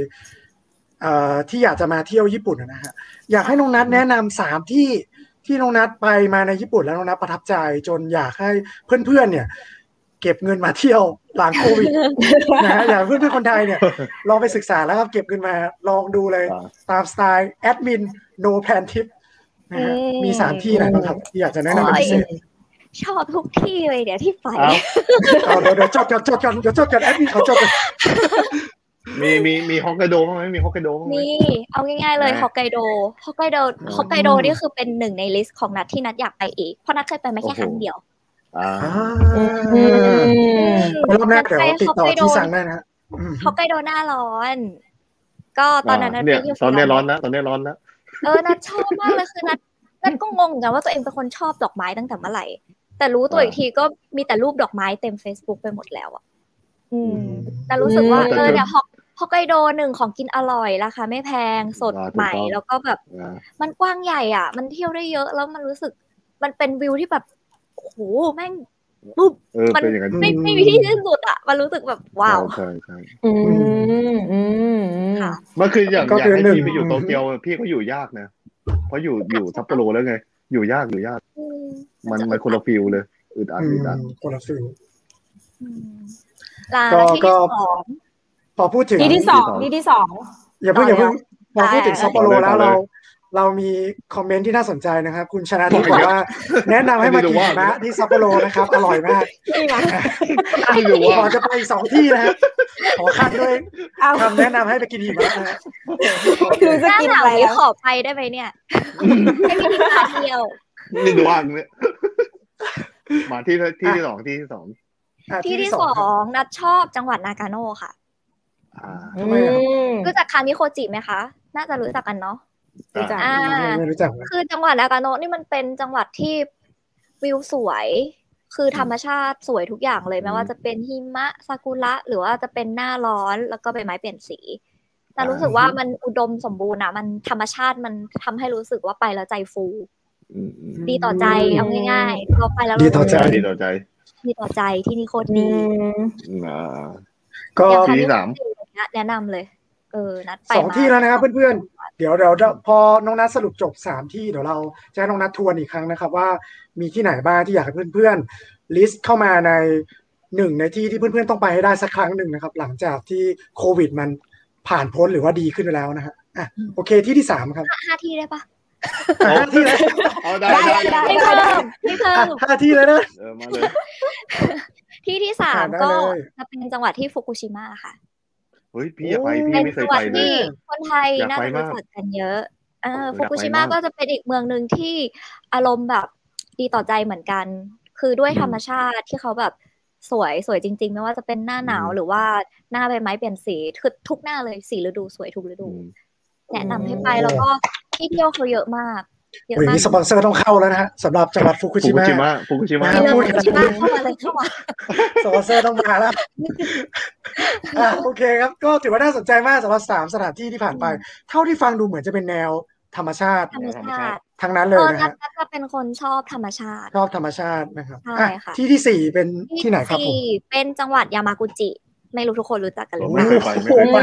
เอ่อที่อยากจะมาเที่ยวญี่ปุ่นนะฮะอยากให้น้องนัทแนะนำสามที่ที่น้องนัทไปมาในญี่ปุ่นแล้วน้องนัทประทับใจ จนอยากให้เพื่อนๆเนี่ย เก็บเงินมาเที่ยวหลังโควิด นะ ฮะอย่างเพื่อนๆคนไทยเนี่ย ลองไปศึกษาแล้วครับเก็บเงินมาลองดูเลย อ่า ตามสไตล์แอดมินโนแพนทิปนะฮะมีสามที่ไหนบ้างครับที่อยากจะแนะนำเป็นพิเศษ ชอบทุกที่เลยเดี๋ยวที่ไป อ้าว เอาเดี๋ยวเดี๋ยวจดกันจดกันเดี๋ยวจดกันแอดมินเขาจดกัน มีมีมีฮอกไกโดบ้างไหมมีฮอกไกโดบ้างไหม นี่เอาง่ายๆเลย นะ ฮอกไกโดฮอกไกโด อืม ฮอกไกโดนี่คือเป็นหนึ่งในลิสต์ของนัดที่นัดอยากไปอีก เพราะนัดเคยไปมาแค่ โอ้โห ครั้งเดียว อ่า อ่า อืม รอบหน้าเดี๋ยวติดต่อ นัไป ที่ ฮอกไกโ สั่งได้นะฮะอืม ฮอกไกโดหน้าร้อน ก็ตอนนั้นนัด เนี่ย ไปยู่ ตอนเนี้ย ฟิแลด์ ร้อนแล้วตอนเนี้ยร้อนแล้ว เออนัดชอบมากเลยคือนัดนัดก็งงเหมือนกันว่าตัวเองเป็นคนชอบดอกไม้ตั้งแต่เมื่อไหร่ แต่รู้ตัวอีกทีก็มีแต่รูปดอกไม้เต็ม Facebook ไปหมดแล้วอ่ะอืม แต่รู้สึกว่า อืม เออเนี่ยฮอกฮอกไกโดหนึ่งของกินอร่อยราคาไม่แพงสดใหม่แล้วก็แบบ อ่า มันกว้างใหญ่อ่ะ มันเที่ยวได้เยอะแล้วมันรู้สึก มันเป็นวิวที่แบบโอ้โหแม่งปุ๊บ เออเป็นอย่างนั้น ไม่ไม่มีที่สิ้นสุดอ่ะ มันรู้สึกแบบว้าว ใช่ใช่ อืมอืม ค่ะ มันคืออย่าง ก็ อยาก คือ ให้ หนึ่ง พี่ไปอยู่โตเกียวพี่ก็อยู่ยากนะ เพราะอยู่อยู่ซัปโปโรแล้วไง อยู่ยากอยู่ยาก อื มันมันคนละฟิลเลยอึดอัด อื อึ ม ดอัด คนละฟิล อืมลา ก็ ที่ ก็ ที่สอง พอพูดถึง ที่ที่สองที่ที่สอง อย่าเพิ่ง ต่อ อ เลย ย่าเพิ่งพอพูดถึง อ่า ซัปโปโรแล้วเรา เรามีคอมเมนต์ที่น่าสนใจนะครับ คุณชนะทิพย์บอกว่า แนะนำให้มากินหิมะที่ซัปโปโรนะครับ อร่อยมาก นี่นะ ไม่รู้ว่า ก่อนจะไปอีกสองที่นะครับขอคัดด้วย เอา คำแนะนำให้ไปกินหิมะนะฮะ คือ ห จะ น้า กิน หนา อะ ว ไร นี้ อะ ขอไปได้ไหมเนี่ยให้มีที่มาเดียว นี่ดูว่างเนี่ยมาที่ที่ที่สองที่ที่สอง อ่ะ ที่ที่ส ครับ องนัดชอบจังหวัดนากาโน่ค่ะ อ่า อื ทำไมอะ ม รู้จักคามิโคจิไหมคะ น่าจะรู้จักกันเนาะ รู้จัก อ่า ไม่รู้จักเลย คือจังหวัดนากาโนะนี่มันเป็นจังหวัดที่วิวสวย คือธรรมชาติสวยทุกอย่างเลย อืม ไม่ว่าจะเป็นหิมะซากุระหรือว่าจะเป็นหน้าร้อนแล้วก็ใบไม้เปลี่ยนสี แต่ อ่า รู้สึกว่ามันอุดมสมบูรณ์อะมันธรรมชาติมันทำให้รู้สึกว่าไปแล้วใจฟู อืมอืม ดีต่อใจเอาง่ายๆเราไปแล้ว ดีต่อใจ ดีต่อใจ ดีต่อใจที่นี่โคตร อื ดี ม อ่า ก็ อย่าง ที่ ครั้ง ที่สาที่ม สี่แนะนำเลย เออนัดไป สอง มา ที่แล้วนะครับเพื่อนๆ เดี๋ยวเดี๋ยวพอน้องนัทสรุปจบสามที่เดี๋ยวเราจะให้น้องนัททวนอีกครั้งนะครับ ว่ามีที่ไหนบ้างที่อยากให้เพื่อนๆลิสต์เข้ามาในหนึ่งในที่ที่เพื่อนๆต้องไปให้ได้สักครั้งหนึ่งนะครับ หลังจากที่โควิดมันผ่านพ้นหรือว่าดีขึ้นไปแล้วนะฮะอ่ะโอเคที่ที่สามครับ ห้าที่ได้ปะ หาห้าที่เลย เอาได้ ได้ ได้ ได้ ได้ ที่เพิ่มที่เพิ่ม ห้าที่เลยนะ เออมาเลย ที่ที่สาม ได้ ก็ เลย จะเป็นจังหวัดที่ฟุกุชิมะค่ะ เฮ้ยพี่อยากไป โอ้ พี่ เป็น ไม่เค จั ย งหวั ไป ด เลย ที่คนไทย อยาก น่า ไป จะ มา รู้ ก จักกันเยอะเออ โอ้ ฟุ อยากไป กุชิมะ มาก ก็จะเป็นอีกเมืองหนึ่งที่อารมณ์แบบดีต่อใจเหมือนกัน คือด้วยธรรมชาติที่เขาแบบสวยสวยจริง ๆ ไม่ว่าจะเป็นหน้าหนาว อืม หรือว่าหน้าใบไม้เปลี่ยนสีคือทุกหน้าเลยสีฤดูสวยทุกฤดู อืม แนะนำให้ไปแล้วก็ที่เที่ยวเขาเยอะมากเยอะ โอ้ย มาก นี่สปอนเซอร์ต้องเข้าแล้วนะฮะสำหรับจังหวัดฟุกุ ฟุ ชิ กุ มะ ชิมะฟุกุชิมะ ค เย รับ อะฟุกุชิมะเข้ามาเลยเข้ามา สปอนเซอร์ต้องมาแล้วอ่ะโอเคครับ ก็ถือว่าน่าสนใจมากสำหรับสามสถานที่ที่ผ่านไป เท่าที่ฟังดูเหมือนจะเป็นแนวธรรมชาติ ธรรมชาติ ทั้งนั้น เอ เลย อ นะ นัท ฮะ นัทจะเป็นคนชอบธรรมชาติ ชอบธรรมชาตินะครับ ใช่ อ่ะ ค่ะ ที่ที่สี่เป็นที่ไหนครับผม สี่เป็นจังหวัดยามากุจิ ไม่รู้ทุกคนรู้จักกันหรือ โอ้ เปล่า ไม่เคยไป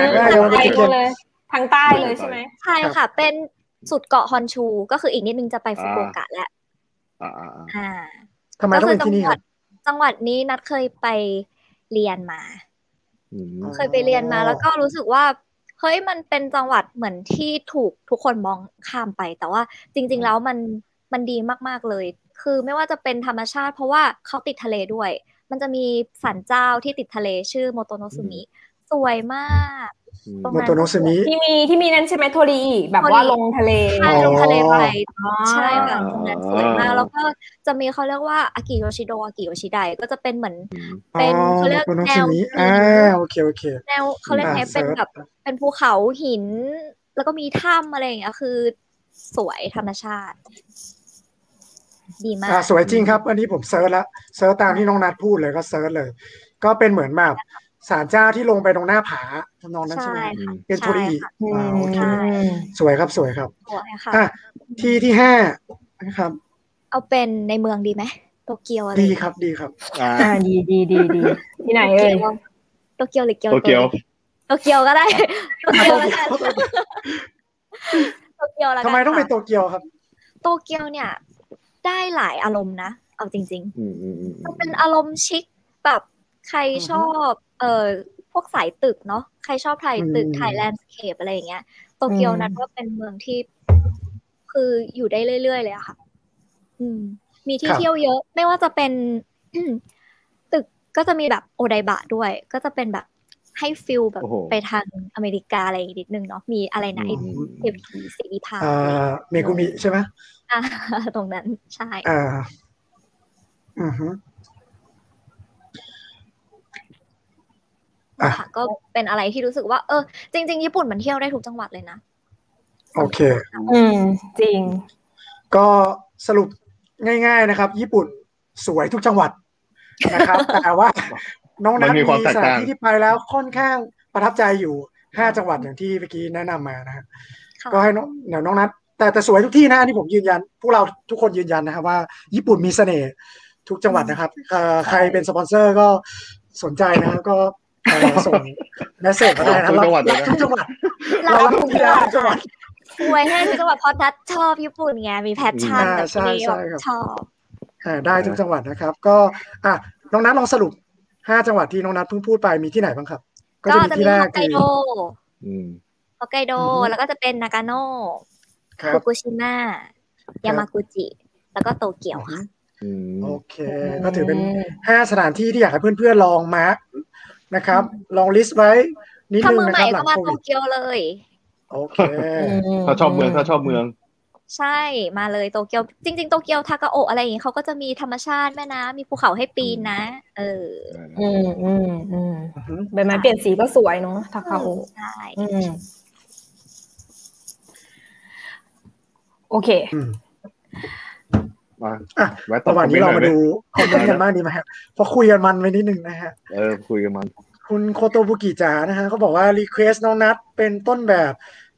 ไม่เคยไปแปลกมาก ทางใต้เลยทางใต้ไม่เคยไปเลยใช่ไหม ใช่ ครับ ค่ะ เป็นสุดเกาะฮอนชู ก็คืออีกนิดนึงจะไปฟุกุโอกะแล้ว อ่าอ่าอ่า อ่า ทำไม ก็ ต้อง คื เป็น จั ที่นี่ ห ค วั รั ด บ จังหวัดนี้นัดเคยไปเรียนมา อืม อ๋อ เคยไปเรียนมาแล้วก็รู้สึกว่าเฮ้ยมันเป็นจังหวัดเหมือนที่ถูกทุกคนมองข้ามไป แต่ว่าจริง ๆ แล้วมันมันดีมากๆเลย คือไม่ว่าจะเป็นธรรมชาติ เพราะว่าเขาติดทะเลด้วย มันจะมีสันเจ้าที่ติดทะเลชื่อโมโตโนซุมิสวยมาก อืม ตรง โม นั้น โตโนซึมิ ที่มีที่มีนั่นใช่ไหมโทรีอีแบบว่า โทลริงทะเล ใช่ อ๋อ ลงทะเลไป อ๋อ ใช่ค่ะ อ่า ตรงนั้นสวยมาก อ่า แล้วก็จะมีเขาเรียกว่าอากิโยชิโดอากิโยชิไดก็จะเป็นเหมือน อืม เป็น อ๋อ เขาเรียก โมโตโน แน ซึ ว มิอ่าโอเคโอเค แนวเขาเรียก อ่า ไงเป็น เซิร์ฟ แบบเป็นภูเขาหิน แล้วก็มีถ้ำอะไรอย่างเงี้ยคือสวยธรรมชาติ ดีมา อ่ะ ก สวยจริงครับ อันนี้ผมเซิร์ชละเซิร์ชตามที่น้องนัดพูดเลยก็เซิร์ชเลย ก็เป็นเหมือนแบบศาลเจ้าที่ลงไปตรงหน้าผาทำนองนั้นใช่ไหม ใช่ ครับ ค่ะ เป็นโทริ ใช่ค่ะ อ่าโอเค ใช่ สวยครับสวยครับ สวยค่ะ อ่ะ ที่ที่ห้านะครับ เอาเป็นในเมืองดีไหมโตเกียวอะไร ดีครับดีครับ อ่า อ่าดีดีดีดีที่ไหนเอ่ย โตเกียวหรือเกียว โตเกียว โตเกียวก็ ได้โตเกียวแล้วกันโตเกียวแล้วกัน ทำไมต้องเป็น ค่ะ โตเกียวครับ โตเกียวเนี่ย ได้หลายอารมณ์นะ เอาจริง ๆ อืมอืมอืมอื มัน ม เป็นอารมณ์ชิคแบบใครชอบเอ่อพวกสายตึกเนาะใครชอบถ่ายตึก อืม ถ่ายแลนด์สเคปอะไรอย่างเงี้ยโตเกียวนั้นว่าเป็นเมืองที่ คืออยู่ได้เรื่อยๆเลยอะค่ะ อืม มีที่เที่ยวเยอะ ไม่ว่าจะเป็น ตึกก็จะมีแบบโอไดบะด้วย ก็จะเป็นแบบให้ฟิลแบบ โอ้โห ไปทางอเมริกาอะไรอย่างงี้นิดนึงเนาะมีอะไรนะไอ้เทพีสีพา อ่าเมกุมิใช่ไหม อ่า ตรงนั้นใช่ อ่าอือฮึ อ่ะ ค่ะก็เป็นอะไรที่รู้สึกว่า เออ จริง ๆ ญี่ปุ่นมันเที่ยวได้ทุกจังหวัดเลยนะ โอเค อืม จริง ก็สรุปง่าย ๆนะครับ ญี่ปุ่นสวยทุกจังหวัด นะครับ แต่ว่าน้องนัท มันมี มี ความแตก สถา ต่าน ง ที่ที่ไปแล้วค่อนข้างประทับใจอยู่ห้าจังหวัดอย่างที่เมื่อกี้แนะนำมานะฮะ ค่ะ ก็ให้น้องเดี๋ยวน้องนัทแต่แต่สวยทุกที่นะอันนี่ผมยืนยัน พวกเราทุกคนยืนยันนะครับว่า ญี่ปุ่นมีเสน่ห์ทุกจังหวัดนะครับเอ่อใครเป็นสปอนเซอร์ก็สนใจนะครับก็เอ่ อส่งเมสเซจมาได้นะ ทุกจังหวัดเลยนะ รับทุกจังหวัด เรา เรารับทุ ทุ ก ก ที่ จังห ได้ วัด ทุกจังหวัด อวยให้ทุกจังหวัดเพราะนัดชอบญี่ปุ่นไง มีแพชชั่น อ่า แบบ ใช่ ที่ ใช่ครับ ชอบ อ่าได้ทุกจังหวัดนะครับ ก็อ่ะน้องนัทลองสรุปห้าจังหวัดที่น้องนัทเพิ่งพูดไปมีที่ไหนบ้างครับ ก็ ก็ จะมีที่จะมี แร ฮ ก อกไก คือ โด อืม ฮอกไกโด อือฮึ แล้วก็จะเป็นนากาโน่ ครั ฟุ บ กุชิมะ ครับ ยามากุจิ แล้วก็โตเกียวค่ะ อืม โอเค ก็ถือเป็นห้าสถานที่ที่อยากให้เพื่อนๆลองมาร์กนะครับ ลองลิสต์ไว้นิด ถ้า นึง เมือง นะ ให ค ม่ รับหลังก็มา โค โต วิด เกียวเลย โอเค ถ้าชอบเมืองถ้าชอบเมือง ใช่มาเลยโตเกียว จริง ๆ โตเกียวทากาโอะอะไรอย่างงี้เขาก็จะมีธรรมชาติแม่น้ำมีภูเขาให้ปีนนะ เออ อืมอืมอืมใบไม้เปลี่ยนสีก็สวยเนาะทาคาโอ ใช่ อืม โอเค อืม มา อ่ะ แวะตอ ระ บ หว่างนี้ ค เรา อหอมาย ดู ไ คอมเมนต์กันบ้างดีไหมฮะเพราะคุยกันมันไปนิดนึงนะฮะ เออคุยกันมัน คุณโคโตบุกิจ๋านะฮะเขาบอกว่ารีเควสน้องนัทเป็นต้นแบบ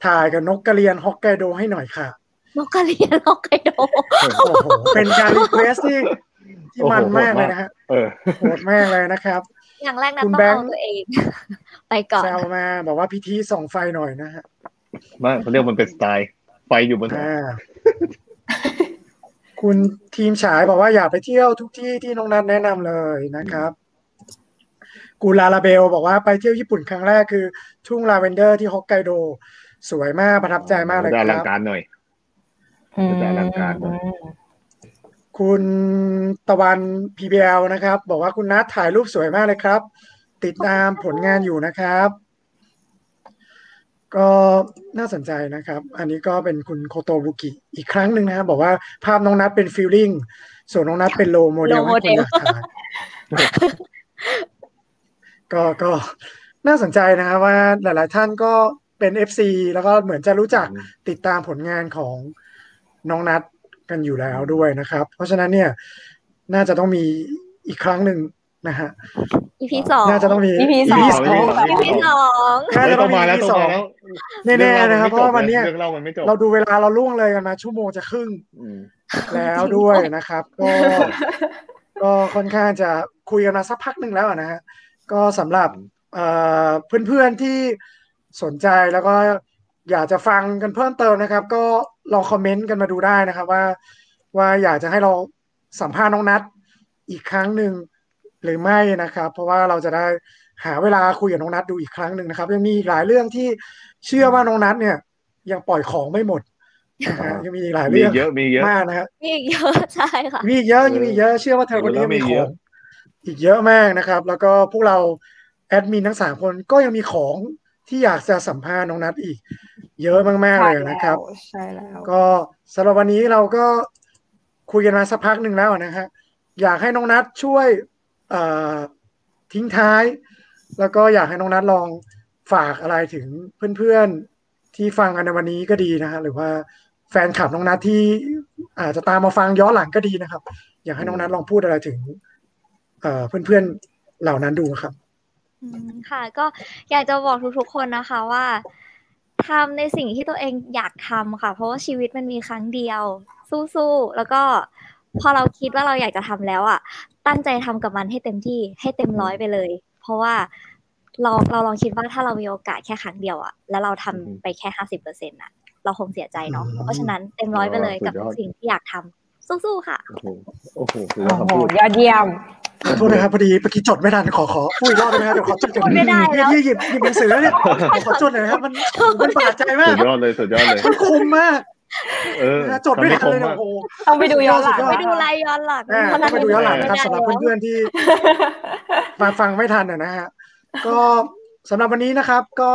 ถ่ายกับนกกระเรียนฮอกไกโดให้หน่อยค่ะ นกกระเรียนนกไกโด โอ้โหเป็นการรีเควสที่ที่มันมากเลยนะฮะ เออ โหดมากเลยนะครับ อย่างแรกนะ คุณ ต้อง แบงค์ เอาตัวเอง ไปก่อน แซวมาบอกว่าพิธีส่องไฟหน่อยนะฮะ ไม่เขาเรียกมันเป็นสไตล์ ไฟอยู่บน อ่า คุณทีมฉายบอกว่าอยากไปเที่ยวทุกที่ที่น้องนัทแนะนำเลยนะครับ กูลาลาเบลบอกว่าไปเที่ยวญี่ปุ่นครั้งแรกคือ ทุ่งลาเวนเดอร์ที่ฮอกไกโด สวยมากประทับใจมากเลย ได้อ ค ลัง รับ การหน่อย มันจะอลังการ อืม คุณตะวัน PBL นะครับ บอกว่าคุณนัทถ่ายรูปสวยมากเลยครับ ติดตามผลงานอยู่นะครับ ก็น่าสนใจนะครับ อันนี้ก็เป็นคุณโคโตบุกิอีกครั้งหนึ่งนะครับบอกว่าภาพน้องนัทเป็นฟิลลิ่งส่วนน้องนัทเป็นโลโมเดล Low ให้คุณห model ลักฐานก็ก็น่าสนใจนะครับว่าหลาย ๆ ท่านก็เป็น FC แล้วก็เหมือนจะรู้จัก ติดตามผลงานของน้องนัดกันอยู่แล้วด้วยนะครับ เพราะฉะนั้นเนี่ยน่าจะต้องมีอีกครั้งหนึ่งนะฮะ EP สอง น่าจะต้องมี อีพีสอง EP สอง EP สอง น่า เฮ้ย จะต้ ต้ อ อง ง มี มาแล้ว EP ต้อง สอ มาง แล้ว แน่ๆนะครับเพราะว่าวันเนี้ย เรื่องเล่ามันไม่จบ เราดูเวลาเราล่วงเลยกันมาชั่วโมงจะครึ่ง อืม แล้วด้วยนะครับ ก็ก็ค่อนข้างจะคุยกันมาสักพักหนึ่งแล้วนะฮะก็สำหรับเอ่อเพื่อนๆที่สนใจแล้วก็อยากจะฟังกันเพิ่มเติมนะครับ ก็ลองคอมเมนต์กันมาดูได้นะครับว่า ว่าอยากจะให้เราสัมภาษณ์น้องนัทอีกครั้งหนึ่งหรือไม่นะครับ เพราะว่าเราจะได้หาเวลาคุยกับน้องนัทดูอีกครั้งหนึ่งนะครับยังมีอีกหลายเรื่องที่เชื่อว่าน้องนัทเนี่ย ยังปล่อยของไม่หมดนะฮะ อ่ายั ยังมีอีกหลาย มี เรื่อง เยอะมีเยอะ มากนะฮะ มีอีกเยอะ ใช่ค่ะ มีอีกเยอะ เออ ยังมีอีกเยอะเชื่อว่าเธอคนนี้ยังมีข เย อง อะ อีกเยอะมากนะครับ แล้วก็พวกเราแอดมินทั้งสามคนก็ยังมีของที่อยากจะสัมภาษณ์น้องนัทอีก เยอะมากๆเลยนะครับ ใช่แล้ว ก็สำหรับวันนี้เราก็คุยกันมาสักพักหนึ่งแล้วนะฮะอยากให้น้องนัทช่วยเอ่อทิ้งท้าย แล้วก็อยากให้น้องนัทลองฝากอะไรถึงเพื่อนๆที่ฟังกันในวันนี้ก็ดีนะฮะหรือว่าแฟนคลับน้องนัทที่อาจจะตามมาฟังย้อนหลังก็ดีนะครับ อยากให้น้องนัทลองพูดอะไรถึง เอ่อเพื่อนๆเหล่านั้นดูครับ อืมค่ะก็อยากจะบอกทุกๆคนนะคะว่าทำในสิ่งที่ตัวเองอยากทำค่ะ เพราะว่าชีวิตมันมีครั้งเดียว สู้ๆแล้วก็พอเราคิดว่าเราอยากจะทำแล้วอ่ะ ตั้งใจทำกับมันให้เต็มที่ให้เต็มร้อยไปเลย เพราะว่าเราเราลองคิดว่าถ้าเรามีโอกาสแค่ครั้งเดียวอ่ะ แล้วเราทำไปแค่ห้าสิบเปอร์เซ็นต์อ่ะ เราคงเสียใจเนาะเพราะฉะนั้นเต็มร้อยไปเลยกับ สุดยอด สิ่งที่อยากทำสู้ๆค่ะ โอ้โหโอ้โหคือ โอ้ คำ โห พูด ยอดเยี่ยม ขอโทษนะครับพอดีเมื่อกี้จดไม่ทันขอขอพูดอีกรอบได้ไหมครับเดี๋ยวขอจดจด พูดไม่ได้แล้ว เนี่ยพี่หยิบหยิบหนังสือแล้วเนี่ยขอจดหน่อยนะครับมันมันบาดใจมาก สุดยอดเลยสุดยอดเลย มันคมมาก เออ นะจดไม่ทันเลยนะ คำคมมาก โอ้โห ต้องไปดูย้อนหลัง สุดยอ ไปดูรายย้อนหลัง อ่า เพราะ ต้ นั้ อนงไปดูย้อนหลังนะครับสำหรับ ไม่ได้แล้ว เพื่อนๆที่ มาฟังไม่ทันนะนะฮะ ก็สำหรับวันนี้นะครับ ก็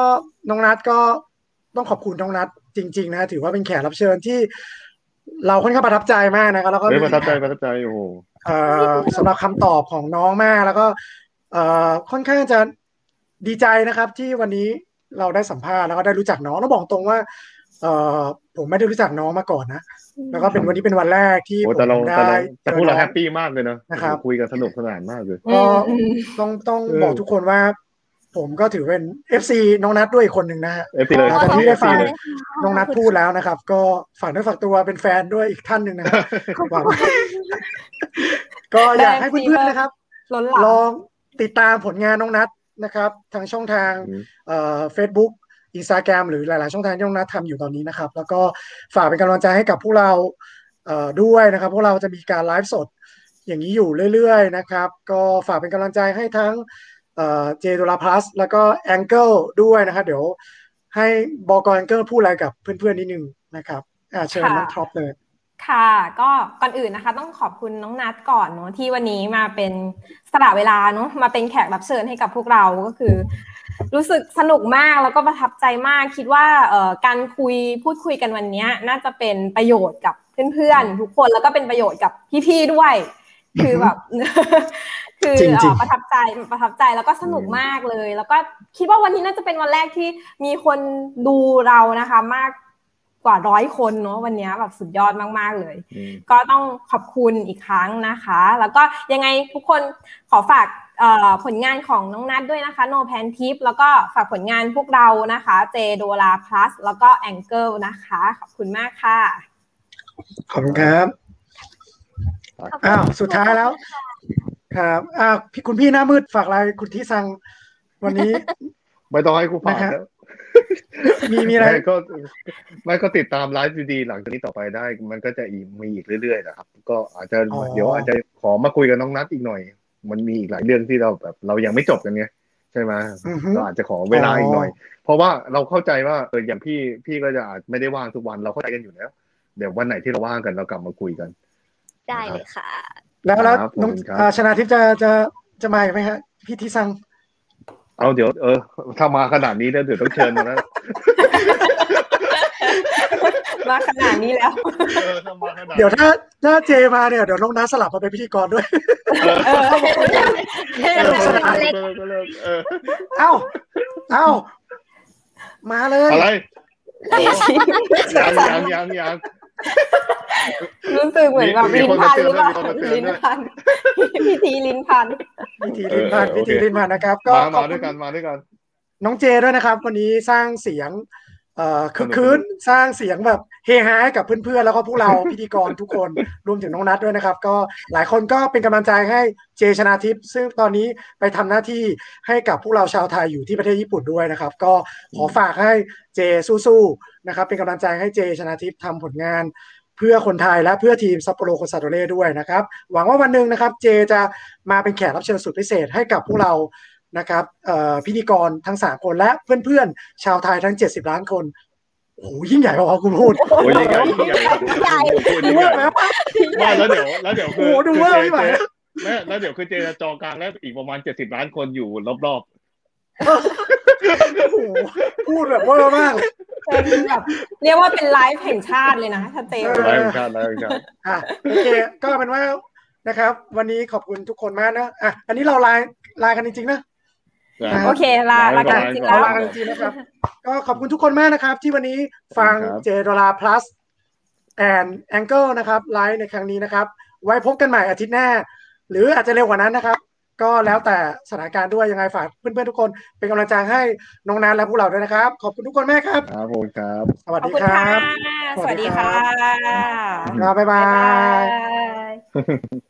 น้องนัทก็ต้องขอบคุณน้องนัทจริง ๆ นะถือว่าเป็นแขกรับเชิญที่ เราค่อนข้างประทับใจมากนะครับแล้วก็ เฮ้ยประทับใจประทับใจโอ้โห เอ่อสำหรับคำตอบของน้องมากแล้วก็เอ่อค่อนข้างจะดีใจนะครับ ที่วันนี้เราได้สัมภาษณ์แล้วก็ได้รู้จักน้องแล้วบอกตรงว่าเอ่อผมไม่ได้รู้จักน้องมาก่อนนะแล้วก็เป็นวันนี้เป็นวันแรกที่ โอ้ ผ แต่เรา ม แต่เรา ได้ แต่พวกเรา จอน้อง แฮปปี้มากเลยเนอะ นะครับ โอ้โหคุยกันสนุกสนานมากเลย อืมอืม ต้องต้อง เออ บอกทุกคนว่า ผมก็ถือเป็น FC น้องนัทด้วยอีกคนหนึ่ง นะฮะ เอฟซีเลย ขอบคุณ เอฟซีที่ได้ฟัง เลย น้องนัทพูดแล้วนะครับ ก็ฝากด้วยฝากตัวเป็นแฟนด้วยอีกท่านหนึ่ง นะครับหวัง ก็อยากให้เพื่อนๆนะครับ ล้นหลัง ลองติดตามผลงานน้องนัทนะครับ ทางช่องทาง อืม เฟซบุ๊กอินสตาแกรมหรือหลาย ๆ ช่องทางที่น้องนัททำอยู่ตอนนี้นะครับ แล้วก็ฝากเป็นกำลังใจให้กับพวกเราเอ่อด้วยนะครับ พวกเราจะมีการไลฟ์สดอย่างนี้อยู่เรื่อย ๆ นะครับ ก็ฝากเป็นกำลังใจให้ทั้งเจด l าพลัสแล้วก็แองเกิลด้วยนะครับ เดี๋ยวให้บอกแองเกิลพูดอะไรกับเพื่อน ๆ นิดนึงนะครับอ่ะเชิญน้องท็อปเลย ค่ะก็ก่อนอื่นนะคะต้องขอบคุณน้องนัดก่อนเนาะที่วันนี้มาเป็นสละเวลาเนาะมาเป็นแขกรับเชิญให้กับพวกเราก็คือ รู้สึกสนุกมากแล้วก็ประทับใจมากคิดว่าเอ่อการคุยพูดคุยกันวันเนี้ยน่าจะเป็นประโยชน์กับเพื่อนๆทุกคนแล้วก็เป็นประโยชน์กับพี่ๆด้วย คือแบบ คือ จริงเอ่อๆประทับใจประทับใจแล้วก็สนุกมากเลย แล้วก็คิดว่าวันนี้น่าจะเป็นวันแรกที่มีคนดูเรานะคะ มากกว่าร้อยคนเนาะวันนี้แบบสุดยอดมากๆเลย อืม ก็ต้องขอบคุณอีกครั้งนะคะ แล้วก็ยังไงทุกคนขอฝากเอ่อผลงานของน้องนัทด้วยนะคะ No Pan Tip แล้วก็ฝากผลงานพวกเรานะคะ J Dola Plus แล้วก็ Angle นะคะ ขอบคุณมากค่ะ ขอบคุณครับ อ้าวสุดท้ายแล้ว ครับอ้าวพี่คุณพี่หน้ามืดฝากอะไรคุณที่สั่งวันนี้ ไม่ต้องให้กูผ่าน นะครัแบล้ว มีมีอะไร ก็ไม่ก็ติดตามไลฟ์ดีๆหลังจากนี้ต่อไปได้ มันก็จะอีกมีอีกเรื่อยๆนะครับ ก็อาจจะ อ๋อ เดี๋ยวอาจจะขอมาคุยกับน้องนัทอีกหน่อย มันมีอีกหลายเรื่องที่เราแบบ เรายังไม่จบกันไงใช่ไหม อือฮึ ก็อาจจะขอเวลาอีกหน่อย เพราะว่าเราเข้าใจว่าเอออย่างพี่พี่ก็จะอาจไม่ได้ว่างทุกวันเราเข้าใจกันอยู่แล้ว เดี๋ยววันไหนที่เราว่างกันเรากลับมาคุยกัน ได้เลยค่ะ แล้วแล้ว ครับ น้อง ผมครับ อ่าชนาทิพย์จะจะจะมาอีกไหมฮะพี่ทิสัง เอาเดี๋ยวเออถ้ามาขนาดนี้แล้วเดี๋ยวต้องเชิญมาแล้ว มาขนาดนี้ แล้ว เออถ้ามาขนาด เดี๋ยวถ้าถ้าเจมาเนี่ยเดี๋ยวน้องน้าสลับมาเป็นพิธีกรด้วย เออ เออ เดี๋ยว เออเออเออ เอ้าเอ้ามาเลย อะไรยังยังยังยัง รู้สึกเหมือนแบบ มี ลิ้ คน น พันหรือเปล่า มาเตือนด้วยมีคนมาเตือนลิ้ด้วยนพันพิธีลิ้นพัน พิธีรินพัน เออเออ พิธี โอเค รินพันนะครับ ก็ มา ขอบ มาด้ คุ วย ณ กันมาด้วยกัน น้องเจด้วยนะครับ วันนี้สร้างเสียงเอ่อคึก สนุก คืนสร้างเสียงแบบเฮฮาให้กับเพื่อนๆแล้วก็พวกเรา พิธีกรทุกคนรวมถึงน้องนัทด้วยนะครับ ก็หลายคนก็เป็นกำลังใจให้เจชนาทิพย์ซึ่งตอนนี้ไปทำหน้าที่ให้กับพวกเราชาวไทยอยู่ที่ประเทศญี่ปุ่นด้วยนะครับ ก็ขอฝากให้เจสู้ๆนะครับ เป็นกำลังใจให้เจชนาทิพย์ทำผลงาน เพื่อคนไทยและเพื่อทีมซัปโปโรโคซาโตเร่ด้วยนะครับ หวังว่าวันหนึ่งนะครับเจจะมาเป็นแขกรับเชิญสุดพิเศษให้กับพวกเรานะครับเอ่อพิธีกรทั้ง 3 คนและเพื่อนๆ ชาวไทยทั้ง 70 ล้านคนโอ้โหยิ่งใหญ่พอๆคุณพูด โอ้ยยิ่งใหญ่ยิ่งใหญ่ ใหญ่ พูด ดู ยิ่งใหญ่เวอร์ไหมวะ ไม่แล้วเดี๋ยวแล้วเดี๋ยวคือ โอ้โหดูเวอร์ไม่ไหว เจแล้วแล้วเดี๋ยวคือเจจะจอกลางแล้วอีกประมาณเจ็ดสิบล้านคนอยู่รอบ โอ้โหพูดแบบเวอร์มาก เป็นแบบเรียกว่าเป็นไลฟ์แห่งชาติเลยนะถ้าเต็ม เอ ๆ อ รายการรายการ อ่ะโอเคก็เป็นว่านะครับ วันนี้ขอบคุณทุกคนมากนะอ่ะอันนี้เราลาลากันจริงๆนะ นะ โอเค ลาลากันจริงๆแล้ เรา ว ลากันจริงๆนะครับ ก็ขอบคุณทุกคนมากนะครับ ที่วันนี้ฟังเจดอลา plus and angle นะครับไลฟ์ในครั้งนี้นะครับ ไว้พบกันใหม่อาทิตย์หน้า หรืออาจจะเร็วกว่านั้นนะครับ ก็แล้วแต่สถานการณ์ด้วยยังไงฝากเพื่อนๆทุกคนเป็นกำลังใจให้น้องนันและพวกเราด้วยนะครับ ขอบคุณทุกคนมากครับ ครับผมครับ สวัส ขอบ ดี คุณ ครั ค่ะ บ สวัสดีค่ะ ครับบ๊ายบา บ๊ายบาย ย